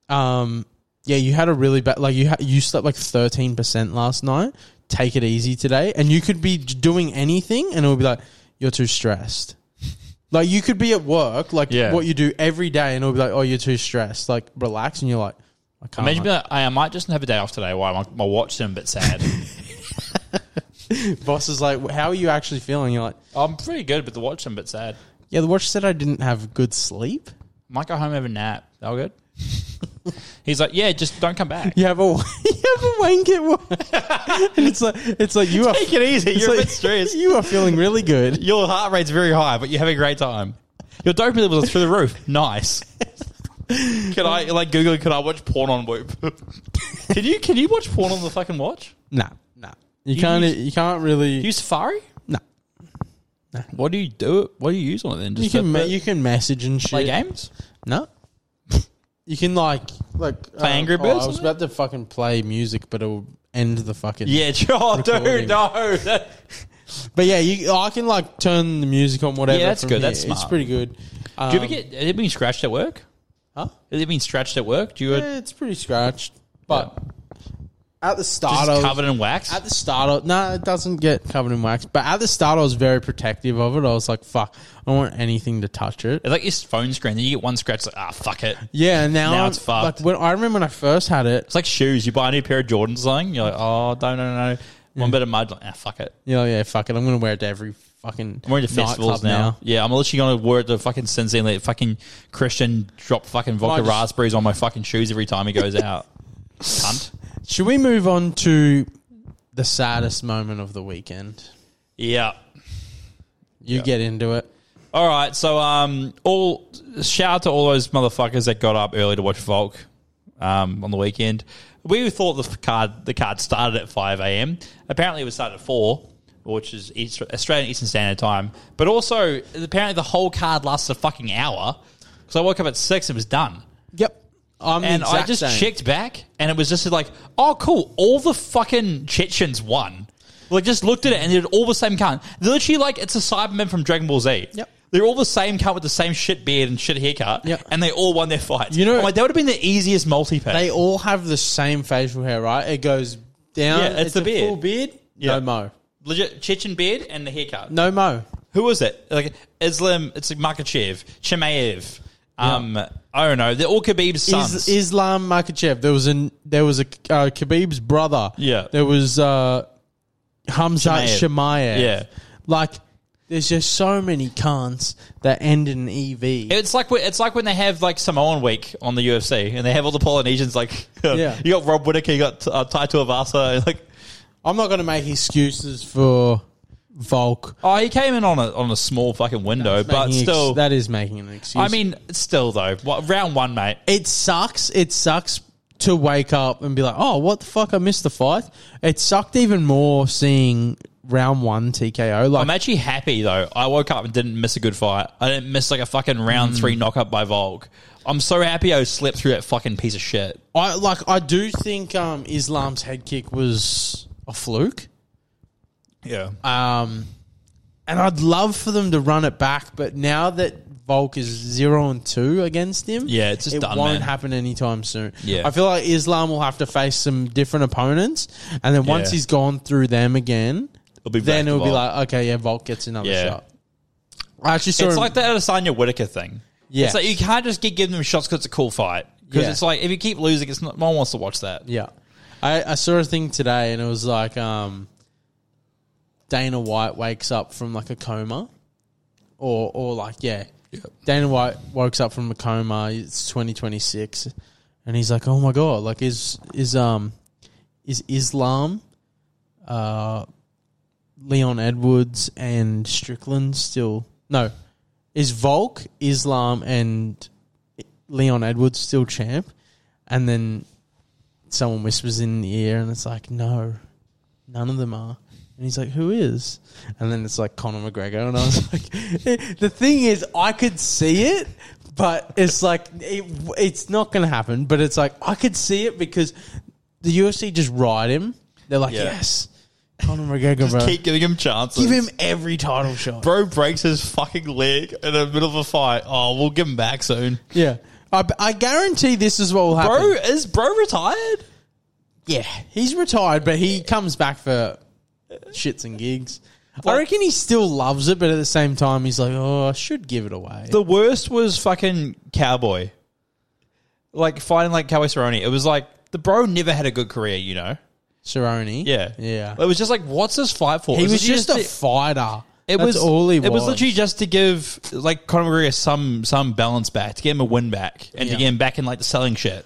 [SPEAKER 2] um, yeah, you had a really bad, like you, ha- you slept like 13% last night. Take it easy today. And you could be j- doing anything and it will be like, you're too stressed. Like you could be at work, like
[SPEAKER 1] Yeah.
[SPEAKER 2] what you do every day, and it'll be like, "Oh, you're too stressed." Like relax, and you're like, "I can't."
[SPEAKER 1] Imagine being like, I, I might just have a day off today. Why? My, my watch seemed a bit sad.
[SPEAKER 2] mate." boss is like, "How are you actually feeling?" You're like,
[SPEAKER 1] I'm pretty good, but the watch seemed a bit sad.
[SPEAKER 2] Yeah, the watch said I didn't have good sleep.
[SPEAKER 1] Might go home have a nap. All good. He's like, yeah, just don't come back.
[SPEAKER 2] You have a you have a wank at work, and it's like it's like you are
[SPEAKER 1] Take it easy.
[SPEAKER 2] it's
[SPEAKER 1] You're a
[SPEAKER 2] like
[SPEAKER 1] bit stressed.
[SPEAKER 2] You are feeling really good.
[SPEAKER 1] Your heart rate's very high, but you're having a great time. Your dopamine levels are through the roof. Nice. Can I like Google? Can I watch porn on Whoop? can you can you watch porn on the fucking watch?
[SPEAKER 2] Nah, nah. You, can't
[SPEAKER 1] use-
[SPEAKER 2] you can't really
[SPEAKER 1] Do you use Safari?
[SPEAKER 2] nah.
[SPEAKER 1] What do you do? It. What do you use on it then?
[SPEAKER 2] You
[SPEAKER 1] Just
[SPEAKER 2] can
[SPEAKER 1] Fitbit?
[SPEAKER 2] me- you can message and shit.
[SPEAKER 1] play games.
[SPEAKER 2] No. You can like like
[SPEAKER 1] Play Angry
[SPEAKER 2] oh,
[SPEAKER 1] Birds
[SPEAKER 2] I
[SPEAKER 1] or
[SPEAKER 2] was about to fucking play music, but it will end the fucking
[SPEAKER 1] Yeah, oh, dude,
[SPEAKER 2] Recording.
[SPEAKER 1] no.
[SPEAKER 2] But yeah, you I can like turn the music on whatever.
[SPEAKER 1] Yeah, that's
[SPEAKER 2] from
[SPEAKER 1] good.
[SPEAKER 2] here.
[SPEAKER 1] That's
[SPEAKER 2] it's
[SPEAKER 1] smart.
[SPEAKER 2] pretty good. Um,
[SPEAKER 1] do you ever get? Has it been scratched at work?
[SPEAKER 2] Huh?
[SPEAKER 1] Has it been scratched at work? Do you
[SPEAKER 2] Yeah, it's pretty scratched, but at the start
[SPEAKER 1] just
[SPEAKER 2] I was-
[SPEAKER 1] covered in wax?
[SPEAKER 2] At the start, I- no, it doesn't get covered in wax. But at the start, I was very protective of it. I was like, "Fuck, I don't want anything to touch it."
[SPEAKER 1] it's like your phone screen. Then you get one scratch. Like ah, fuck it.
[SPEAKER 2] Yeah, and now,
[SPEAKER 1] Now
[SPEAKER 2] I'm-
[SPEAKER 1] it's fucked.
[SPEAKER 2] Like when I remember when I first had it,
[SPEAKER 1] It's like shoes. You buy a new pair of Jordans, or something. You're like, oh, no, no, no. no. One bit of mud. Like, ah, fuck it.
[SPEAKER 2] you know, yeah, fuck it, I'm gonna wear it to every fucking.
[SPEAKER 1] I'm wearing the festivals
[SPEAKER 2] nightclub
[SPEAKER 1] now. Yeah, I'm literally going to wear the fucking Cincy and let fucking Christian drop fucking vodka
[SPEAKER 2] Might just-
[SPEAKER 1] raspberries on my fucking shoes every time he goes out. Cunt.
[SPEAKER 2] Should we move on to the saddest moment of the weekend?
[SPEAKER 1] Yeah.
[SPEAKER 2] You get into it.
[SPEAKER 1] All right. So, um, all shout out to all those motherfuckers that got up early to watch Volk, um, on the weekend. We thought the f- card the card started at five a.m. Apparently, it was started at four, which is East, Australian Eastern Standard Time. But also, apparently, the whole card lasted a fucking hour because I woke up at six. It was done.
[SPEAKER 2] Yep, I'm the
[SPEAKER 1] and I
[SPEAKER 2] exact
[SPEAKER 1] just
[SPEAKER 2] same.
[SPEAKER 1] checked back, and it was just like, oh, cool, all the fucking Chechens won. Like, just looked at it, and they're all the same cunt. They're literally like, it's a Cyberman from Dragon Ball Z.
[SPEAKER 2] Yep.
[SPEAKER 1] They're all the same cunt with the same shit beard and shit haircut,
[SPEAKER 2] Yep.
[SPEAKER 1] and they all won their fights.
[SPEAKER 2] You know-
[SPEAKER 1] I'm like, that would have been the easiest multi pick.
[SPEAKER 2] They all have the same facial hair, right? It goes down.
[SPEAKER 1] Yeah, it's the
[SPEAKER 2] a
[SPEAKER 1] beard.
[SPEAKER 2] Full beard.
[SPEAKER 1] Yeah.
[SPEAKER 2] No mo.
[SPEAKER 1] Legit Chechen beard and the haircut.
[SPEAKER 2] No mo.
[SPEAKER 1] Who was it? Like, Islam, it's like Makachev, Chimaev. Um, I don't know. They're all Khabib's sons.
[SPEAKER 2] Is, Islam Makachev. There was an there was a uh, Khabib's brother.
[SPEAKER 1] Yeah.
[SPEAKER 2] There was uh, Hamzat
[SPEAKER 1] Shemaev.
[SPEAKER 2] Shemaev.
[SPEAKER 1] Yeah.
[SPEAKER 2] Like there's just so many cons that end in E EV.
[SPEAKER 1] It's like when- it's like when they have like Samoan week on the UFC, and they have all the Polynesians. Like
[SPEAKER 2] Yeah.
[SPEAKER 1] you got Rob Whitaker, you got uh, Tai Tuivasa. Like
[SPEAKER 2] I'm not going to make excuses for Volk.
[SPEAKER 1] oh, he came in on a on a small fucking window, but
[SPEAKER 2] Making ex-
[SPEAKER 1] still,
[SPEAKER 2] that is making an excuse.
[SPEAKER 1] I mean, still though, what, round one, mate.
[SPEAKER 2] it sucks. It sucks to wake up and be like, oh, what the fuck? I missed the fight. It sucked even more seeing round one TKO. Like,
[SPEAKER 1] I'm actually happy though. I woke up and didn't miss a good fight. I didn't miss like a fucking round
[SPEAKER 2] Mm.
[SPEAKER 1] three knockup by Volk. I'm so happy I slept through that fucking piece of shit.
[SPEAKER 2] I like I do think um, Islam's head kick was a fluke.
[SPEAKER 1] Yeah.
[SPEAKER 2] Um, and I'd love for them to run it back, but now that Volk is zero and two against him,
[SPEAKER 1] Yeah, it's just
[SPEAKER 2] it
[SPEAKER 1] done,
[SPEAKER 2] won't
[SPEAKER 1] man.
[SPEAKER 2] happen anytime soon.
[SPEAKER 1] Yeah.
[SPEAKER 2] I feel like Islam will have to face some different opponents, and then once
[SPEAKER 1] Yeah.
[SPEAKER 2] he's gone through them again,
[SPEAKER 1] It'll be back
[SPEAKER 2] then
[SPEAKER 1] to
[SPEAKER 2] it'll be
[SPEAKER 1] Volk.
[SPEAKER 2] like, okay, yeah, Volk gets another
[SPEAKER 1] Yeah.
[SPEAKER 2] shot. I actually saw
[SPEAKER 1] It's
[SPEAKER 2] him-
[SPEAKER 1] like the Adesanya Whitaker thing.
[SPEAKER 2] Yes.
[SPEAKER 1] It's like you can't just keep giving them shots because it's a cool fight. Because
[SPEAKER 2] Yeah.
[SPEAKER 1] it's like if you keep losing, it's not, no one wants to watch that.
[SPEAKER 2] Yeah. I, I saw a thing today and it was like um, Dana White wakes up from like a coma or or like yeah. Dana White wakes up from a coma, it's 2026 and he's like, "Oh my god, like is is um is Islam uh Leon Edwards and Strickland still no. Is Volk, Islam and Leon Edwards still champ? And then someone whispers in the ear, and it's like, no, none of them are. And he's like, who is? And then it's like Conor McGregor, and I was like, the thing is, I could see it, but it's like it, it's not going to happen. But it's like I could see it because the UFC just ride him. They're like,
[SPEAKER 1] Yeah.
[SPEAKER 2] yes, Conor McGregor, bro.
[SPEAKER 1] Keep giving him chances.
[SPEAKER 2] Give him every title shot.
[SPEAKER 1] Bro breaks his fucking leg in the middle of a fight. Oh, we'll give him back soon.
[SPEAKER 2] Yeah. I, I guarantee this is what will happen.
[SPEAKER 1] Bro, is bro retired?
[SPEAKER 2] Yeah, he's retired, but he comes back for shits and gigs. I
[SPEAKER 1] Like-
[SPEAKER 2] reckon he still loves it, but at the same time, he's like, oh, I should give it away.
[SPEAKER 1] The worst was fucking Cowboy. Like fighting like Cowboy Cerrone. It was like the bro never had a good career, you know?
[SPEAKER 2] Cerrone.
[SPEAKER 1] Yeah.
[SPEAKER 2] Yeah.
[SPEAKER 1] It was just like, what's this fight for?
[SPEAKER 2] He
[SPEAKER 1] Is
[SPEAKER 2] was
[SPEAKER 1] it
[SPEAKER 2] just a
[SPEAKER 1] to-
[SPEAKER 2] fighter.
[SPEAKER 1] It
[SPEAKER 2] That's
[SPEAKER 1] was
[SPEAKER 2] all he was.
[SPEAKER 1] It was literally just to give like Conor McGregor some some balance back, to get him a win back, and
[SPEAKER 2] Yeah.
[SPEAKER 1] to get him back in like the selling shit.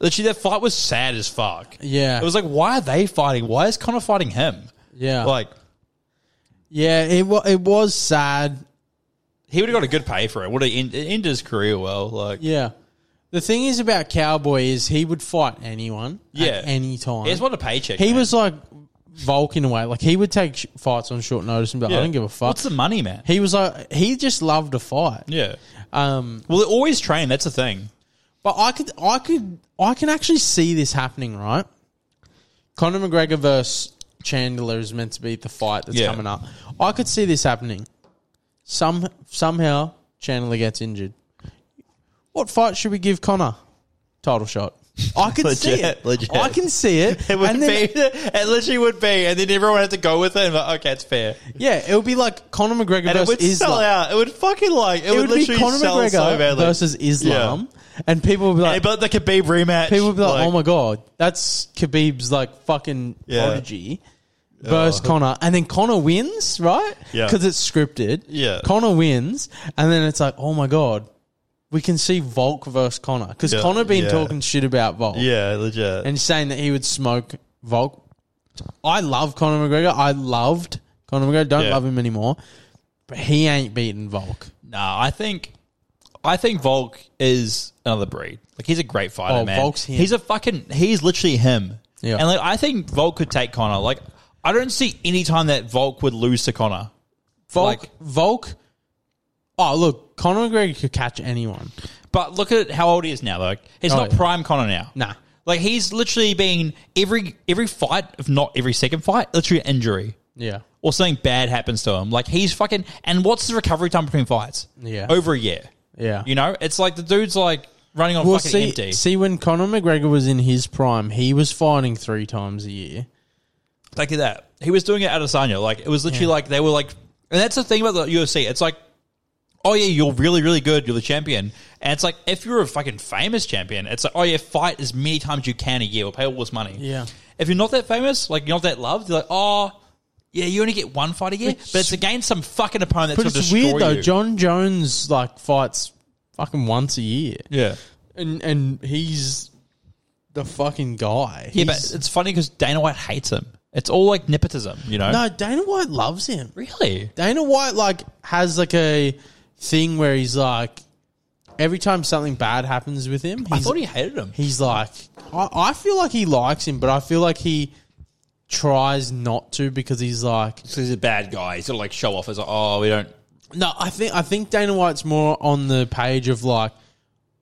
[SPEAKER 1] Literally, that fight was sad as fuck.
[SPEAKER 2] Yeah.
[SPEAKER 1] it was like, why are they fighting? Why is Conor fighting him?
[SPEAKER 2] Yeah.
[SPEAKER 1] Like
[SPEAKER 2] yeah, it, wa- it was sad.
[SPEAKER 1] he would have got a good pay for it. Would have end, it ended his career well. Like
[SPEAKER 2] Yeah. The thing is about Cowboy is he would fight anyone
[SPEAKER 1] Yeah.
[SPEAKER 2] at any time.
[SPEAKER 1] it's not a paycheck.
[SPEAKER 2] he
[SPEAKER 1] man.
[SPEAKER 2] was like Volk in a way. Like, he would take sh- fights on short notice and be like,
[SPEAKER 1] Yeah.
[SPEAKER 2] I don't give a fuck.
[SPEAKER 1] What's the money, man?
[SPEAKER 2] he was like, he just loved to fight.
[SPEAKER 1] yeah.
[SPEAKER 2] Um,
[SPEAKER 1] Well, they always train. That's the thing.
[SPEAKER 2] But I could, I could, I can actually see this happening, right? Conor McGregor versus Chandler is meant to be the fight that's
[SPEAKER 1] Yeah.
[SPEAKER 2] coming up. I could see this happening. Some somehow Chandler gets injured. What fight should we give Conor? Title shot. I could see
[SPEAKER 1] Legit,
[SPEAKER 2] it.
[SPEAKER 1] legit.
[SPEAKER 2] I can see it.
[SPEAKER 1] It would
[SPEAKER 2] And then-
[SPEAKER 1] be. It literally would be, and then everyone had to go with it. And like, okay, it's fair.
[SPEAKER 2] yeah, it would be like Conor McGregor
[SPEAKER 1] And it
[SPEAKER 2] versus
[SPEAKER 1] would
[SPEAKER 2] Islam.
[SPEAKER 1] sell out. It would fucking like. It,
[SPEAKER 2] It
[SPEAKER 1] would,
[SPEAKER 2] would be
[SPEAKER 1] literally
[SPEAKER 2] Conor
[SPEAKER 1] sell
[SPEAKER 2] McGregor
[SPEAKER 1] so badly.
[SPEAKER 2] versus Islam, and people would be
[SPEAKER 1] Hey,
[SPEAKER 2] like,
[SPEAKER 1] but the Khabib rematch.
[SPEAKER 2] People would be like,
[SPEAKER 1] like-
[SPEAKER 2] "Oh my god, that's Khabib's like fucking
[SPEAKER 1] Yeah.
[SPEAKER 2] prodigy." Versus Connor, and then Connor wins, right?
[SPEAKER 1] Yeah.
[SPEAKER 2] because it's scripted.
[SPEAKER 1] Yeah.
[SPEAKER 2] Connor wins, and then it's like, "Oh my god, we can see Volk versus Connor," because
[SPEAKER 1] Yeah,
[SPEAKER 2] Connor been
[SPEAKER 1] yeah.
[SPEAKER 2] talking shit about Volk
[SPEAKER 1] Yeah, legit.
[SPEAKER 2] and saying that he would smoke Volk. I love Conor McGregor. I loved Conor McGregor. Don't
[SPEAKER 1] Yeah.
[SPEAKER 2] love him anymore, but he ain't beaten Volk.
[SPEAKER 1] nah, I think, I think Volk is another breed. Like he's a great fighter,
[SPEAKER 2] Oh,
[SPEAKER 1] man.
[SPEAKER 2] Volk's him.
[SPEAKER 1] He's a fucking. He's literally him.
[SPEAKER 2] Yeah.
[SPEAKER 1] And like, I think Volk could take Connor. Like, I don't see any time that Volk would lose to Connor.
[SPEAKER 2] Volk,
[SPEAKER 1] Like-
[SPEAKER 2] Volk. Oh look, Conor McGregor could catch anyone.
[SPEAKER 1] But look at how old he is now. Like, he's
[SPEAKER 2] Oh,
[SPEAKER 1] not
[SPEAKER 2] yeah.
[SPEAKER 1] prime Connor now.
[SPEAKER 2] Nah.
[SPEAKER 1] Like he's literally been every every fight, if not every second fight, literally an injury.
[SPEAKER 2] Yeah.
[SPEAKER 1] or something bad happens to him. Like he's fucking. And what's his recovery time between fights?
[SPEAKER 2] Yeah.
[SPEAKER 1] over a year.
[SPEAKER 2] Yeah.
[SPEAKER 1] you know, it's like the dude's like running on
[SPEAKER 2] Well,
[SPEAKER 1] fucking
[SPEAKER 2] see,
[SPEAKER 1] empty.
[SPEAKER 2] see, when Conor McGregor was in his prime, he was fighting three times a year.
[SPEAKER 1] Like that. He was doing it at Adesanya. Like it was literally
[SPEAKER 2] Yeah.
[SPEAKER 1] like they were like, and that's the thing about the UFC. It's like, oh yeah, you're really really good. You're the champion. And it's like if you're a fucking famous champion, it's like oh yeah, fight as many times you can a year. We'll pay all this money.
[SPEAKER 2] Yeah.
[SPEAKER 1] If you're not that famous, like you're not that loved, you're like oh. Yeah, you only get one fight a year, but it's against some fucking opponent that's going
[SPEAKER 2] But
[SPEAKER 1] to
[SPEAKER 2] it's
[SPEAKER 1] destroy
[SPEAKER 2] weird though.
[SPEAKER 1] you.
[SPEAKER 2] John Jones like fights fucking once a year,
[SPEAKER 1] yeah,
[SPEAKER 2] and and he's the fucking guy.
[SPEAKER 1] Yeah,
[SPEAKER 2] He's-
[SPEAKER 1] but it's funny because Dana White hates him. It's all like nepotism, you know?
[SPEAKER 2] no, Dana White loves him.
[SPEAKER 1] Really?
[SPEAKER 2] Dana White like has like a thing where he's like, every time something bad happens with him,
[SPEAKER 1] I
[SPEAKER 2] he's,
[SPEAKER 1] thought he hated him.
[SPEAKER 2] he's like, I, I feel like he likes him, but I feel like he tries not to because he's like,
[SPEAKER 1] So he's a bad guy. He's sort of like show off as like, oh, we don't.
[SPEAKER 2] no, I think I think Dana White's more on the page of like,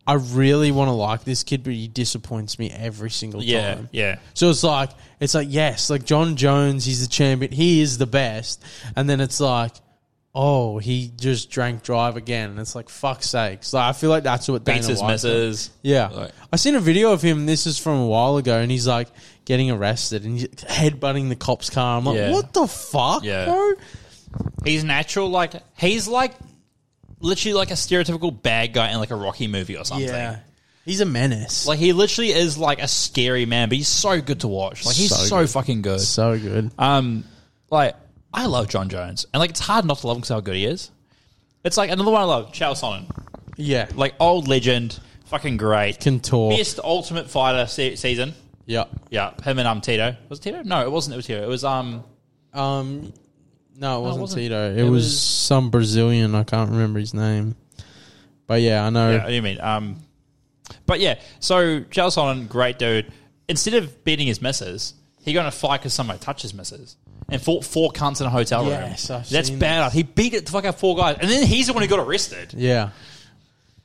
[SPEAKER 2] I really want to like this kid, but he disappoints me every single
[SPEAKER 1] Yeah,
[SPEAKER 2] time.
[SPEAKER 1] yeah.
[SPEAKER 2] So it's like it's like yes, like John Jones, he's the champion, he is the best, and then it's like, oh, he just drank drive again, and it's like fuck's sakes. Like I feel like that's what Dana
[SPEAKER 1] Beats his
[SPEAKER 2] White-
[SPEAKER 1] misses.
[SPEAKER 2] Yeah,
[SPEAKER 1] Like-
[SPEAKER 2] I seen a video of him. This is from a while ago, and he's like getting arrested and he's headbutting the cops' car. I'm like,
[SPEAKER 1] Yeah.
[SPEAKER 2] what the fuck,
[SPEAKER 1] Yeah.
[SPEAKER 2] bro?
[SPEAKER 1] He's natural. Like he's like literally like a stereotypical bad guy in like a Rocky movie or something.
[SPEAKER 2] Yeah, he's a menace.
[SPEAKER 1] Like he literally is like a scary man, but he's so good to watch. Like he's
[SPEAKER 2] So
[SPEAKER 1] so, fucking good.
[SPEAKER 2] so good.
[SPEAKER 1] Um, like I love John Jones, and like it's hard not to love him because how good he is. It's like another one I love, Chael Sonnen,
[SPEAKER 2] yeah,
[SPEAKER 1] like old legend, fucking great,
[SPEAKER 2] can talk.
[SPEAKER 1] best Ultimate Fighter se- season.
[SPEAKER 2] Yeah.
[SPEAKER 1] Yeah, him and um Tito. Was it Tito? No, it wasn't. It was Tito. It was um.
[SPEAKER 2] Um. No, it wasn't,
[SPEAKER 1] wasn't.
[SPEAKER 2] Tito. It,
[SPEAKER 1] It
[SPEAKER 2] was,
[SPEAKER 1] was-
[SPEAKER 2] some Brazilian. I can't remember his name. But yeah, I know.
[SPEAKER 1] Yeah, what do you mean? Um, but yeah, so Chael Sonnen, great dude. Instead of beating his misses, he got in a fight because somebody touched his misses and fought four cunts in a hotel room.
[SPEAKER 2] Yes, I've
[SPEAKER 1] That's
[SPEAKER 2] seen
[SPEAKER 1] bad. He beat it to fucking four guys, and then he's the one who got arrested.
[SPEAKER 2] Yeah.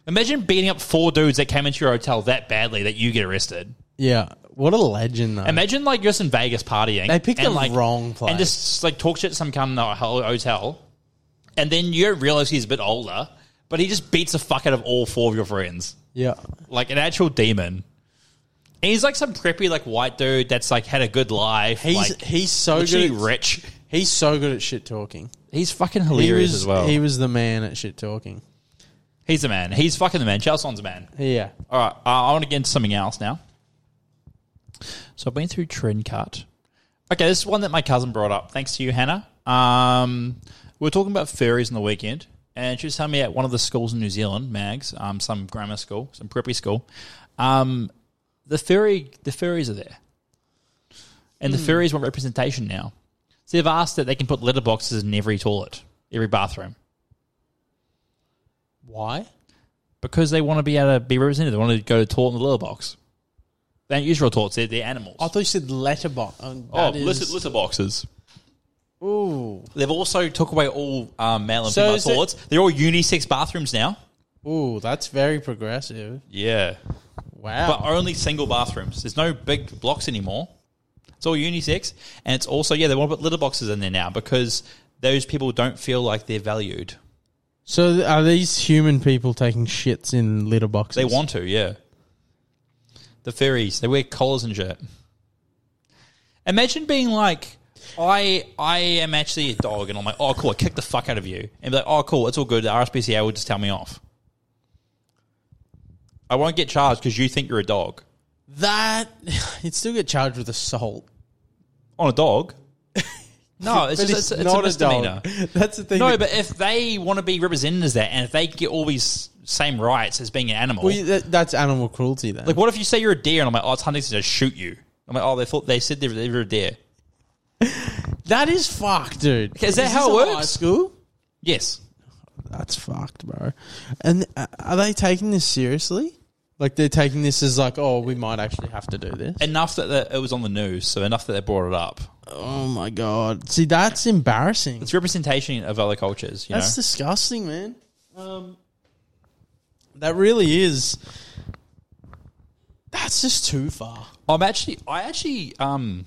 [SPEAKER 1] Imagine beating up four dudes that came into your hotel that badly that you get arrested.
[SPEAKER 2] Yeah. What a legend, though.
[SPEAKER 1] Imagine like you're just in Vegas partying.
[SPEAKER 2] They picked
[SPEAKER 1] and,
[SPEAKER 2] the
[SPEAKER 1] like,
[SPEAKER 2] wrong
[SPEAKER 1] And
[SPEAKER 2] place.
[SPEAKER 1] just like talk shit to some cunt in the ho- hotel. And then you don't realize he's a bit older, but he just beats the fuck out of all four of your friends.
[SPEAKER 2] yeah.
[SPEAKER 1] Like an actual demon. And he's like some preppy like white dude that's like had a good life.
[SPEAKER 2] He's
[SPEAKER 1] like,
[SPEAKER 2] he's so
[SPEAKER 1] literally
[SPEAKER 2] good. At,
[SPEAKER 1] rich.
[SPEAKER 2] he's so good at shit talking.
[SPEAKER 1] He's fucking
[SPEAKER 2] He
[SPEAKER 1] hilarious
[SPEAKER 2] was
[SPEAKER 1] as well.
[SPEAKER 2] he was the man at shit talking.
[SPEAKER 1] he's the man. He's fucking the man. Chelson's a man.
[SPEAKER 2] Yeah.
[SPEAKER 1] All right, uh, I I want to get into something else now. So I've been through trend cut. Okay, this is one that my cousin brought up. Thanks to you, Hannah. Um, we were talking about furries on the weekend, and she was telling me at one of the schools in New Zealand, Mags, um, some grammar school, some preppy school, um, the furry the furries are there, and the furries want representation now. So they've asked that they can put litter boxes in every toilet, every bathroom,
[SPEAKER 2] Why?
[SPEAKER 1] because they want to be able to be represented. They want to go to toilet in the litter box. They don't use real toilets. They're, they're animals.
[SPEAKER 2] I thought you said letterbox. Um,
[SPEAKER 1] oh,
[SPEAKER 2] that is-
[SPEAKER 1] litter, litter boxes.
[SPEAKER 2] Ooh.
[SPEAKER 1] They've also took away all um, male and
[SPEAKER 2] So
[SPEAKER 1] female
[SPEAKER 2] is it-
[SPEAKER 1] toilets. they're all unisex bathrooms now.
[SPEAKER 2] Ooh, that's very progressive.
[SPEAKER 1] Yeah,
[SPEAKER 2] Wow.
[SPEAKER 1] but only single bathrooms. There's no big blocks anymore. It's all unisex, and it's also yeah they want to put litter boxes in there now because those people don't feel like they're valued.
[SPEAKER 2] so th- are these human people taking shits in litter boxes?
[SPEAKER 1] They want to, yeah. The fairies, they wear collars and shit. Imagine being like, I I am actually a dog, and I'm like, oh cool, I kicked the fuck out of you, and be like, oh cool, it's all good. The RSPCA will just tell me off. I won't get charged because you think you're a dog
[SPEAKER 2] that. You'd still get charged with assault.
[SPEAKER 1] on a dog. No, it's,
[SPEAKER 2] But
[SPEAKER 1] just, it's, it's not a misdemeanor.
[SPEAKER 2] dog. That's the thing.
[SPEAKER 1] No,
[SPEAKER 2] that-
[SPEAKER 1] but if they want to be represented as that, and if they get all these same rights as being an animal,
[SPEAKER 2] Well, you- that, that's animal cruelty then.
[SPEAKER 1] Like, what if you say you're a deer and I'm like, oh, it's hunting season, I shoot you. I'm like, oh, they thought they said they were, they were a deer.
[SPEAKER 2] that is fucked, dude.
[SPEAKER 1] is that
[SPEAKER 2] this
[SPEAKER 1] how it
[SPEAKER 2] a High
[SPEAKER 1] works?
[SPEAKER 2] school?
[SPEAKER 1] Yes.
[SPEAKER 2] That's fucked, bro. And uh, are they taking this seriously? Like they're taking this as like, oh, we might actually have to do this.
[SPEAKER 1] Enough that the, it was on the news, so enough that they brought it up.
[SPEAKER 2] Oh my god! See, that's embarrassing.
[SPEAKER 1] It's representation of other cultures, you
[SPEAKER 2] That's
[SPEAKER 1] know?
[SPEAKER 2] disgusting, man. Um, that really is. That's just too far.
[SPEAKER 1] I'm actually, I actually, um,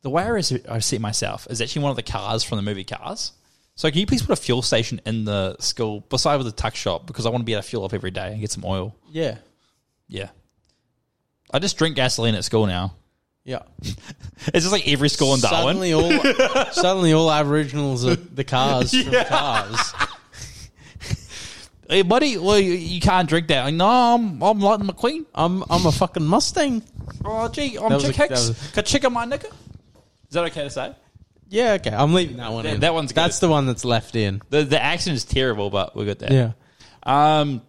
[SPEAKER 1] the way I, res- I see myself is actually one of the cars from the movie Cars. So can you please put a fuel station in the school beside with the tuck shop because I want to be able to fuel up every day and get some oil.
[SPEAKER 2] Yeah,
[SPEAKER 1] Yeah. I just drink gasoline at school now.
[SPEAKER 2] yeah.
[SPEAKER 1] It's just like every school in Darwin.
[SPEAKER 2] Suddenly, all suddenly all Aboriginals are the cars from cars.
[SPEAKER 1] Hey, buddy, well, you, you can't drink that. Like, no, I'm, I'm Lightning McQueen.
[SPEAKER 2] I'm I'm a fucking Mustang.
[SPEAKER 1] Oh, gee,
[SPEAKER 2] That
[SPEAKER 1] I'm
[SPEAKER 2] was
[SPEAKER 1] Chick
[SPEAKER 2] a- that
[SPEAKER 1] Hicks.
[SPEAKER 2] was-
[SPEAKER 1] Ka chicken my nigga. Is that okay to say?
[SPEAKER 2] Yeah, okay. I'm leaving that one
[SPEAKER 1] That-
[SPEAKER 2] in.
[SPEAKER 1] that one's good.
[SPEAKER 2] that's the one that's left in.
[SPEAKER 1] The, the accent is terrible, but we got that.
[SPEAKER 2] Yeah.
[SPEAKER 1] Um,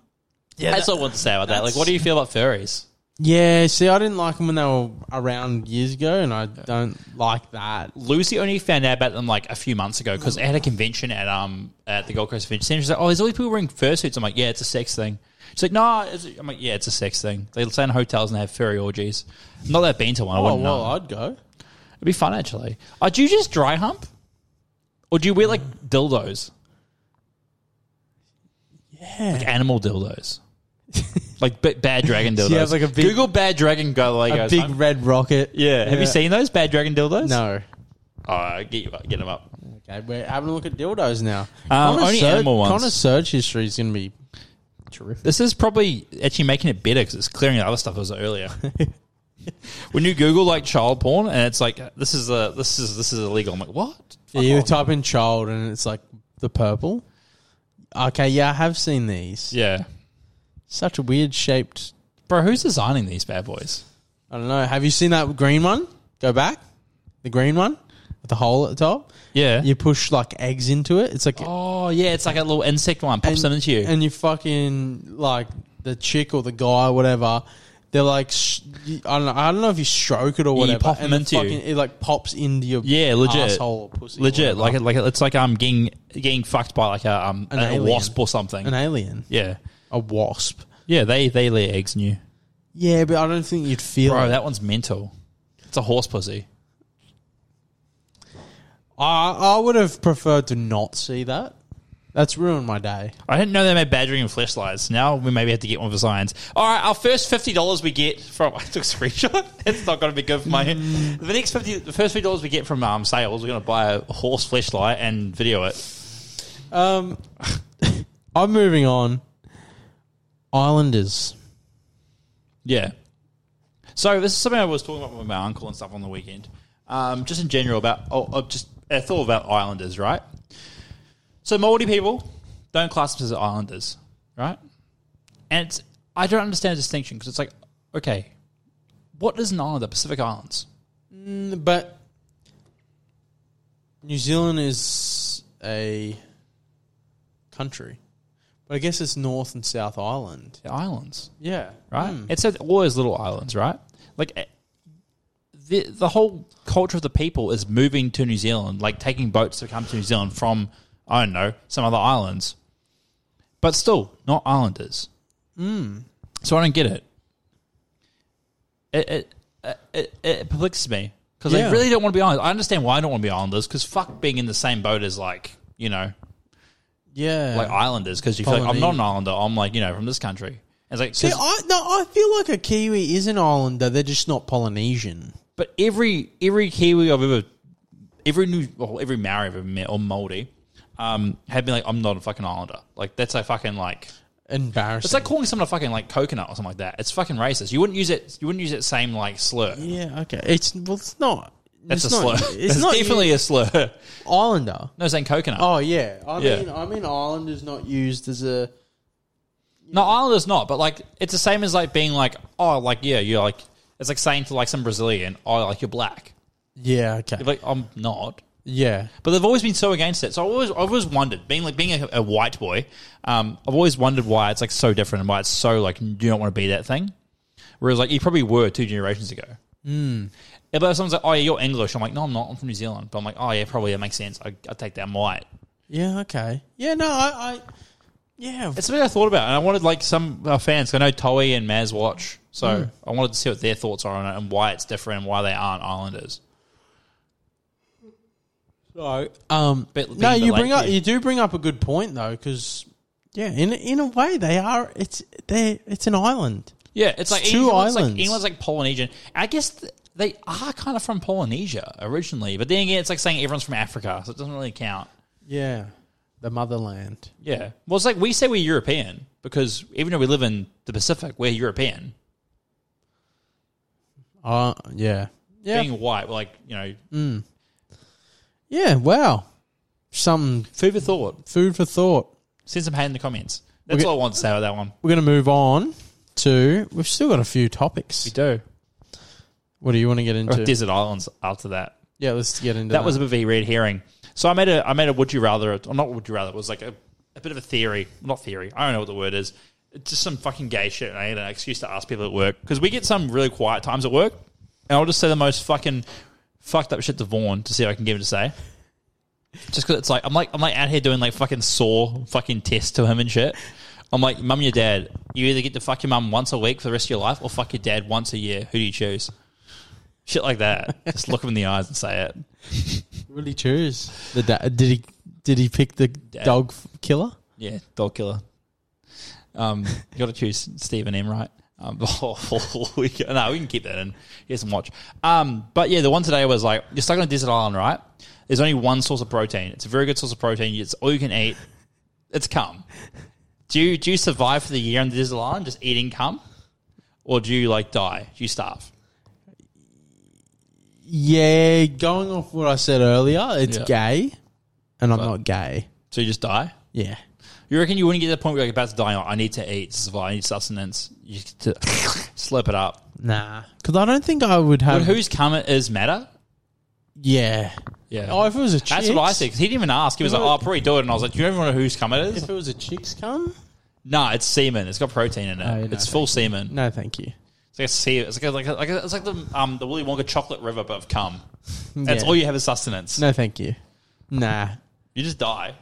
[SPEAKER 2] Yeah,
[SPEAKER 1] that's all I want to say about that. Like, what do you feel about furries?
[SPEAKER 2] Yeah, see, I didn't like them when they were around years ago, and I don't like that.
[SPEAKER 1] Lucy only found out about them like a few months ago because at a convention at um at the Gold Coast Convention Center, she's like, "Oh, there's all these people wearing fursuits." I'm like, "Yeah, it's a sex thing." She's like, "No," I'm like, "Yeah, it's a sex thing." They stay in hotels and have furry orgies. Not that I've been to one. I
[SPEAKER 2] Oh
[SPEAKER 1] wouldn't
[SPEAKER 2] well,
[SPEAKER 1] know.
[SPEAKER 2] I'd go.
[SPEAKER 1] It'd be fun actually. Uh, do you just dry hump, or do you wear like dildos? Yeah, like animal dildos, like b- bad dragon dildos.
[SPEAKER 2] you have, like, a big-
[SPEAKER 1] Google bad dragon go like
[SPEAKER 2] A big red rocket.
[SPEAKER 1] Yeah, have you seen those bad dragon dildos?
[SPEAKER 2] No.
[SPEAKER 1] Uh, get you get them up.
[SPEAKER 2] Okay, we're having a look at dildos now.
[SPEAKER 1] Um, only animal ones.
[SPEAKER 2] Connor's search history is going to be terrific.
[SPEAKER 1] This is probably actually making it better because it's clearing the other stuff that was earlier. when you Google like child porn and it's like this is a this is this is illegal. I'm like, what?
[SPEAKER 2] Yeah, you type in child, and it's like the purple. Okay, yeah, I have seen these.
[SPEAKER 1] Yeah,
[SPEAKER 2] Such a weird shaped.
[SPEAKER 1] bro, who's designing these bad boys?
[SPEAKER 2] I don't know. Have you seen that green one? Go back. The green one with the hole at the top.
[SPEAKER 1] Yeah,
[SPEAKER 2] You push like eggs into it. It's like
[SPEAKER 1] Oh yeah, it's like a little insect one pops them into you.
[SPEAKER 2] and you fucking like the chick or the guy, or whatever. They're like, sh- I don't know. I don't know if you stroke it or
[SPEAKER 1] you
[SPEAKER 2] whatever.
[SPEAKER 1] pop 'em
[SPEAKER 2] and it
[SPEAKER 1] into you.
[SPEAKER 2] fucking, It like pops into your
[SPEAKER 1] yeah, legit,
[SPEAKER 2] asshole or pussy. or
[SPEAKER 1] legit.
[SPEAKER 2] whatever.
[SPEAKER 1] Like it, like it, it's like um getting getting fucked by like a um
[SPEAKER 2] An
[SPEAKER 1] a
[SPEAKER 2] alien.
[SPEAKER 1] wasp or something.
[SPEAKER 2] an alien,
[SPEAKER 1] yeah,
[SPEAKER 2] a wasp.
[SPEAKER 1] yeah. They they lay eggs in you,
[SPEAKER 2] Yeah, but I don't think you'd feel.
[SPEAKER 1] bro.
[SPEAKER 2] it.
[SPEAKER 1] That one's mental. It's a horse pussy.
[SPEAKER 2] I I would have preferred to not see that. That's ruined my day.
[SPEAKER 1] I didn't know they made badgering and flashlights. Now we maybe have to get one for science. All right, our first fifty dollars we get from I took a screenshot. It's not going to be good for my.
[SPEAKER 2] Mm.
[SPEAKER 1] The next fifty, the first fifty dollars we get from um, sales, we're going to buy a horse flashlight and video it.
[SPEAKER 2] Um, I'm moving on. Islanders.
[SPEAKER 1] Yeah. So this is something I was talking about with my uncle and stuff on the weekend. Um, just in general about oh, oh, just I thought about islanders, right? So Maori people don't class themselves as islanders, right? And it's, I don't understand the distinction because it's like, okay, what is an islander? Pacific Islands.
[SPEAKER 2] But New Zealand is a country. But I guess it's North and South Island.
[SPEAKER 1] They're islands,
[SPEAKER 2] Yeah.
[SPEAKER 1] right? It says all those little islands, right? Like eh, the the whole culture of the people is moving to New Zealand, like taking boats to come to New Zealand from I don't know some other islands, but still not islanders.
[SPEAKER 2] Hmm.
[SPEAKER 1] Mm. So I don't get it. It it it, it, it perplexes me because
[SPEAKER 2] Yeah.
[SPEAKER 1] I really don't want to be islanders. I understand why I don't want to be islanders because fuck being in the same boat as like you know
[SPEAKER 2] Yeah.
[SPEAKER 1] like islanders because you feel like I'm not an islander. I'm like you know from this country. It's like 'cause-
[SPEAKER 2] See, I, no, I feel like a Kiwi is an islander. They're just not Polynesian.
[SPEAKER 1] But every every Kiwi I've ever, every new, well, every Maori I've ever met or Maori, um, have been like, I'm not a fucking islander. Like that's a fucking like,
[SPEAKER 2] Embarrassing.
[SPEAKER 1] it's like calling someone a fucking like coconut or something like that. It's fucking racist. You wouldn't use it. You wouldn't use that same like slur.
[SPEAKER 2] yeah, okay. It's well, it's not.
[SPEAKER 1] That's
[SPEAKER 2] Mm, it's
[SPEAKER 1] a
[SPEAKER 2] not,
[SPEAKER 1] slur.
[SPEAKER 2] It's
[SPEAKER 1] It's
[SPEAKER 2] not
[SPEAKER 1] definitely
[SPEAKER 2] definitely
[SPEAKER 1] a slur.
[SPEAKER 2] islander.
[SPEAKER 1] No, saying coconut.
[SPEAKER 2] Oh yeah, I
[SPEAKER 1] Yeah.
[SPEAKER 2] mean, I mean, Ireland is not used as a.
[SPEAKER 1] No, Ireland's not, but like it's the same as like being like, oh, like yeah, you're like it's like saying to like some Brazilian, oh, like you're black.
[SPEAKER 2] Yeah. Okay.
[SPEAKER 1] You're like I'm not.
[SPEAKER 2] yeah.
[SPEAKER 1] But they've always been so against it. So I've always, I've always wondered, being like being a, a white boy, um, I've always wondered why it's like so different and why it's so like you don't want to be that thing. Whereas like you probably were two generations ago. Mm. But if someone's like, "Oh yeah, you're English," I'm like, "No, I'm not. I'm from New Zealand." But I'm like, "Oh yeah, probably that makes sense. I, I take that. I'm white."
[SPEAKER 2] Yeah. Okay. Yeah. No. I. I yeah.
[SPEAKER 1] It's something I thought about, and I wanted like some uh, fans. 'cause I know Toi and Maz watch, so I wanted to see what their thoughts are on it and why it's different and why they aren't Islanders.
[SPEAKER 2] So, um,
[SPEAKER 1] Bit- being
[SPEAKER 2] no,
[SPEAKER 1] a bit
[SPEAKER 2] you bring
[SPEAKER 1] late
[SPEAKER 2] up
[SPEAKER 1] here.
[SPEAKER 2] you do bring up a good point though, because yeah, in in a way they are. It's they it's an island.
[SPEAKER 1] Yeah, it's like
[SPEAKER 2] It's two
[SPEAKER 1] England's
[SPEAKER 2] islands.
[SPEAKER 1] Like, England's like Polynesian. I guess th- they are kind of from Polynesia originally, but then again, it's like saying everyone's from Africa, so it doesn't really count.
[SPEAKER 2] Yeah, the motherland.
[SPEAKER 1] Yeah, well, it's like we say we're European because even though we live in the Pacific, we're European.
[SPEAKER 2] Uh yeah, yeah,
[SPEAKER 1] Being white, we're like you know,
[SPEAKER 2] yeah. Wow, some
[SPEAKER 1] food for thought.
[SPEAKER 2] food for thought.
[SPEAKER 1] Send some hate in the comments. That's
[SPEAKER 2] Okay.
[SPEAKER 1] all I want to say about that one.
[SPEAKER 2] We're gonna move on to. We've still got a few topics.
[SPEAKER 1] do
[SPEAKER 2] What do you want to get into?
[SPEAKER 1] desert islands after that.
[SPEAKER 2] yeah, let's get into
[SPEAKER 1] that was a bit of a red herring. So I made a I made a would you rather or not would you rather it was like a, a bit of a theory, not theory. I don't know what the word is. it's just some fucking gay shit. And I need an excuse to ask people at work because we get some really quiet times at work, and I'll just say the most fucking fucked up shit to Vaughn to see if I can get him to say. Just because it's like I'm like I'm like out here doing like fucking sore fucking tests to him and shit. I'm like, mum, your dad. You either get to fuck your mum once a week for the rest of your life, or fuck your dad once a year. Who do you choose? Shit like that. just look him in the eyes and say it.
[SPEAKER 2] What did he choose? The da- did he did he pick the dog f- killer?
[SPEAKER 4] Yeah, dog killer. Um, you got to choose Stephen M. Right? Um,
[SPEAKER 1] we can, no, we can keep that in. Here's some watch. Um, but yeah, the one today was like you're stuck on a desert island, right? There's only one source of protein. It's a very good source of protein. It's all you can eat. It's cum. Do you do you survive for the year on the desert island just eating cum, or do you like die? Do you starve?
[SPEAKER 2] Yeah, going off what I said earlier, it's
[SPEAKER 1] Yeah.
[SPEAKER 2] gay, and I'm not gay.
[SPEAKER 1] So you just die.
[SPEAKER 2] Yeah,
[SPEAKER 1] You reckon you wouldn't get to the point where you're about to die? You're like, I need to eat to survive. I need sustenance. You just to slurp it up.
[SPEAKER 2] nah, because I don't think I would have.
[SPEAKER 1] But whose cum it is matter?
[SPEAKER 2] Yeah,
[SPEAKER 1] Yeah.
[SPEAKER 2] Oh, if it was a chick,
[SPEAKER 1] That's what I said. 'cause he didn't even ask. He was like, "Oh, I'll probably do it," and I was like, "Do you ever know whose cum it is?"
[SPEAKER 2] If it was a chick's cum,
[SPEAKER 1] No, it's semen. It's got protein in it.
[SPEAKER 2] Oh, no,
[SPEAKER 1] it's full semen.
[SPEAKER 2] no, thank you.
[SPEAKER 1] It's like a sea. It's like a, like, a, like, a, it's like the um the Willy Wonka chocolate river, but of cum. That's
[SPEAKER 2] Yeah.
[SPEAKER 1] all you have is sustenance.
[SPEAKER 2] No, thank you. Nah,
[SPEAKER 1] You just die.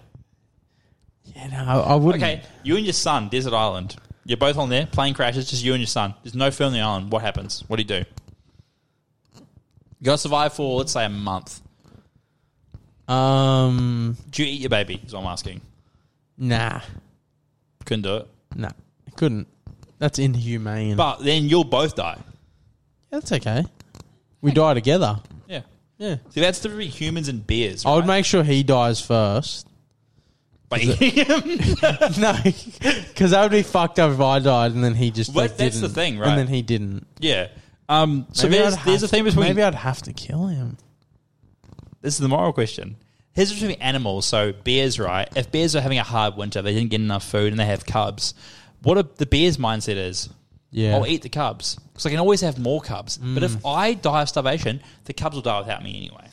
[SPEAKER 2] yeah, no, I I wouldn't.
[SPEAKER 1] Okay, you and your son, desert island. You're both on there. Plane crashes. Just you and your son. There's no family island. What happens? What do you do? You gotta survive for let's say a month.
[SPEAKER 2] Um,
[SPEAKER 1] Do you eat your baby? Is what I'm asking.
[SPEAKER 2] nah,
[SPEAKER 1] Couldn't do it.
[SPEAKER 2] nah, I couldn't. That's inhumane.
[SPEAKER 1] But then you'll both die.
[SPEAKER 2] that's okay. We die together.
[SPEAKER 1] Yeah.
[SPEAKER 2] Yeah, Oh,
[SPEAKER 1] See, that's the difference between humans and beers.
[SPEAKER 2] I would
[SPEAKER 1] right?
[SPEAKER 2] make sure he dies first.
[SPEAKER 1] By eating him.
[SPEAKER 2] no, because that would be fucked up if I died and then he just.
[SPEAKER 1] Well,
[SPEAKER 2] like,
[SPEAKER 1] that's the
[SPEAKER 2] didn't.
[SPEAKER 1] thing, right?
[SPEAKER 2] And then he didn't.
[SPEAKER 1] Yeah. Um, so
[SPEAKER 2] Maybe
[SPEAKER 1] there's,
[SPEAKER 2] I'd
[SPEAKER 1] there's a
[SPEAKER 2] have-
[SPEAKER 1] thing between. Oh,
[SPEAKER 2] Maybe I'd have to kill him.
[SPEAKER 1] this is the moral question. Here's the difference between animals. So bears, right? If bears are having a hard winter, they didn't get enough food, and they have cubs. What a, the bear's mindset is:
[SPEAKER 2] Yeah. Mm.
[SPEAKER 1] I'll eat the cubs because I can always have more cubs. But if I die of starvation, the cubs will die without me anyway.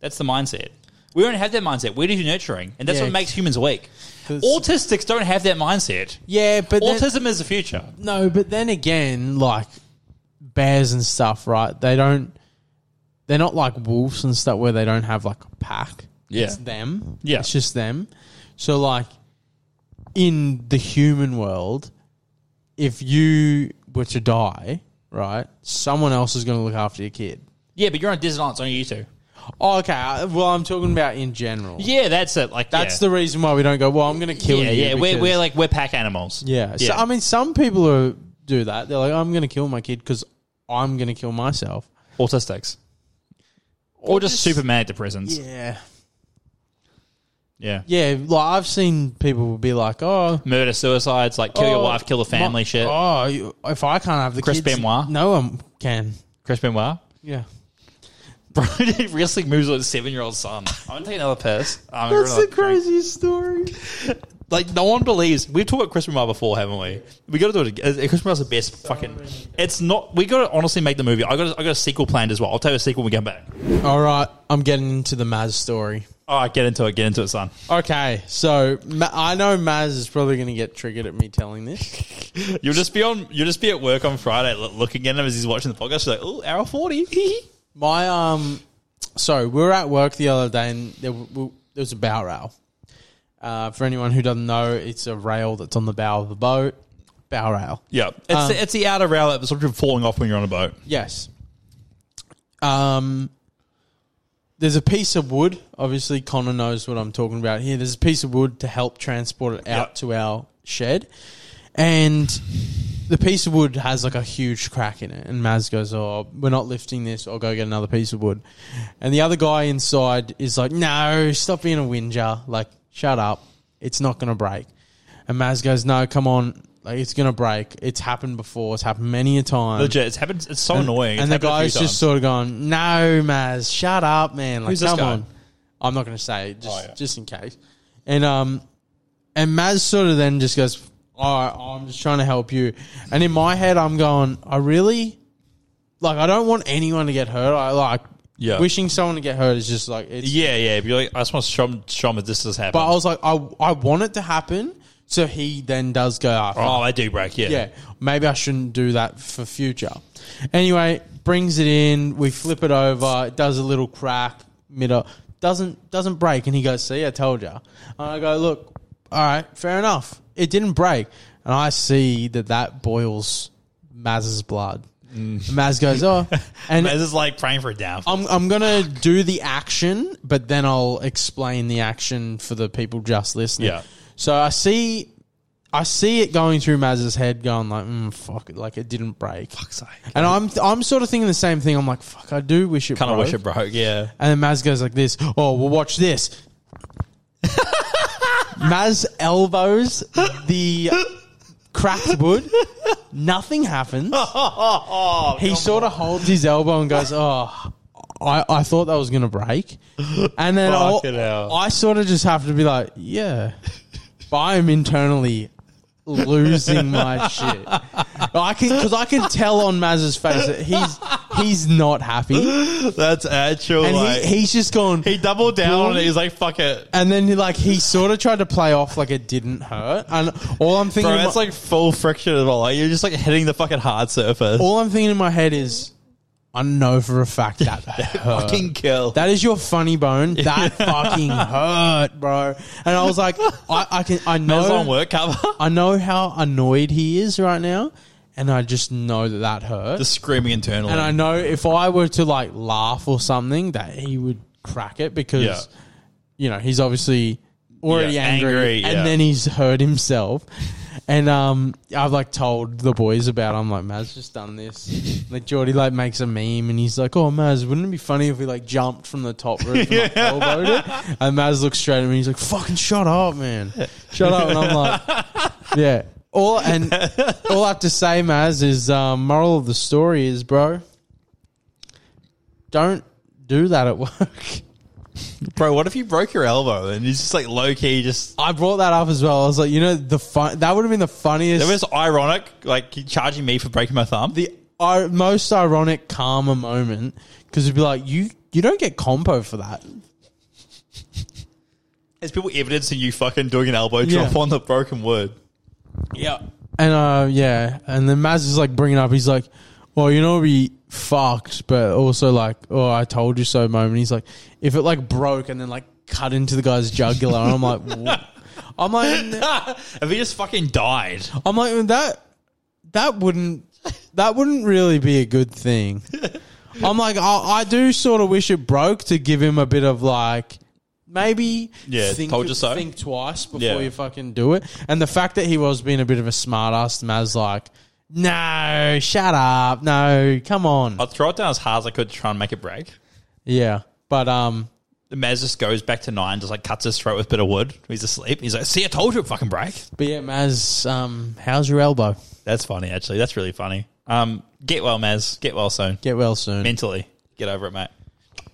[SPEAKER 1] That's the mindset. We don't have that mindset. We're just nurturing, and that's
[SPEAKER 2] Yeah.
[SPEAKER 1] what makes humans weak.
[SPEAKER 2] 'Cause-
[SPEAKER 1] Autistics don't have that mindset.
[SPEAKER 2] Yeah, but then,
[SPEAKER 1] Autism is the future.
[SPEAKER 2] no, but then again, like bears and stuff, right? They don't. They're not like wolves and stuff where they don't have like a pack.
[SPEAKER 1] Yeah.
[SPEAKER 2] it's them.
[SPEAKER 1] Yeah.
[SPEAKER 2] it's just them. So like, in the human world, if you were to die, right, someone else is going to look after your kid.
[SPEAKER 1] Yeah, but you're on a desert island. It's only you two.
[SPEAKER 2] Oh, okay. I- Well, I'm talking about in general.
[SPEAKER 1] Yeah, that's it. Like
[SPEAKER 2] That's
[SPEAKER 1] yeah.
[SPEAKER 2] the reason why we don't go. Well, I'm going to kill
[SPEAKER 1] yeah,
[SPEAKER 2] you.
[SPEAKER 1] yeah. We're,
[SPEAKER 2] because-
[SPEAKER 1] we're like we're pack animals.
[SPEAKER 2] Yeah. So um,
[SPEAKER 1] Yeah.
[SPEAKER 2] I mean, some people who do that. They're like, I'm going to kill my kid because I'm going to kill myself.
[SPEAKER 1] autistics, or just super manic depressants. Yeah.
[SPEAKER 2] Yeah. Yeah. Like I've seen people be like, oh.
[SPEAKER 1] murder suicides like kill your
[SPEAKER 2] oh,
[SPEAKER 1] wife, kill the family.
[SPEAKER 2] my-
[SPEAKER 1] shit.
[SPEAKER 2] Oh, you- if I can't have the
[SPEAKER 1] Chris
[SPEAKER 2] kids,
[SPEAKER 1] Benoit?
[SPEAKER 2] no one can.
[SPEAKER 1] Chris Benoit,
[SPEAKER 2] Yeah.
[SPEAKER 1] bro, did wrestling moves with a seven-year-old son. I'm gonna take another piss. I'm gonna
[SPEAKER 2] That's the
[SPEAKER 1] really-
[SPEAKER 2] craziest story.
[SPEAKER 1] Like no one believes. We've talked about Chris Benoit before, haven't we? We got to do it. Again. Chris Benoit's the best fucking. It's not. We got to honestly make the movie. I got. I got a sequel planned as well. I'll tell you a sequel when we come back.
[SPEAKER 2] All right, I'm getting into the Maz story.
[SPEAKER 1] All right, get into it. Get into it, son.
[SPEAKER 2] Okay, so Ma- I know Maz is probably going to get triggered at me telling this.
[SPEAKER 1] You'll just be on. You'll just be at work on Friday, lo- looking at him as he's watching the podcast. You're like, oh, hour forty.
[SPEAKER 2] My um, so we were at work the other day, and there, w- w- there was a bow rail. Uh, for anyone who doesn't know, it's a rail that's on the bow of the boat. Bow rail.
[SPEAKER 1] Yeah, it's,
[SPEAKER 2] Um,
[SPEAKER 1] the, it's the outer rail that's sort of falling off when you're on a boat.
[SPEAKER 2] Yes. Um, there's a piece of wood. Obviously, Connor knows what I'm talking about here. There's a piece of wood to help transport it out
[SPEAKER 1] Yep.
[SPEAKER 2] to our shed, and the piece of wood has like a huge crack in it. And Maz goes, "Oh, we're not lifting this. I'll go get another piece of wood." And the other guy inside is like, "No, stop being a whinger. Like, shut up. It's not going to break." And Maz goes, "No, come on." Like it's gonna break. It's happened before. It's happened many a time.
[SPEAKER 1] Legit, it's happened. It's so annoying.
[SPEAKER 2] And the guy's just sort of going, "No, Maz, shut up, man! Like,
[SPEAKER 1] Who's this
[SPEAKER 2] come
[SPEAKER 1] guy? Oh,
[SPEAKER 2] on." I'm not going to say it, just
[SPEAKER 1] yeah.
[SPEAKER 2] just in case. And um, and Maz sort of then just goes, "All right, I'm just trying to help you." And in my head, I'm going, "I really, like, I don't want anyone to get hurt. I like,
[SPEAKER 1] Yeah.
[SPEAKER 2] wishing someone to get hurt is just like it's
[SPEAKER 1] yeah, yeah. But you're like, I just want to show him, show him that this has happened.
[SPEAKER 2] but I was like, I, I want it to happen So he then does go after.
[SPEAKER 1] Oh, I do break. Yeah.
[SPEAKER 2] Yeah, maybe I shouldn't do that for future. Anyway, brings it in. We flip it over. It does a little crack mid doesn't doesn't break, and he goes, "See, I told you." And I go, "Look, all right, fair enough. It didn't break." And I see that that boils Maz's blood. Maz goes, "Oh," and Oh,
[SPEAKER 1] This is like praying for a downfall.
[SPEAKER 2] I'm I'm gonna do the action, but then I'll explain the action for the people just listening.
[SPEAKER 1] Yeah.
[SPEAKER 2] So I see, I see it going through Maz's head, going like, mm, "Fuck it!" Like it didn't break. And I'm I'm sort of thinking the same thing. I'm like, "Fuck, I do wish it."
[SPEAKER 1] Kind of
[SPEAKER 2] broke."
[SPEAKER 1] wish it broke. Yeah.
[SPEAKER 2] And then Maz goes like this. Oh, well, watch this. Maz elbows the cracked wood. Nothing happens. he sort of holds his elbow and goes, "Oh, I, I thought that was gonna break." And then I'll-
[SPEAKER 1] Fucking hell.
[SPEAKER 2] I sort of just have to be like, "Yeah," but I'm internally losing my shit. I can because I can tell on Maz's face that he's he's not happy,
[SPEAKER 1] That's actual.
[SPEAKER 2] oh. and
[SPEAKER 1] like,
[SPEAKER 2] he, he's just gone.
[SPEAKER 1] he doubled down on it. He's like, fuck it.
[SPEAKER 2] And then like he sort of tried to play off like it didn't hurt, and all I'm thinking,
[SPEAKER 1] Bro,
[SPEAKER 2] in
[SPEAKER 1] that's
[SPEAKER 2] my-
[SPEAKER 1] like full friction as well. Like, you're just like hitting the fucking hard surface.
[SPEAKER 2] all I'm thinking in my head is, I know for a fact that hurt.
[SPEAKER 1] fucking kill.
[SPEAKER 2] That is your funny bone. That fucking hurt, bro. And I was like, I, I can, I
[SPEAKER 1] That's on
[SPEAKER 2] know,
[SPEAKER 1] work cover.
[SPEAKER 2] I know how annoyed he is right now, and I just know that that hurt.
[SPEAKER 1] Just screaming internally.
[SPEAKER 2] and I know if I were to like laugh or something, that he would crack it because
[SPEAKER 1] Yeah.
[SPEAKER 2] you know he's obviously already
[SPEAKER 1] Yeah,
[SPEAKER 2] angry,
[SPEAKER 1] angry,
[SPEAKER 2] and
[SPEAKER 1] yeah.
[SPEAKER 2] then he's hurt himself. And um, I've like told the boys about. It. I'm like, Maz just done this. Like Geordie like makes a meme, and he's like, "Oh, Maz, wouldn't it be funny if we like jumped from the top roof and like, elbowed it?" And Maz looks straight at me. He's like, "Fucking shut up, man, shut up." And I'm like, "Yeah." All and all I have to say, Maz, is um, moral of the story is, bro, don't do that at work.
[SPEAKER 1] Bro, what if you broke your elbow and it's just like low key, just.
[SPEAKER 2] I brought that up as well. I was like, you know, the fun that would have been the
[SPEAKER 1] It
[SPEAKER 2] funniest,
[SPEAKER 1] was ironic, like charging me for breaking my thumb.
[SPEAKER 2] the ir- most ironic karma moment because it'd be like, you you don't get compo for that.
[SPEAKER 1] There's people evidencing you fucking doing an elbow drop
[SPEAKER 2] Yeah.
[SPEAKER 1] on the broken wood.
[SPEAKER 2] Yeah, and uh, yeah, and then Maz is like bringing up, he's like, well, you know, we fucked, but also like, oh, I told you so moment. He's like, if it like broke and then like cut into the guy's jugular, and I'm like, "Wha-" I'm like,
[SPEAKER 1] if he just fucking died,
[SPEAKER 2] I'm like "Mm, that. That wouldn't. That wouldn't really be a good thing. I'm like, I, I do sort of wish it broke to give him a bit of like, maybe
[SPEAKER 1] Yeah,
[SPEAKER 2] think,
[SPEAKER 1] told you so.
[SPEAKER 2] think twice before
[SPEAKER 1] Yeah.
[SPEAKER 2] you fucking do it. And the fact that he was being a bit of a smart ass, Maz like, no, shut up, no, come on,
[SPEAKER 1] I'd throw it down as hard as I could to try and make it break.
[SPEAKER 2] yeah. But um,
[SPEAKER 1] The Maz just goes back to nine, just like cuts his throat with a bit of wood. He's asleep. He's like, see, I told you it fucking break.
[SPEAKER 2] but yeah, Maz, um, how's your elbow?
[SPEAKER 1] That's funny, actually. That's really funny. Um, get well, Maz. Get well soon.
[SPEAKER 2] Get well soon.
[SPEAKER 1] Mentally. Get over it, mate.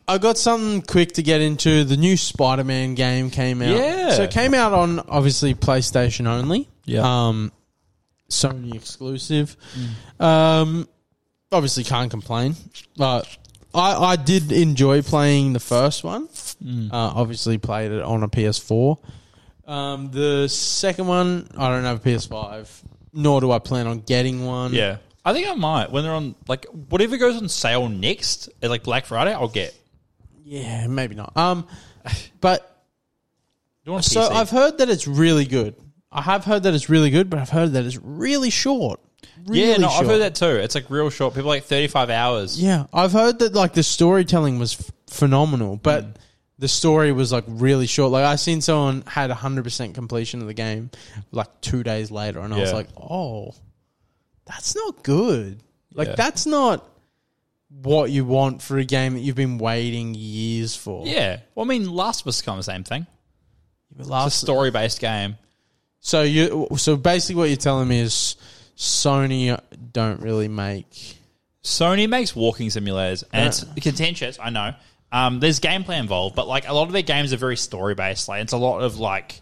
[SPEAKER 2] I got something quick to get into. The new Spider-Man game came out.
[SPEAKER 1] Yeah.
[SPEAKER 2] So it came out on obviously PlayStation only.
[SPEAKER 1] Yeah. Mm.
[SPEAKER 2] Um, Sony exclusive. Um, obviously can't complain. But I I did enjoy playing the first one.
[SPEAKER 1] Mm.
[SPEAKER 2] Uh, obviously played it on a PS4. Um, the second one I don't have a PS5, nor do I plan on getting one.
[SPEAKER 1] Yeah. I think I might. When they're on, like, whatever goes on sale next, at, like Black Friday, I'll get.
[SPEAKER 2] Yeah, maybe not. Um, but
[SPEAKER 1] Do you want a
[SPEAKER 2] So
[SPEAKER 1] PC?
[SPEAKER 2] I've heard that it's really good. I have heard that it's really good, but I've heard that it's really short. Really
[SPEAKER 1] yeah, no,
[SPEAKER 2] short.
[SPEAKER 1] I've heard that too. It's like real short. People like 35 hours.
[SPEAKER 2] Yeah, I've heard that like the storytelling was f- phenomenal, but
[SPEAKER 1] Mm.
[SPEAKER 2] the story was like really short. Like I seen someone had 100% completion of the game like 2 days later and I was
[SPEAKER 1] Yeah.
[SPEAKER 2] like, "Oh, that's not good." Like
[SPEAKER 1] Yeah.
[SPEAKER 2] that's not what you want for a game that you've been waiting years for.
[SPEAKER 1] Yeah. Well, I mean, Last of Us is kind of the same thing.
[SPEAKER 2] But
[SPEAKER 1] It's a
[SPEAKER 2] last
[SPEAKER 1] story based game.
[SPEAKER 2] So you so basically what you're telling me is Sony don't really make
[SPEAKER 1] Sony makes walking simulators, and it's contentious. I know. Um, there's gameplay involved, but like a lot of their games are very story based. Like it's a lot of like,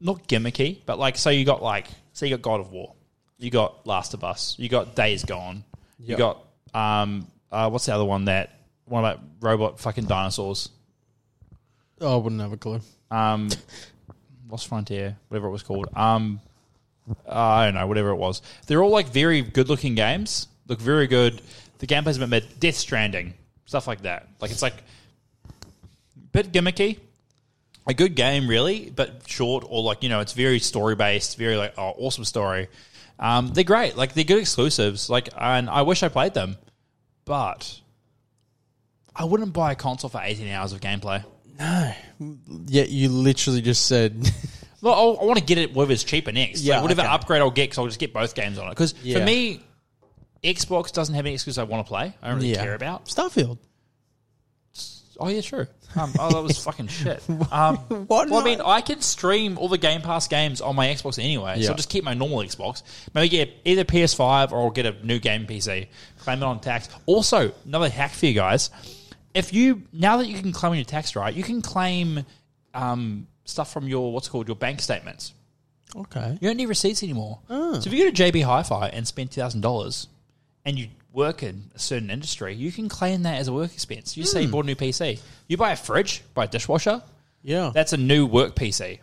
[SPEAKER 1] not gimmicky, but like so you got like so you got God of War, you got Last of Us, you got Days Gone, you
[SPEAKER 2] Yeah.
[SPEAKER 1] got um uh, what's the other one that one about robot fucking dinosaurs?
[SPEAKER 2] Oh, I wouldn't have a clue.
[SPEAKER 1] Um, Lost Frontier, whatever it was called. Um, I don't know, whatever it was. They're all like very good looking games. Look very good. The gameplay's a bit mid. Death Stranding, stuff like that. Like it's like a bit gimmicky. A good game, really, but short or like you know, it's very story based. Very like oh, awesome story. Um, they're great. Like they're good exclusives. Like and I wish I played them, but I wouldn't buy a console for eighteen hours of gameplay.
[SPEAKER 2] Yet you literally just said,
[SPEAKER 1] Well, I'll- I want to get it whether it's cheaper next.
[SPEAKER 2] Yeah,
[SPEAKER 1] like, whatever
[SPEAKER 2] okay.
[SPEAKER 1] upgrade I'll get, because I'll just get both games on it. Because
[SPEAKER 2] Yeah.
[SPEAKER 1] for me, Xbox doesn't have any excuse I want to play. I don't really
[SPEAKER 2] "Yeah,
[SPEAKER 1] care about.
[SPEAKER 2] Starfield."
[SPEAKER 1] Oh yeah, sure. Um, oh, that was fucking shit. Um, well,
[SPEAKER 2] Why not?
[SPEAKER 1] I mean, I can stream all the Game Pass games on my Xbox anyway,
[SPEAKER 2] Yeah.
[SPEAKER 1] so I'll just keep my normal Xbox. Maybe get either PS5 or I'll get a new game PC. Claim it on tax. Also, another hack for you guys: if you now that you can claim on your tax, right, you can claim um, stuff from your what's called your bank statements.
[SPEAKER 2] Okay.
[SPEAKER 1] You don't need receipts anymore.
[SPEAKER 2] Oh.
[SPEAKER 1] So if you go to JB Hi-Fi and spend two thousand dollars, and you work in a certain industry, you can claim that as a work expense. You
[SPEAKER 2] Hmm.
[SPEAKER 1] say you bought a new PC, you buy a fridge, buy a dishwasher.
[SPEAKER 2] Yeah.
[SPEAKER 1] That's a new work PC.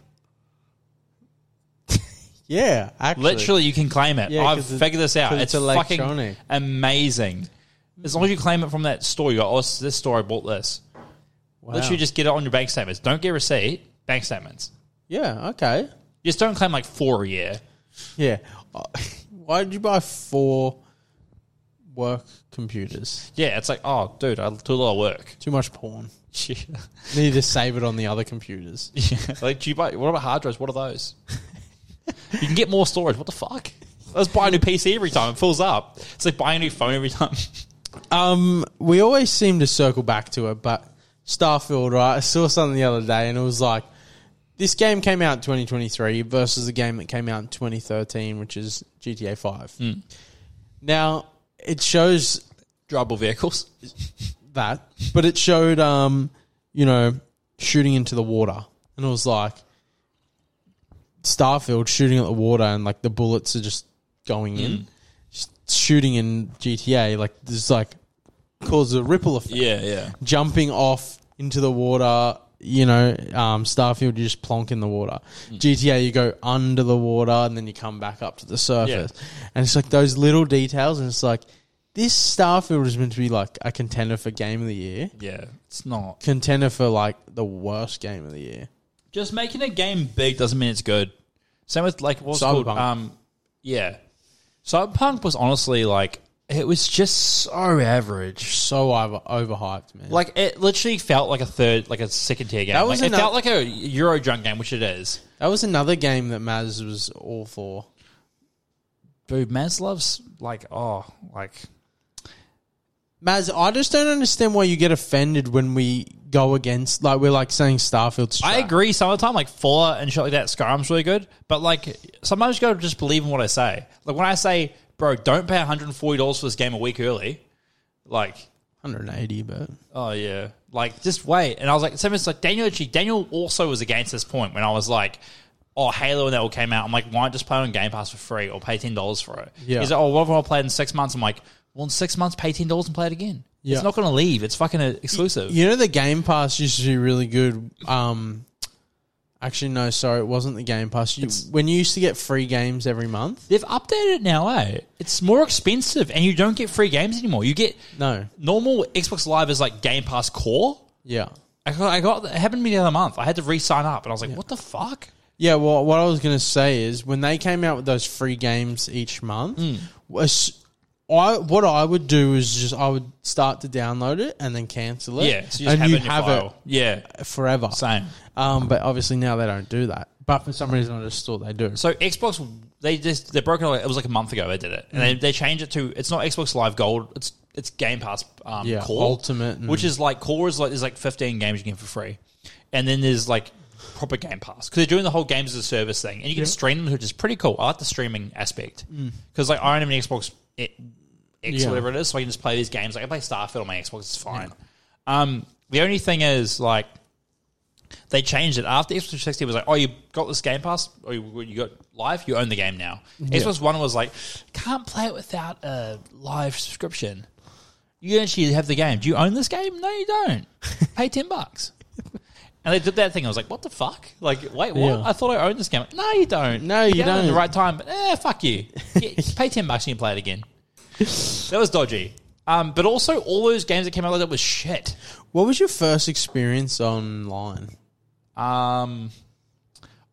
[SPEAKER 2] yeah. Actually,
[SPEAKER 1] Literally, you can claim it.
[SPEAKER 2] Yeah,
[SPEAKER 1] I've
[SPEAKER 2] 'cause it-
[SPEAKER 1] figured this out.
[SPEAKER 2] 'cause
[SPEAKER 1] It's,
[SPEAKER 2] it's
[SPEAKER 1] fucking
[SPEAKER 2] electronic.
[SPEAKER 1] amazing. As long as you claim it from that store, you go, oh, it's this store I bought this.
[SPEAKER 2] Wow.
[SPEAKER 1] Literally, just get it on your bank statements. Don't get a receipt. Bank statements.
[SPEAKER 2] Yeah. Okay.
[SPEAKER 1] Just don't claim like four a year.
[SPEAKER 2] Yeah. Uh, Why did you buy four work computers?
[SPEAKER 1] Yeah, it's like, oh, dude, I do a lot of work.
[SPEAKER 2] Too much porn. Need to save it on the other computers.
[SPEAKER 1] Yeah. Like, do you buy, what about hard drives? What are those? you can get more storage. What the fuck? Let's buy a new PC every time. It fills up. It's like buying a new phone every time.
[SPEAKER 2] Um, we always seem to circle back to it, but Starfield, right? I saw something the other day, and it was like this game came out in 2023 versus the game that came out in 2013, which is GTA 5. Now it shows
[SPEAKER 1] Drivable vehicles.
[SPEAKER 2] that, but it showed, um, you know, shooting into the water, and it was like Starfield shooting at the water, and like the bullets are just going in. Just Shooting in GTA, like there's like causes a ripple effect
[SPEAKER 1] Yeah, yeah.
[SPEAKER 2] jumping off into the water. You know, um, Starfield, you just plonk in the water.
[SPEAKER 1] Hmm.
[SPEAKER 2] GTA, you go under the water and then you come back up to the surface. And it's like those little details, and it's like this Starfield is meant to be like a contender for game of the year,
[SPEAKER 1] Yeah, it's not.
[SPEAKER 2] contender for like the worst game of the year.
[SPEAKER 1] Just making a game big doesn't mean it's good. Same with like what's it called
[SPEAKER 2] Cyberpunk.
[SPEAKER 1] um yeah. Cyberpunk was honestly like it was just so average.
[SPEAKER 2] So over- overhyped, man.
[SPEAKER 1] Like it literally felt like a third like a second tier game.
[SPEAKER 2] That was
[SPEAKER 1] like, it
[SPEAKER 2] enough-
[SPEAKER 1] felt like a Euro drunk game, which it is.
[SPEAKER 2] that was another game that Maz was all for.
[SPEAKER 1] Dude, Maslov's like oh like
[SPEAKER 2] Maz, I just don't understand why you get offended when we go against, like, we're like saying Starfield's.
[SPEAKER 1] I
[SPEAKER 2] trash.
[SPEAKER 1] agree some of the time, like Fallout and shit like that, Skyrim's really good. But like sometimes you gotta just believe in what I say. Like when I say, bro, don't pay $140 for this game a week early, like
[SPEAKER 2] 180, but.
[SPEAKER 1] Oh yeah, like just wait. And I was like, so it's like Daniel actually. Daniel also was against this point when I was like, oh Halo when that all came out. I'm like, why not just play it on Game Pass for free or pay ten dollars for it?
[SPEAKER 2] Yeah.
[SPEAKER 1] He's like, oh, what if I play it in six months? I'm like, well, in six months, pay ten dollars and play it again.
[SPEAKER 2] Yeah.
[SPEAKER 1] It's not going to leave. It's fucking uh, exclusive.
[SPEAKER 2] You know the Game Pass used to be really good. Um, actually, no, sorry, it wasn't the Game Pass. You, when you used to get free games every month.
[SPEAKER 1] They've updated it now, eh? It's more expensive, and you don't get free games anymore. You get
[SPEAKER 2] No,
[SPEAKER 1] normal Xbox Live is like Game Pass Core.
[SPEAKER 2] yeah,
[SPEAKER 1] I got, I got it happened to me the other month. I had to re-sign up, and I was like, what the fuck?
[SPEAKER 2] yeah. Well, what I was gonna say is when they came out with those free games each month,
[SPEAKER 1] Hmm.
[SPEAKER 2] was I what I would do is just I would start to download it and then cancel it.
[SPEAKER 1] Yeah, so you just
[SPEAKER 2] and
[SPEAKER 1] have
[SPEAKER 2] you
[SPEAKER 1] it in your
[SPEAKER 2] have
[SPEAKER 1] file. Yeah,
[SPEAKER 2] it forever.
[SPEAKER 1] same.
[SPEAKER 2] Um, but obviously now they don't do that. But for some reason, I just thought they do.
[SPEAKER 1] So Xbox, they just they broke it. It was like a month ago they did it, and they,
[SPEAKER 2] Mm.
[SPEAKER 1] they changed it to it's not Xbox Live Gold. It's it's Game Pass um,
[SPEAKER 2] Yeah,
[SPEAKER 1] Core
[SPEAKER 2] Ultimate and-
[SPEAKER 1] which is like Core is like there's like 15 games you can get for free, and then there's like proper Game Pass because they're doing the whole games as a service thing, and you can stream them, which is pretty cool. I like the streaming aspect
[SPEAKER 2] Mm.
[SPEAKER 1] because like I don't have an Xbox eh, X
[SPEAKER 2] Yeah.
[SPEAKER 1] whatever it is, so I can just play these games. Like I play Starfield on my Xbox, it's fine. Um, the only thing is like they changed it after Xbox 360 was like, oh, you got this Game Pass, or you, you got live, you own the game now. Xbox One was like, can't play it without a live subscription. You actually have the game. Do you own this game? No, you don't. Pay ten bucks. And they did that thing. I was like, what the fuck? Like, wait, what?
[SPEAKER 2] Yeah.
[SPEAKER 1] I thought I owned this game. No, you don't.
[SPEAKER 2] No, you
[SPEAKER 1] downloaded it At the
[SPEAKER 2] don't.
[SPEAKER 1] right time, but eh, fuck you. Yeah, pay 10 bucks and you play it again. That was dodgy. Um, but also, all those games that came out like that was shit.
[SPEAKER 2] What was your first experience online?
[SPEAKER 1] Um,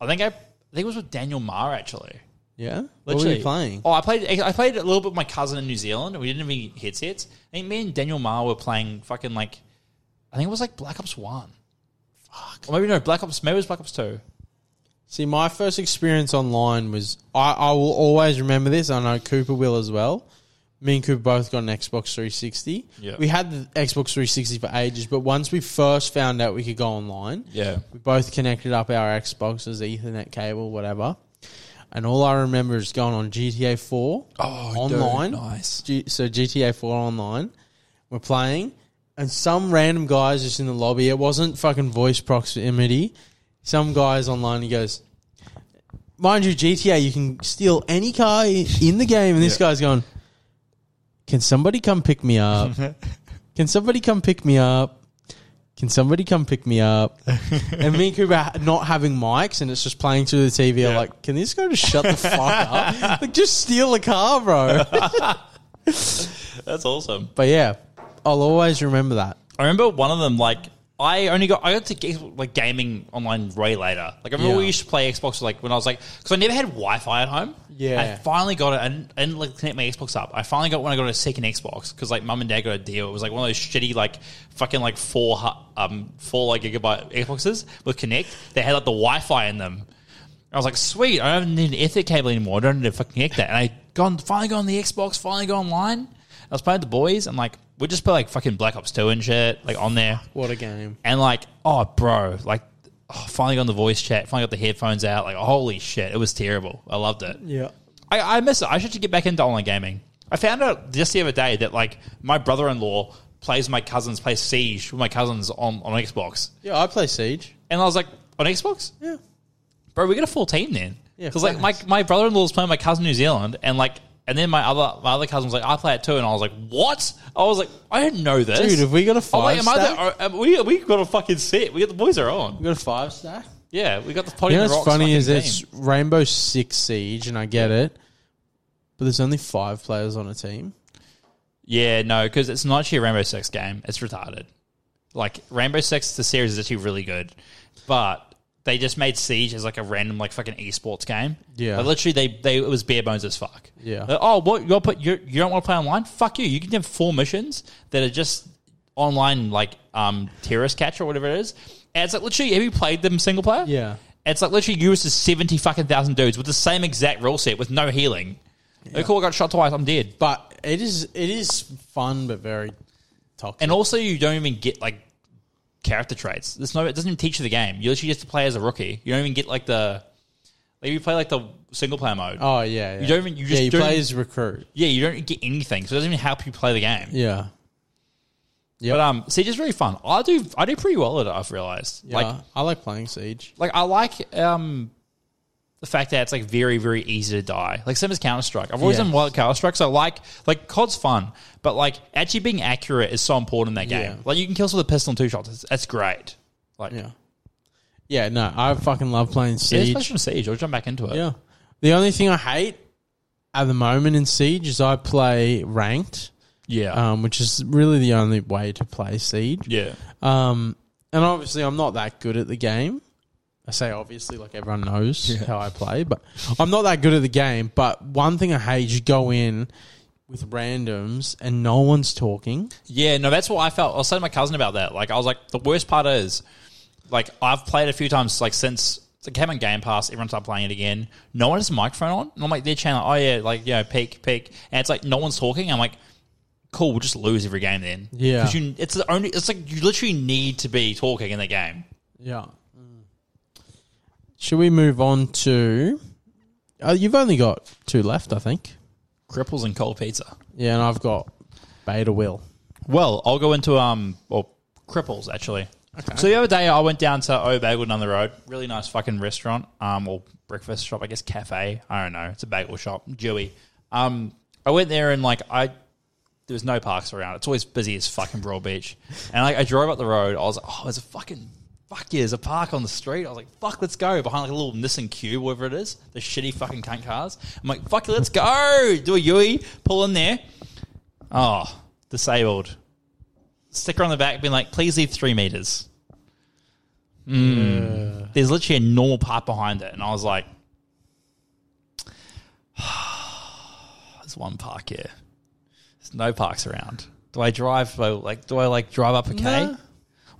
[SPEAKER 1] I think I, I think it was with Daniel Marr, actually.
[SPEAKER 2] Yeah, what
[SPEAKER 1] Literally
[SPEAKER 2] were you playing?
[SPEAKER 1] Oh, I played. I played a little bit with my cousin in New Zealand. We didn't have any headsets. I think me and Daniel Ma were playing fucking like, I think it was like Black Ops One. Fuck. Or maybe no, Black Ops. Maybe it was Black Ops Two.
[SPEAKER 2] See, my first experience online was I, I will always remember this. I know Cooper will as well. Me and Cooper both got an Xbox 360.
[SPEAKER 3] Yeah.
[SPEAKER 2] We had the Xbox 360 for ages, but once we first found out we could go online,
[SPEAKER 3] Yeah.
[SPEAKER 2] we both connected up our Xboxes, Ethernet cable, whatever. And all I remember is going on GTA 4 online.
[SPEAKER 3] Oh, nice.
[SPEAKER 2] G- so GTA 4 online. We're playing, and some random guys just in the lobby. It wasn't fucking voice proximity. Some guys online. He goes, mind you, GTA you can steal any car i- in the game, and this
[SPEAKER 3] Yeah.
[SPEAKER 2] guy's going, "Can somebody come pick me up? can somebody come pick me up?" Can somebody come pick me up? and me and Cooper ha- not having mics and it's just playing through the TV. I'm
[SPEAKER 3] Yeah.
[SPEAKER 2] Like, can this guy just shut the fuck up? Like, just steal a car, bro.
[SPEAKER 1] That's awesome.
[SPEAKER 2] But yeah, I'll always remember that.
[SPEAKER 1] I remember one of them. Like I only got I got to get, like gaming online way later. Like I remember
[SPEAKER 2] Yeah.
[SPEAKER 1] we used to play Xbox like when I was like because I never had Wi Fi at home.
[SPEAKER 2] Yeah.
[SPEAKER 1] I finally got it and I didn't like connect my Xbox up. I finally got when I got a second Xbox because like mum and dad got a deal. It was like one of those shitty like fucking like four hu- um four like gigabyte Xboxes with Connect. They had like the Wi Fi in them. I was like, sweet, I don't need an Ethernet cable anymore. I don't need to fucking connect that. And I gone finally got on the Xbox, finally got online. I was playing with the boys and like we just play like fucking Black Ops 2 and shit, like on there.
[SPEAKER 2] What a game.
[SPEAKER 1] And like, oh bro, like oh, finally got on the voice chat, finally got the headphones out, like holy shit, it was terrible. I loved it.
[SPEAKER 2] Yeah.
[SPEAKER 1] I, I miss it. I should get back into online gaming. I found out just the other day that like my brother in law plays my cousins, plays Siege with my cousins on, on Xbox.
[SPEAKER 2] Yeah, I play Siege.
[SPEAKER 1] And I was like, on Xbox?
[SPEAKER 2] Yeah.
[SPEAKER 1] bro, we got a full team then.
[SPEAKER 2] Yeah,
[SPEAKER 1] because like my,
[SPEAKER 2] facts.
[SPEAKER 1] my brother in law was playing my cousin in New Zealand, and like, and then my other my other cousin was like, I play it too, and I was like, what? I was like, I didn't know this,
[SPEAKER 2] Dude, have we got a
[SPEAKER 1] I'm like, Oh,
[SPEAKER 2] five
[SPEAKER 1] am I
[SPEAKER 2] stack?
[SPEAKER 1] the, are, am we we got a fucking set. We got the boys are on.
[SPEAKER 2] we got a five stack?
[SPEAKER 1] Yeah, we got the potty.
[SPEAKER 2] You know
[SPEAKER 1] and the
[SPEAKER 2] what's
[SPEAKER 1] rocks
[SPEAKER 2] funny
[SPEAKER 1] fucking
[SPEAKER 2] is
[SPEAKER 1] team.
[SPEAKER 2] it's Rainbow Six Siege, and I get it, but there's only five players on a team.
[SPEAKER 1] yeah, no, because it's not actually a Rainbow Six game. It's retarded. Like Rainbow Six, the series is actually really good, but. They just made Siege as like a random like fucking esports game.
[SPEAKER 2] Yeah.
[SPEAKER 1] Like, literally they, they it was bare bones as fuck.
[SPEAKER 2] Yeah.
[SPEAKER 1] Like, oh, what you got put? You you don't want to play online? Fuck you. You can have four missions that are just online, like um, terrorist catch or whatever it is. And it's like literally, have you played them single player?
[SPEAKER 2] Yeah.
[SPEAKER 1] It's like literally you versus seventy fucking thousand dudes with the same exact rule set with no healing. Oh, cool, I got shot twice. I'm dead.
[SPEAKER 2] But it is it is fun, but very toxic.
[SPEAKER 1] And also, you don't even get like character traits. There's no. It doesn't even teach you the game. You literally just play as a rookie. You don't even get like the. Like you play like the single player mode.
[SPEAKER 2] oh yeah, yeah.
[SPEAKER 1] You don't even- you just
[SPEAKER 2] yeah, you
[SPEAKER 1] don't-
[SPEAKER 2] play as recruit.
[SPEAKER 1] Yeah, you don't get anything, so it doesn't even help you play the game.
[SPEAKER 2] Yeah,
[SPEAKER 1] But um, Siege is really fun. I do I do pretty well at it. I've realized.
[SPEAKER 2] yeah.
[SPEAKER 1] Like
[SPEAKER 2] I like playing Siege.
[SPEAKER 1] like I like um, the fact that it's like very very easy to die. Like same as Counter Strike. I've always
[SPEAKER 2] Yes.
[SPEAKER 1] done well at Counter Strike. So I like like COD's fun, but like actually being accurate is so important in that game.
[SPEAKER 2] Yeah.
[SPEAKER 1] Like you can kill us with a pistol and two shots. That's, that's great. Like yeah,
[SPEAKER 2] Yeah, yeah. No, I fucking love playing
[SPEAKER 1] let's
[SPEAKER 2] Siege.
[SPEAKER 1] play some Siege. I'll jump back into it.
[SPEAKER 2] Yeah. The only thing I hate at the moment in Siege is I play ranked,
[SPEAKER 1] yeah,
[SPEAKER 2] um, which is really the only way to play Siege.
[SPEAKER 1] yeah.
[SPEAKER 2] Um, and obviously, I'm not that good at the game. I say obviously, like everyone knows how I play, but I'm not that good at the game. But one thing I hate is you go in with randoms and no one's talking.
[SPEAKER 1] Yeah, no, that's what I felt. I was saying to my cousin about that. Like, I was like, the worst part is, like, I've played a few times, like, since it came on Game Pass, everyone started playing it again. No one has a microphone on. And I'm like, they're channeling, oh, yeah, like, you know, peak, peak. And it's like, no one's talking. I'm like, cool, we'll just lose every game then.
[SPEAKER 2] Yeah.
[SPEAKER 1] Because you, it's the only, it's like, you literally need to be talking in the game.
[SPEAKER 2] Yeah. Should we move on to? Uh, you've only got two left, I think.
[SPEAKER 1] Cripples and cold pizza.
[SPEAKER 2] Yeah, and I've got Beta Will.
[SPEAKER 1] Well, I'll go into um well cripples actually. So the other day I went down to O Bagel down the road, really nice fucking restaurant, um or breakfast shop, I guess cafe. I don't know. It's a bagel shop, Dewey. Um, I went there and like I there was no parks around. It's always busy as fucking Broad Beach, and like I drove up the road. I was like, oh, there's a fucking fuck yeah, there's a park on the street. I was like, fuck, let's go. Behind like a little Nissan Cube, whatever it is, the shitty fucking cunt cars. I'm like, fuck, it, let's go. Do a Yui, pull in there. Oh, disabled. Sticker on the back being like, please leave three meters. Mm. There's literally a normal part behind it. And I was like, there's one park here. There's no parks around. Do I drive? Do I, like, do I like drive up a K?
[SPEAKER 2] No.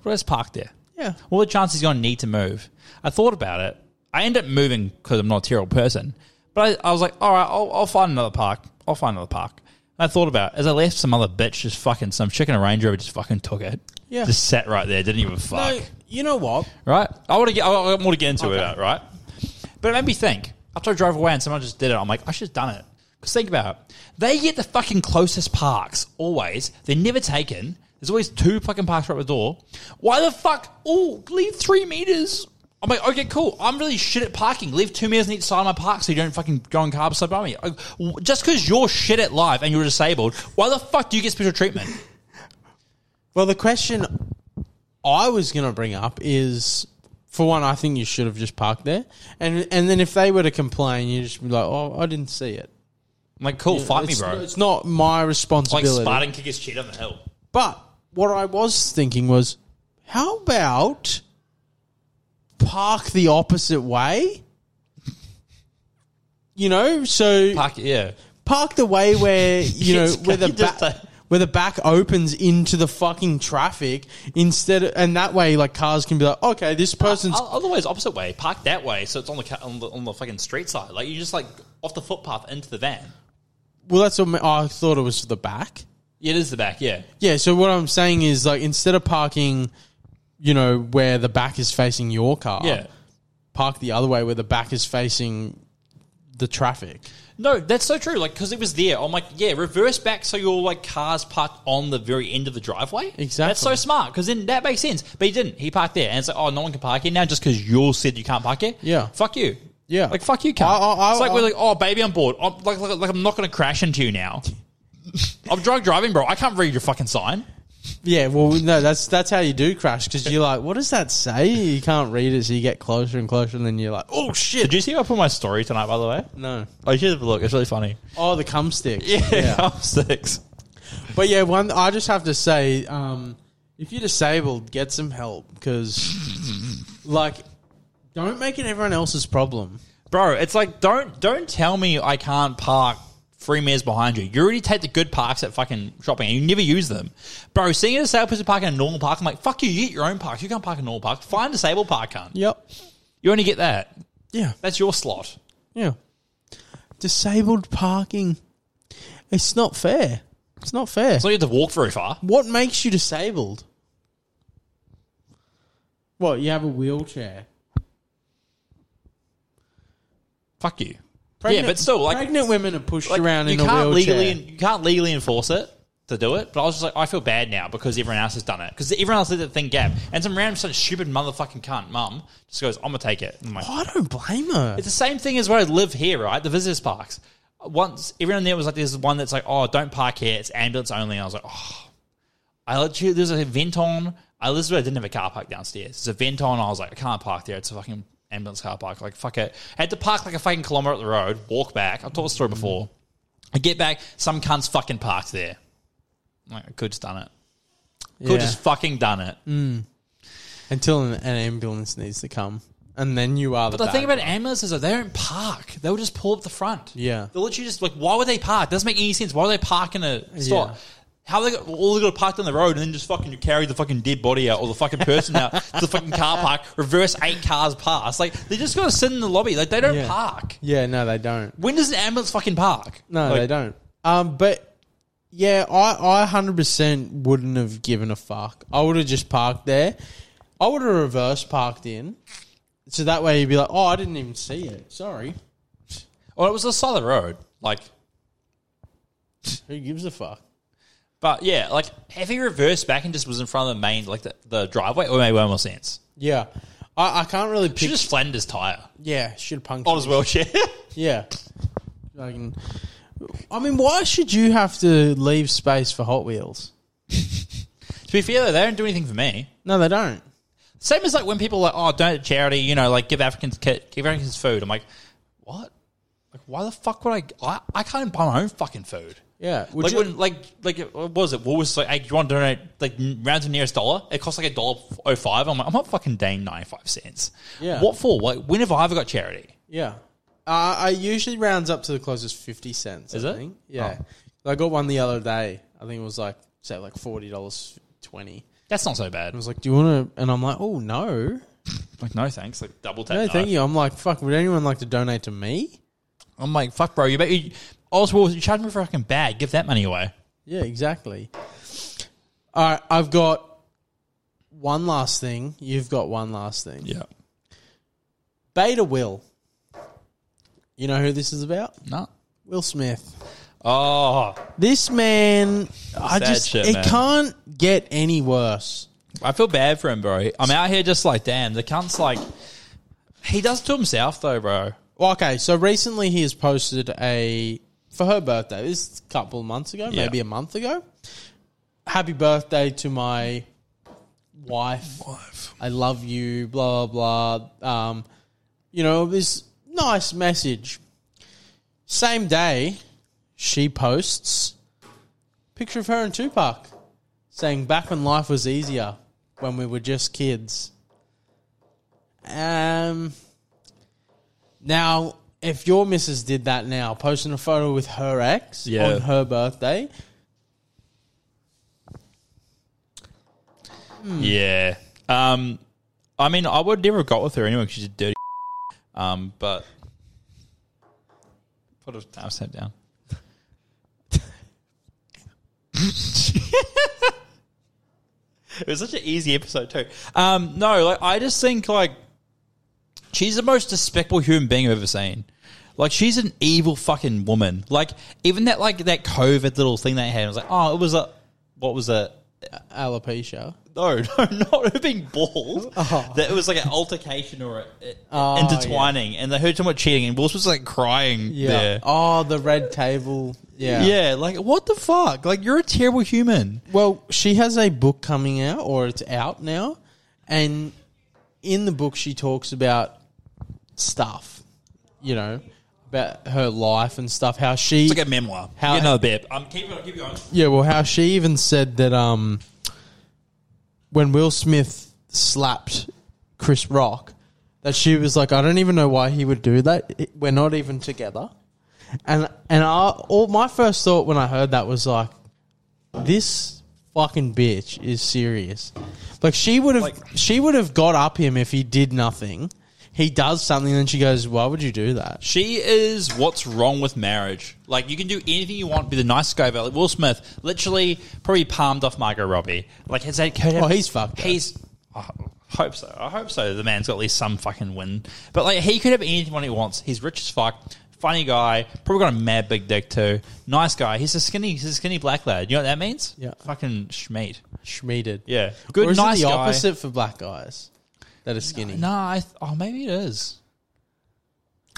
[SPEAKER 1] What else parked there?
[SPEAKER 2] Yeah.
[SPEAKER 1] What are the chances you're going to need to move? I thought about it. I end up moving because I'm not a terrible person. But I, I was like, all right, I'll, I'll find another park. I'll find another park. And I thought about it. As I left, some other bitch just fucking, some chicken and Range Rover just fucking took it.
[SPEAKER 2] Yeah.
[SPEAKER 1] Just sat right there, didn't even fuck
[SPEAKER 2] No, Uh, you know what?
[SPEAKER 1] right? I want to get, I got more to get into about, it, right? But it made me think. After I drove away and someone just did it, I'm like, I should have done it. Because think about it. They get the fucking closest parks, always. They're never taken. There's always two fucking parks right at the door. Why the fuck? Oh, leave three meters. I'm like, okay, cool. I'm really shit at parking. Leave two meters on each side of my park so you don't fucking go on car beside by me. Like, w- Just because you're shit at life and you're disabled, why the fuck do you get special treatment?
[SPEAKER 2] Well, the question I was going to bring up is, for one, I think you should have just parked there, and and then if they were to complain, you just be like, "Oh, I didn't see it."
[SPEAKER 1] I'm like, cool, fight me,
[SPEAKER 2] it's,
[SPEAKER 1] bro.
[SPEAKER 2] It's not my
[SPEAKER 1] Like
[SPEAKER 2] responsibility.
[SPEAKER 1] Spartan kick his cheat on the hill.
[SPEAKER 2] But what I was thinking was, how about park the opposite way? You know, so
[SPEAKER 1] Park, yeah.
[SPEAKER 2] park the way where you know
[SPEAKER 1] Yes,
[SPEAKER 2] where the
[SPEAKER 1] you just
[SPEAKER 2] back
[SPEAKER 1] say-
[SPEAKER 2] where the back opens into the fucking traffic instead, of, and that way like cars can be like, okay, this person's
[SPEAKER 1] O- Otherwise, opposite way. Park that way, so it's on the ca- on the, on the fucking street side. Like you just like off the footpath into the van.
[SPEAKER 2] well, that's what my, I thought it was to the back.
[SPEAKER 1] Yeah, it is the back. Yeah,
[SPEAKER 2] Yeah, so what I'm saying is like instead of parking, you know, where the back is facing your car,
[SPEAKER 1] yeah.
[SPEAKER 2] park the other way where the back is facing the traffic.
[SPEAKER 1] No, that's so true. Like because it was there. I'm like, yeah, reverse back so your like cars parked on the very end of the driveway.
[SPEAKER 2] Exactly.
[SPEAKER 1] That's so smart because then that makes sense. But he didn't. He parked there, and it's like, oh, no one can park here now just because you said you can't park here.
[SPEAKER 2] Yeah.
[SPEAKER 1] Fuck you.
[SPEAKER 2] Yeah.
[SPEAKER 1] Like fuck you, cunt.
[SPEAKER 2] I- I- I-
[SPEAKER 1] it's like
[SPEAKER 2] I-
[SPEAKER 1] we're like, oh, baby, I'm bored. I'm like, like, like I'm not going to crash into you now. I'm drunk driving, bro. I can't read your fucking sign.
[SPEAKER 2] Yeah, well, no, that's that's how you do crash because you're like, what does that say? You can't read it, so you get closer and closer, and then you're like,
[SPEAKER 1] Oh shit! Did you see I put my story tonight? By the way,
[SPEAKER 2] no.
[SPEAKER 1] oh, you should have a look. It's really funny.
[SPEAKER 2] Oh, the cum stick.
[SPEAKER 1] I'm six.
[SPEAKER 2] But yeah, one. I just have to say, um, if you're disabled, get some help because, like, don't make it everyone else's problem.
[SPEAKER 1] bro. It's like don't don't tell me I can't park three meters behind you. You already take the good parks at fucking shopping, and you never use them, bro. Seeing a disabled person park in a normal park, I'm like, fuck you. You get your own parks. You can't park in a normal park. Find a disabled park, cunt.
[SPEAKER 2] Yep.
[SPEAKER 1] You only get that.
[SPEAKER 2] Yeah.
[SPEAKER 1] That's your slot.
[SPEAKER 2] Yeah. Disabled parking. It's not fair. It's not fair.
[SPEAKER 1] So you have to walk very far.
[SPEAKER 2] What makes you disabled? What, you have a wheelchair?
[SPEAKER 1] Fuck you. yeah, but still, like,
[SPEAKER 2] pregnant women are pushed
[SPEAKER 1] like,
[SPEAKER 2] around
[SPEAKER 1] you
[SPEAKER 2] in a
[SPEAKER 1] can't
[SPEAKER 2] wheelchair.
[SPEAKER 1] legally you can't legally enforce it to do it. But I was just like, I feel bad now because everyone else has done it because everyone else did that thing, Gab, and some random such stupid motherfucking cunt mum just goes, I'm gonna take it. I'm like,
[SPEAKER 2] I don't blame her.
[SPEAKER 1] It's the same thing as where I live here, right? The visitors parks. Once everyone there was like, there's one that's like, oh, don't park here. It's ambulance only. And I was like, oh, I literally there's a vent on. I literally didn't have a car park downstairs. There's a vent on. I was like, I can't park there. It's a fucking ambulance car park. Like fuck it. I had to park like a fucking kilometer up the road. Walk back. I've told the story before. I get back. Some cunts fucking parked there. I'm Like I could just done it. Could
[SPEAKER 2] Yeah.
[SPEAKER 1] just fucking done it.
[SPEAKER 2] Until an, an ambulance needs to come. And then you are the
[SPEAKER 1] But the thing
[SPEAKER 2] bad
[SPEAKER 1] about ambulances is that they don't park. They'll just pull up the front.
[SPEAKER 2] Yeah.
[SPEAKER 1] They'll literally just like, why would they park? Doesn't make any sense. Why would they park in a spot?
[SPEAKER 2] Yeah.
[SPEAKER 1] How they got all they got parked on the road and then just fucking carry the fucking dead body out or the fucking person out to the fucking car park, reverse eight cars past. Like they just gotta sit in the lobby. Like they don't
[SPEAKER 2] Yeah.
[SPEAKER 1] park.
[SPEAKER 2] Yeah, no, they don't.
[SPEAKER 1] When does an ambulance fucking park?
[SPEAKER 2] No,
[SPEAKER 1] Like,
[SPEAKER 2] they don't. Um, but yeah, I I hundred percent wouldn't have given a fuck. I would have just parked there. I would have reverse parked in, so that way you'd be like, oh, I didn't even see it. Sorry.
[SPEAKER 1] Well, it was the side of the road. Like
[SPEAKER 2] Who gives a fuck?
[SPEAKER 1] but yeah, like if he reversed back and just was in front of the main like the, the driveway, it would make way more sense.
[SPEAKER 2] Yeah, I, I can't really
[SPEAKER 1] She
[SPEAKER 2] pick.
[SPEAKER 1] just flattened his tire
[SPEAKER 2] yeah, should punch.
[SPEAKER 1] on his wheelchair.
[SPEAKER 2] Yeah. I, can, I mean, why should you have to leave space for Hot Wheels?
[SPEAKER 1] to be fair though, they don't do anything for me.
[SPEAKER 2] No, they don't.
[SPEAKER 1] Same as like when people are like, oh, donate to charity, you know, like give Africans ki- give Africans food. I'm like, what? Like, why the fuck would I? I, I can't even buy my own fucking food.
[SPEAKER 2] Yeah. Would
[SPEAKER 1] like,
[SPEAKER 2] you-
[SPEAKER 1] when, like, like, what was it? What was like? Hey, do you want to donate like rounds of nearest dollar? It costs like a dollar oh five. I'm like, I'm not fucking dang ninety five cents.
[SPEAKER 2] Yeah.
[SPEAKER 1] What for? Like, when have I ever got charity?
[SPEAKER 2] yeah. Uh, I usually rounds up to the closest fifty cents.
[SPEAKER 1] Is
[SPEAKER 2] I
[SPEAKER 1] it? Oh.
[SPEAKER 2] Think. Yeah. I got one the other day. I think it was like say like forty dollars twenty.
[SPEAKER 1] That's not so bad.
[SPEAKER 2] I was like, "Do you want to?" And I'm like, "Oh no,
[SPEAKER 1] Like, no thanks. Like double tap.
[SPEAKER 2] no, thank you." I'm like, "Fuck, would anyone like to donate to me?"
[SPEAKER 1] I'm like, fuck, bro. You bet. You, Oswald, you charge me for a fucking bag. Give that money away.
[SPEAKER 2] Yeah, exactly. All right, I've got one last thing. You've got one last thing.
[SPEAKER 1] Yeah.
[SPEAKER 2] Beta Will. You know who this is about?
[SPEAKER 1] No.
[SPEAKER 2] Will Smith.
[SPEAKER 1] Oh,
[SPEAKER 2] This man, I
[SPEAKER 1] Sad
[SPEAKER 2] just
[SPEAKER 1] shit,
[SPEAKER 2] it
[SPEAKER 1] man.
[SPEAKER 2] can't get any worse.
[SPEAKER 1] I feel bad for him, bro. I'm out here just like, damn, the cunt's like, he does it to himself though, bro.
[SPEAKER 2] Well, okay, so recently he has posted a for her birthday. This is a couple of months ago,
[SPEAKER 1] Yeah.
[SPEAKER 2] maybe a month ago. Happy birthday to my wife. I love you, blah blah blah. Um, you know, this nice message. Same day, she posts picture of her and Tupac saying back when life was easier when we were just kids. Um now if your missus did that now, posting a photo with her ex
[SPEAKER 1] Yeah.
[SPEAKER 2] on her birthday,
[SPEAKER 1] Yeah. Um, I mean, I would never have got with her anyway 'cause she's a dirty. Um, but put a no, step down. it was such an easy episode too. Um, no, like I just think like she's the most despicable human being I've ever seen. Like she's an evil fucking woman. Like even that like that COVID little thing they had, I was like, oh, it was a what was it?
[SPEAKER 2] alopecia.
[SPEAKER 1] No, no, not her being bald. That it was like an altercation or a, a-
[SPEAKER 2] Oh,
[SPEAKER 1] intertwining, and they heard so much cheating, and Will Smith was like crying
[SPEAKER 2] Yeah.
[SPEAKER 1] there.
[SPEAKER 2] Oh, the red table. Yeah.
[SPEAKER 1] Yeah, like what the fuck? Like you're a terrible human.
[SPEAKER 2] Well, she has a book coming out, or it's out now, and in the book she talks about stuff, you know, about her life and stuff. How she,
[SPEAKER 1] It's like a memoir.
[SPEAKER 2] How-
[SPEAKER 1] you know, Beb. I'm keep it. Keep going.
[SPEAKER 2] yeah, well, how she even said that um, when Will Smith slapped Chris Rock, that she was like, I don't even know why he would do that. It- We're not even together. And and I, all my first thought when I heard that was like, this fucking bitch is serious. Like she would have
[SPEAKER 1] Like-
[SPEAKER 2] she would have got up him if he did nothing. He does something, and she goes, "Why would you do that?"
[SPEAKER 1] She is what's wrong with marriage. Like you can do anything you want, be the nice guy about it. Will Smith literally probably palmed off Margot Robbie. Like has that?
[SPEAKER 2] Oh, he's fucked up.
[SPEAKER 1] He's. I hope so. I hope so. The man's got at least some fucking win. But like he could have anything he wants. He's rich as fuck. Funny guy. Probably got a mad big dick too. Nice guy. He's a skinny. He's a skinny black lad. You know what that means?
[SPEAKER 2] Yeah.
[SPEAKER 1] Fucking schmeat.
[SPEAKER 2] Schmeeded.
[SPEAKER 1] Yeah. Good.
[SPEAKER 2] or is
[SPEAKER 1] nice
[SPEAKER 2] it the
[SPEAKER 1] guy.
[SPEAKER 2] opposite for black guys that are skinny?
[SPEAKER 1] No, I th- oh maybe it is.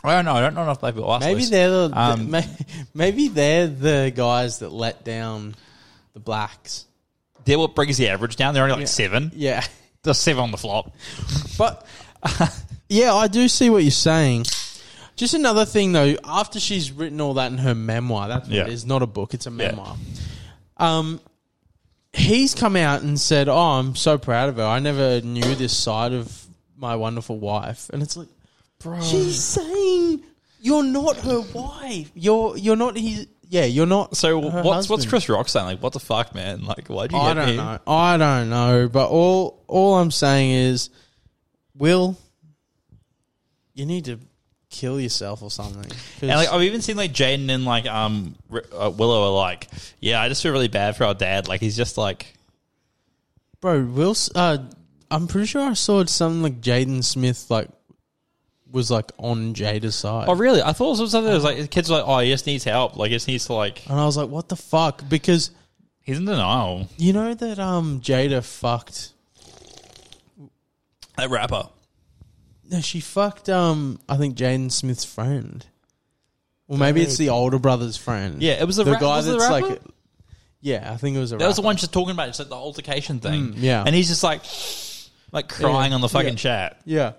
[SPEAKER 1] I don't know. I don't know enough black people. Ask
[SPEAKER 2] Maybe
[SPEAKER 1] this.
[SPEAKER 2] they're the,
[SPEAKER 1] Um,
[SPEAKER 2] may- maybe they're the guys that let down the blacks.
[SPEAKER 1] they're what brings the average down. They're only like seven.
[SPEAKER 2] Yeah,
[SPEAKER 1] They're seven on the flop.
[SPEAKER 2] but yeah, I do see what you're saying. Just another thing though, after she's written all that in her memoir, that's what
[SPEAKER 1] Yeah.
[SPEAKER 2] it is, not a book, it's a memoir. Um, he's come out and said, "Oh, I'm so proud of her. I never knew this side of my wonderful wife." And it's like,
[SPEAKER 1] Bro.
[SPEAKER 2] she's saying you're not her wife. You're you're not his. Yeah, you're not.
[SPEAKER 1] So
[SPEAKER 2] her
[SPEAKER 1] what's what's
[SPEAKER 2] husband.
[SPEAKER 1] Chris Rock saying? Like, what the fuck, man? Like, why'd you
[SPEAKER 2] I
[SPEAKER 1] get
[SPEAKER 2] don't
[SPEAKER 1] me?
[SPEAKER 2] know. I don't know. But all all I'm saying is, Will, you need to kill yourself or something. 'Cause-
[SPEAKER 1] And like, I've even seen like Jaden and like um R- uh, Willow are like, yeah, I just feel really bad for our dad. Like, he's just like,
[SPEAKER 2] bro, Will. S- Uh, I'm pretty sure I saw something like Jaden Smith like was like on Jada's side.
[SPEAKER 1] oh really? I thought it was something that was like, the kids were like, oh, he just needs help. Like, he just needs to like,
[SPEAKER 2] and I was like, what the fuck? Because
[SPEAKER 1] he's in denial.
[SPEAKER 2] you know that um Jada fucked
[SPEAKER 1] That rapper.
[SPEAKER 2] No, she fucked um I think Jaden Smith's friend. Or maybe it's the older brother's friend.
[SPEAKER 1] Yeah, it was the rap- was it the rapper?
[SPEAKER 2] Yeah, I think it was a
[SPEAKER 1] That was the
[SPEAKER 2] rapper.
[SPEAKER 1] one she's talking about. It's like the altercation thing.
[SPEAKER 2] Mm, yeah.
[SPEAKER 1] and he's just like, like crying on the fucking
[SPEAKER 2] Yeah.
[SPEAKER 1] chat.
[SPEAKER 2] Yeah.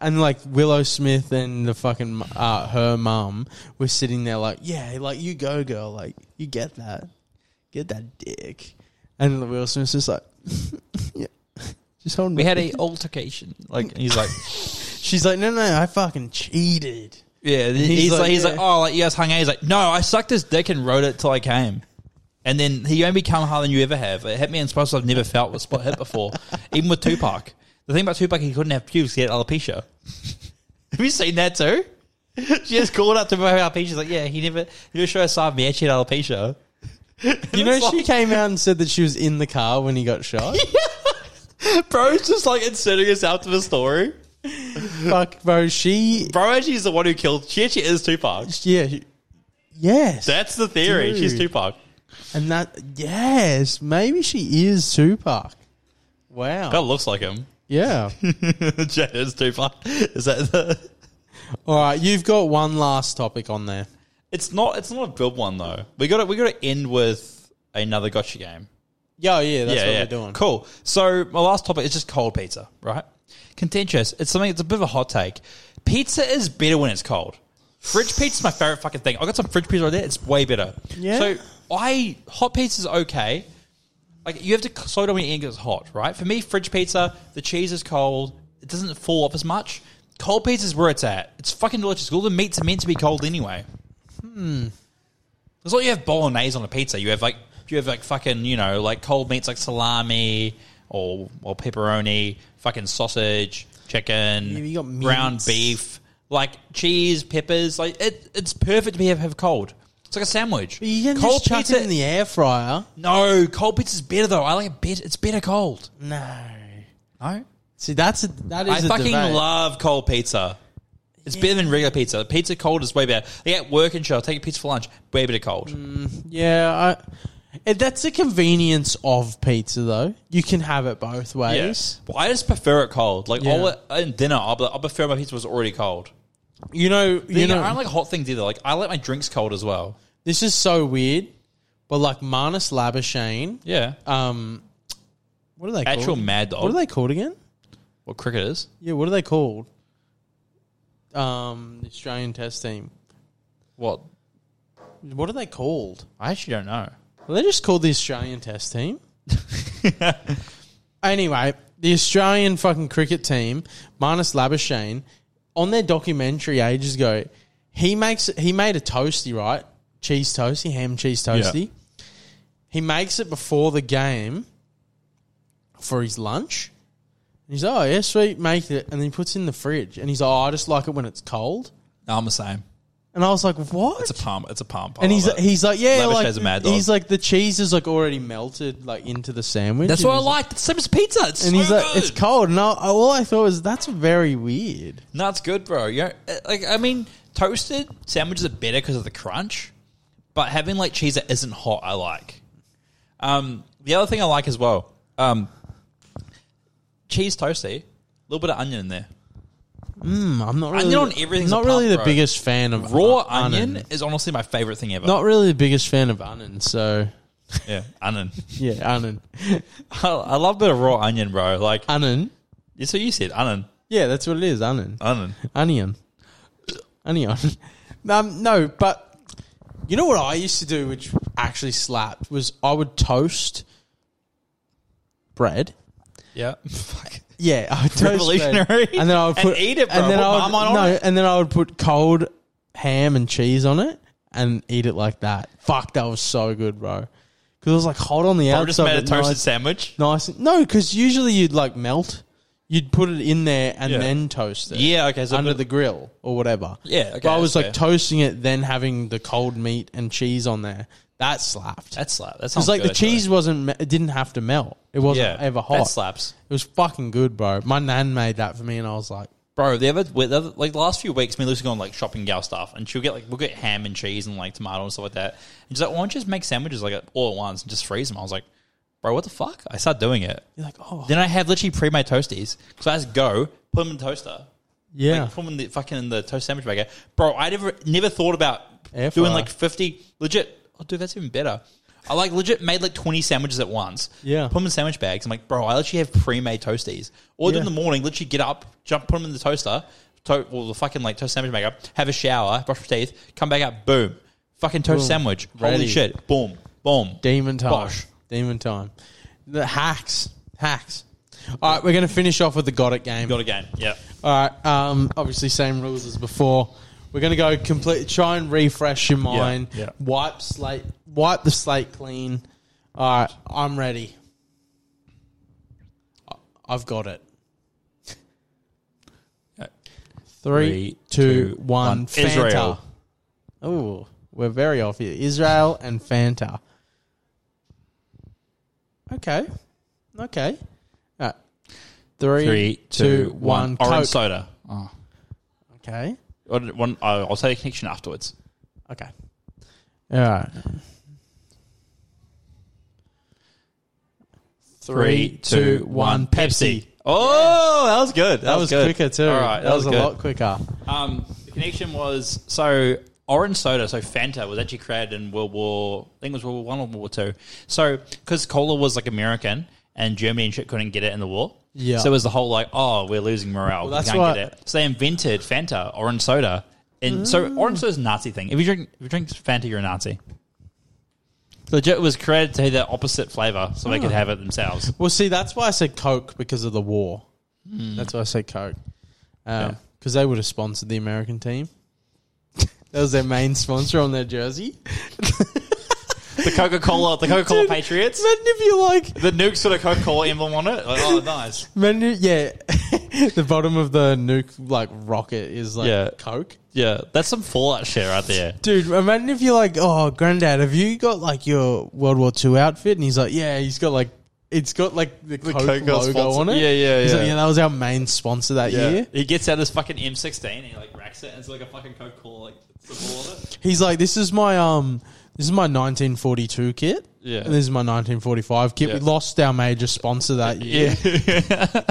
[SPEAKER 2] And like Willow Smith and the fucking uh, her mum were sitting there like, yeah, like you go, girl, like you get that, get that dick. And Will Smith's just like, yeah, just holding.
[SPEAKER 1] We
[SPEAKER 2] back.
[SPEAKER 1] had a altercation. Like he's like,
[SPEAKER 2] She's like, no, no, I fucking cheated.
[SPEAKER 1] yeah. He's, like, he's like,
[SPEAKER 2] yeah.
[SPEAKER 1] oh, like you guys hung out. He's like, no, I sucked his dick and rode it till I came. And then he only become harder than you ever have. It hit me in spots I've never felt was spot hit before, even with Tupac. The thing about Tupac, he couldn't have pubes. He had alopecia. have you seen that too? She just called up to my alopecia. She's like, yeah, he never, he never showed us side. but He actually had alopecia.
[SPEAKER 2] You know,
[SPEAKER 1] It's
[SPEAKER 2] she
[SPEAKER 1] like-
[SPEAKER 2] came out and said that she was in the car when he got shot.
[SPEAKER 1] Bro's just like inserting herself to the story.
[SPEAKER 2] Fuck, bro. She,
[SPEAKER 1] Bro actually is the one who killed. She actually is Tupac.
[SPEAKER 2] yeah, she- yes,
[SPEAKER 1] That's the theory.
[SPEAKER 2] Dude.
[SPEAKER 1] She's Tupac.
[SPEAKER 2] and that, yes, maybe she is Tupac.
[SPEAKER 1] That
[SPEAKER 2] Wow.
[SPEAKER 1] looks like him.
[SPEAKER 2] Yeah.
[SPEAKER 1] Jay is Tupac. Is that the?
[SPEAKER 2] All right, you've got one last topic on there.
[SPEAKER 1] It's not. It's not a good one though. We got to. We got to end with another gotcha game.
[SPEAKER 2] Yeah, yeah, that's
[SPEAKER 1] yeah,
[SPEAKER 2] what
[SPEAKER 1] yeah.
[SPEAKER 2] we're doing.
[SPEAKER 1] Cool. So my last topic is just cold pizza, right? Contentious. It's something. It's a bit of a hot take. Pizza is better when it's cold. Fridge pizza's my favorite fucking thing. I got some fridge pizza right there. It's way better.
[SPEAKER 2] Yeah.
[SPEAKER 1] So I hot pizza's okay. Like you have to slow down when you eat because it's hot, right? For me, fridge pizza, the cheese is cold. It doesn't fall off as much. Cold pizza's where it's at. It's fucking delicious. All the meats are meant to be cold anyway. It's like you have bolognese on a pizza. You have like you have like fucking you know like cold meats like salami or or pepperoni, fucking sausage, chicken,
[SPEAKER 2] Yeah, you got
[SPEAKER 1] ground
[SPEAKER 2] mince.
[SPEAKER 1] beef, like cheese, peppers. Like it, it's perfect to be have, have cold. It's like a sandwich.
[SPEAKER 2] But you can just chuck it in the air fryer.
[SPEAKER 1] no cold pizza's better though. I like it better. It's better cold.
[SPEAKER 2] No.
[SPEAKER 1] No,
[SPEAKER 2] See, that's a, that is
[SPEAKER 1] I
[SPEAKER 2] a
[SPEAKER 1] fucking
[SPEAKER 2] debate.
[SPEAKER 1] love cold pizza. It's better than regular pizza. Pizza cold is way better. Like at work and shit, I'll take a pizza for lunch. Way better cold.
[SPEAKER 2] Yeah, I, eh, that's the convenience of pizza, though. You can have it both ways.
[SPEAKER 1] Well, I just prefer it cold. Like
[SPEAKER 2] Yeah.
[SPEAKER 1] all in dinner, I'll, be- I'll prefer my pizza was already cold.
[SPEAKER 2] You know, you
[SPEAKER 1] You know,
[SPEAKER 2] know,
[SPEAKER 1] I don't like hot things either. Like I like my drinks cold as well.
[SPEAKER 2] this is so weird, but like Marnus Labuschagne,
[SPEAKER 1] Yeah.
[SPEAKER 2] um, what are they
[SPEAKER 1] Actual
[SPEAKER 2] called?
[SPEAKER 1] mad dog.
[SPEAKER 2] What are they called again?
[SPEAKER 1] What cricket is?
[SPEAKER 2] Yeah, what are they called? Um, the Australian Test team.
[SPEAKER 1] What?
[SPEAKER 2] What are they called?
[SPEAKER 1] I actually don't know.
[SPEAKER 2] Well, they just called the Australian Test team. anyway, the Australian fucking cricket team, minus Labuschagne, on their documentary ages ago, he makes he made a toasty, right? Cheese toasty, ham cheese toasty. He makes it before the game for his lunch. And he's oh yeah, sweet, make it, and then he puts it in the fridge. And he's like, oh, I just like it when it's cold.
[SPEAKER 1] No, I'm the same.
[SPEAKER 2] And I was like, what?
[SPEAKER 1] It's a pump. It's a pump. I
[SPEAKER 2] And he's
[SPEAKER 1] love it.
[SPEAKER 2] he's like, yeah,
[SPEAKER 1] Lavish
[SPEAKER 2] like
[SPEAKER 1] as a mad dog.
[SPEAKER 2] he's like the cheese is like already melted like into the sandwich.
[SPEAKER 1] That's
[SPEAKER 2] And
[SPEAKER 1] what I
[SPEAKER 2] he's
[SPEAKER 1] like. It's the same as pizza. It's
[SPEAKER 2] And
[SPEAKER 1] so
[SPEAKER 2] he's like,
[SPEAKER 1] good.
[SPEAKER 2] it's cold. And I, all I thought was that's very weird.
[SPEAKER 1] No, it's good, bro. You know, uh, like I mean, toasted sandwiches are better because of the crunch, but having like cheese that isn't hot, I like. Um, the other thing I like as well, um, cheese toasty, a little bit of onion in there.
[SPEAKER 2] Mm, I'm not really
[SPEAKER 1] Onion on everything's
[SPEAKER 2] Not
[SPEAKER 1] a
[SPEAKER 2] really
[SPEAKER 1] pump,
[SPEAKER 2] the
[SPEAKER 1] bro.
[SPEAKER 2] biggest fan of
[SPEAKER 1] Raw
[SPEAKER 2] uh,
[SPEAKER 1] onion, is honestly my favorite thing ever.
[SPEAKER 2] Not really the biggest fan of onion. So
[SPEAKER 1] yeah, onion.
[SPEAKER 2] yeah, onion,
[SPEAKER 1] I, I love a bit of raw onion, bro. Like
[SPEAKER 2] onion.
[SPEAKER 1] that's what you said, onion,
[SPEAKER 2] Yeah, that's what it is. Onion,
[SPEAKER 1] onion.
[SPEAKER 2] onion, onion. um, no, but you know what I used to do, which actually slapped, was I would toast bread.
[SPEAKER 1] Yeah, fuck.
[SPEAKER 2] Yeah, I would toast
[SPEAKER 1] Revolutionary.
[SPEAKER 2] bread. And then I would
[SPEAKER 1] And
[SPEAKER 2] put
[SPEAKER 1] eat it, bro.
[SPEAKER 2] And then
[SPEAKER 1] Put
[SPEAKER 2] I would,
[SPEAKER 1] Marmite on
[SPEAKER 2] no,
[SPEAKER 1] it.
[SPEAKER 2] and then I would put cold ham and cheese on it and eat it like that. Fuck, that was so good, bro. Because it was like hot on the
[SPEAKER 1] I just
[SPEAKER 2] outside.
[SPEAKER 1] made a
[SPEAKER 2] but
[SPEAKER 1] toasted
[SPEAKER 2] nice,
[SPEAKER 1] sandwich.
[SPEAKER 2] nice. No, because usually you'd like melt. You'd put it in there and
[SPEAKER 1] Yeah.
[SPEAKER 2] then toast it.
[SPEAKER 1] Yeah, okay, so
[SPEAKER 2] under
[SPEAKER 1] but-
[SPEAKER 2] the grill or whatever.
[SPEAKER 1] Yeah, okay,
[SPEAKER 2] But I
[SPEAKER 1] that's
[SPEAKER 2] was like
[SPEAKER 1] fair.
[SPEAKER 2] toasting it, then having the cold meat and cheese on there. That slapped.
[SPEAKER 1] That slap. That
[SPEAKER 2] It was
[SPEAKER 1] sounds
[SPEAKER 2] like
[SPEAKER 1] good,
[SPEAKER 2] the
[SPEAKER 1] actually.
[SPEAKER 2] cheese wasn't. me- It didn't have to melt. It wasn't
[SPEAKER 1] Yeah,
[SPEAKER 2] ever hot.
[SPEAKER 1] That slaps.
[SPEAKER 2] It was fucking good, bro. My nan made that for me, and I was like,
[SPEAKER 1] Bro, the other, with the other like the last few weeks, me and Lucy gone like shopping gal stuff, and she'll get like we'll get ham and cheese and like tomato and stuff like that. And she's like, "Why don't you just make sandwiches like all at once and just freeze them?" I was like, "Bro, what the fuck?" I start doing it.
[SPEAKER 2] "You're like, oh,
[SPEAKER 1] Then I have literally pre-made toasties because I just go put them in the toaster,
[SPEAKER 2] yeah,
[SPEAKER 1] like, put them in the fucking in the toast sandwich maker. Bro, I never never thought about
[SPEAKER 2] Air
[SPEAKER 1] doing
[SPEAKER 2] fryer.
[SPEAKER 1] like fifty legit. Oh, dude, that's even better. I like legit made like 20 sandwiches at once.
[SPEAKER 2] Yeah.
[SPEAKER 1] Put them in sandwich bags. I'm like, bro, I literally have pre made toasties. Order
[SPEAKER 2] Yeah.
[SPEAKER 1] in the morning, literally get up, jump, put them in the toaster, to- or the fucking like toast sandwich maker, have a shower, brush your teeth, come back up, boom. Fucking toast
[SPEAKER 2] Boom.
[SPEAKER 1] sandwich.
[SPEAKER 2] Ready.
[SPEAKER 1] Holy shit. Boom. Boom.
[SPEAKER 2] Demon time.
[SPEAKER 1] Bosh.
[SPEAKER 2] Demon time. The hacks. Hacks. All right, we're going to finish off with the got it game.
[SPEAKER 1] Got again. Yeah.
[SPEAKER 2] All right. Um, obviously, same rules as before. We're going to go complete. Try and refresh your mind.
[SPEAKER 1] yeah.
[SPEAKER 2] Wipe slate. Wipe the slate clean. All right. I'm ready. I- I've got it.
[SPEAKER 1] Uh,
[SPEAKER 2] Three, two, one. Fanta.
[SPEAKER 1] Israel.
[SPEAKER 2] Oh, we're very off here. Israel and Fanta. Okay. Okay. All right. Three, two, one.
[SPEAKER 1] Three, two, one. Orange
[SPEAKER 2] Coke.
[SPEAKER 1] soda.
[SPEAKER 2] Okay.
[SPEAKER 1] Or One, I'll I'll say the connection afterwards.
[SPEAKER 2] Okay. All right. Three, two, one. Pepsi.
[SPEAKER 1] Oh, that was good. That,
[SPEAKER 2] That
[SPEAKER 1] was,
[SPEAKER 2] was
[SPEAKER 1] good.
[SPEAKER 2] quicker too.
[SPEAKER 1] All right,
[SPEAKER 2] that, was, a
[SPEAKER 1] good.
[SPEAKER 2] lot quicker.
[SPEAKER 1] Um, the connection was so orange soda, so Fanta was actually created in World War. I think it was World War One or World War Two. So because cola was like American and Germany and shit couldn't get it in the war.
[SPEAKER 2] Yeah.
[SPEAKER 1] So it was the whole like, oh, we're losing morale.
[SPEAKER 2] Well, that's
[SPEAKER 1] we can't
[SPEAKER 2] why-
[SPEAKER 1] get it. So they invented Fanta, orange soda. And so orange soda's a Nazi thing. If you drink if you drink Fanta, you're a Nazi. Legit it was created to be the opposite flavour so they could have it themselves.
[SPEAKER 2] Well, see, that's why I said Coke because of the war. That's why I said Coke because they would have sponsored the American team. that was their main sponsor on their jersey.
[SPEAKER 1] The Coca Cola the Coca Cola Patriots.
[SPEAKER 2] Imagine if you like,
[SPEAKER 1] The nuke's got a Coca Cola emblem on it. Like, oh nice.
[SPEAKER 2] imagine, yeah, the bottom of the nuke like rocket is like
[SPEAKER 1] Yeah.
[SPEAKER 2] Coke.
[SPEAKER 1] Yeah, that's some Fallout shit right there.
[SPEAKER 2] Dude, imagine if you're like, oh, granddad, have you got like your World War II outfit? And he's like, yeah, he's got like, it's got like the, Coke,
[SPEAKER 1] Coke got
[SPEAKER 2] logo
[SPEAKER 1] sponsored.
[SPEAKER 2] on it.
[SPEAKER 1] Yeah, yeah,
[SPEAKER 2] He's like,
[SPEAKER 1] yeah.
[SPEAKER 2] yeah, that was our main sponsor that year.
[SPEAKER 1] He gets out his fucking M16 and he like racks it and it's like a fucking Coca Cola like symbol on it.
[SPEAKER 2] He's like, this is my um, this is my 1942 kit.
[SPEAKER 1] Yeah.
[SPEAKER 2] And this is my 1945 kit. We
[SPEAKER 1] Yeah.
[SPEAKER 2] lost our major sponsor that year.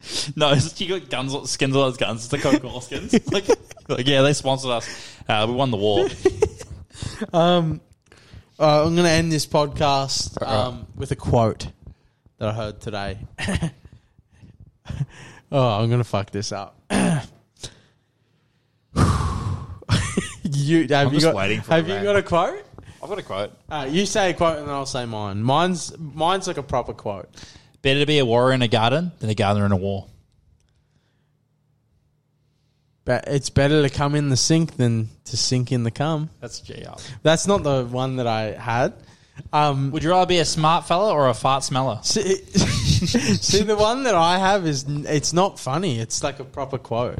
[SPEAKER 1] Yeah. no, it's just, you got guns, skins on those guns. It's the Coca Cola skins. like, like, yeah, they sponsored us. Uh, we won the war.
[SPEAKER 2] Um, Uh, I'm going to end this podcast um, with a quote that I heard today. oh, I'm going to fuck this up. you have you
[SPEAKER 1] just
[SPEAKER 2] got
[SPEAKER 1] waiting for
[SPEAKER 2] have
[SPEAKER 1] it,
[SPEAKER 2] you
[SPEAKER 1] man.
[SPEAKER 2] got a quote?
[SPEAKER 1] I've got a quote.
[SPEAKER 2] Uh, you say a quote and then I'll say mine. Mine's mine's like a proper quote.
[SPEAKER 1] Better to be a warrior in a garden than a gardener in a war.
[SPEAKER 2] But it's better to come in the sink than to sink in the cum.
[SPEAKER 1] That's JR.
[SPEAKER 2] That's not the one that I had. Um,
[SPEAKER 1] Would you rather be a smart fella or a fart smeller?
[SPEAKER 2] see, see, the one that I have is n- it's not funny. It's like a proper quote.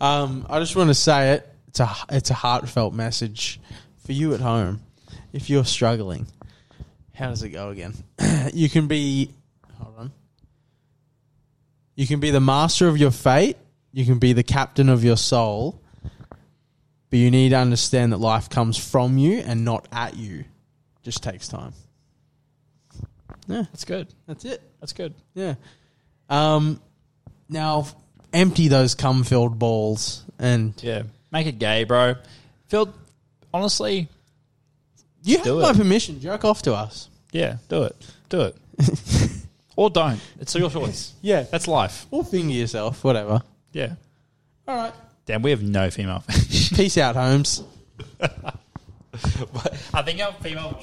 [SPEAKER 2] Um, I just want to say it. It's a it's a heartfelt message for you at home. If you're struggling, how does it go again? you can be hold on. You can be the master of your fate. You can be the captain of your soul. But you need to understand that life comes from you and not at you. Just takes time. Yeah,
[SPEAKER 1] That's good.
[SPEAKER 2] that's it.
[SPEAKER 1] That's good.
[SPEAKER 2] Yeah. Um, now empty those cum filled balls and
[SPEAKER 1] Yeah. Make it gay, bro. Phil, honestly,
[SPEAKER 2] you
[SPEAKER 1] do
[SPEAKER 2] have my
[SPEAKER 1] it.
[SPEAKER 2] permission. Jerk off to us.
[SPEAKER 1] Yeah, do it. Do it. or don't. It's your choice.
[SPEAKER 2] Yeah.
[SPEAKER 1] That's life.
[SPEAKER 2] Or finger yourself, whatever.
[SPEAKER 1] Yeah.
[SPEAKER 2] All right.
[SPEAKER 1] Damn, we have no female.
[SPEAKER 2] Peace out, Holmes.
[SPEAKER 1] I think our female.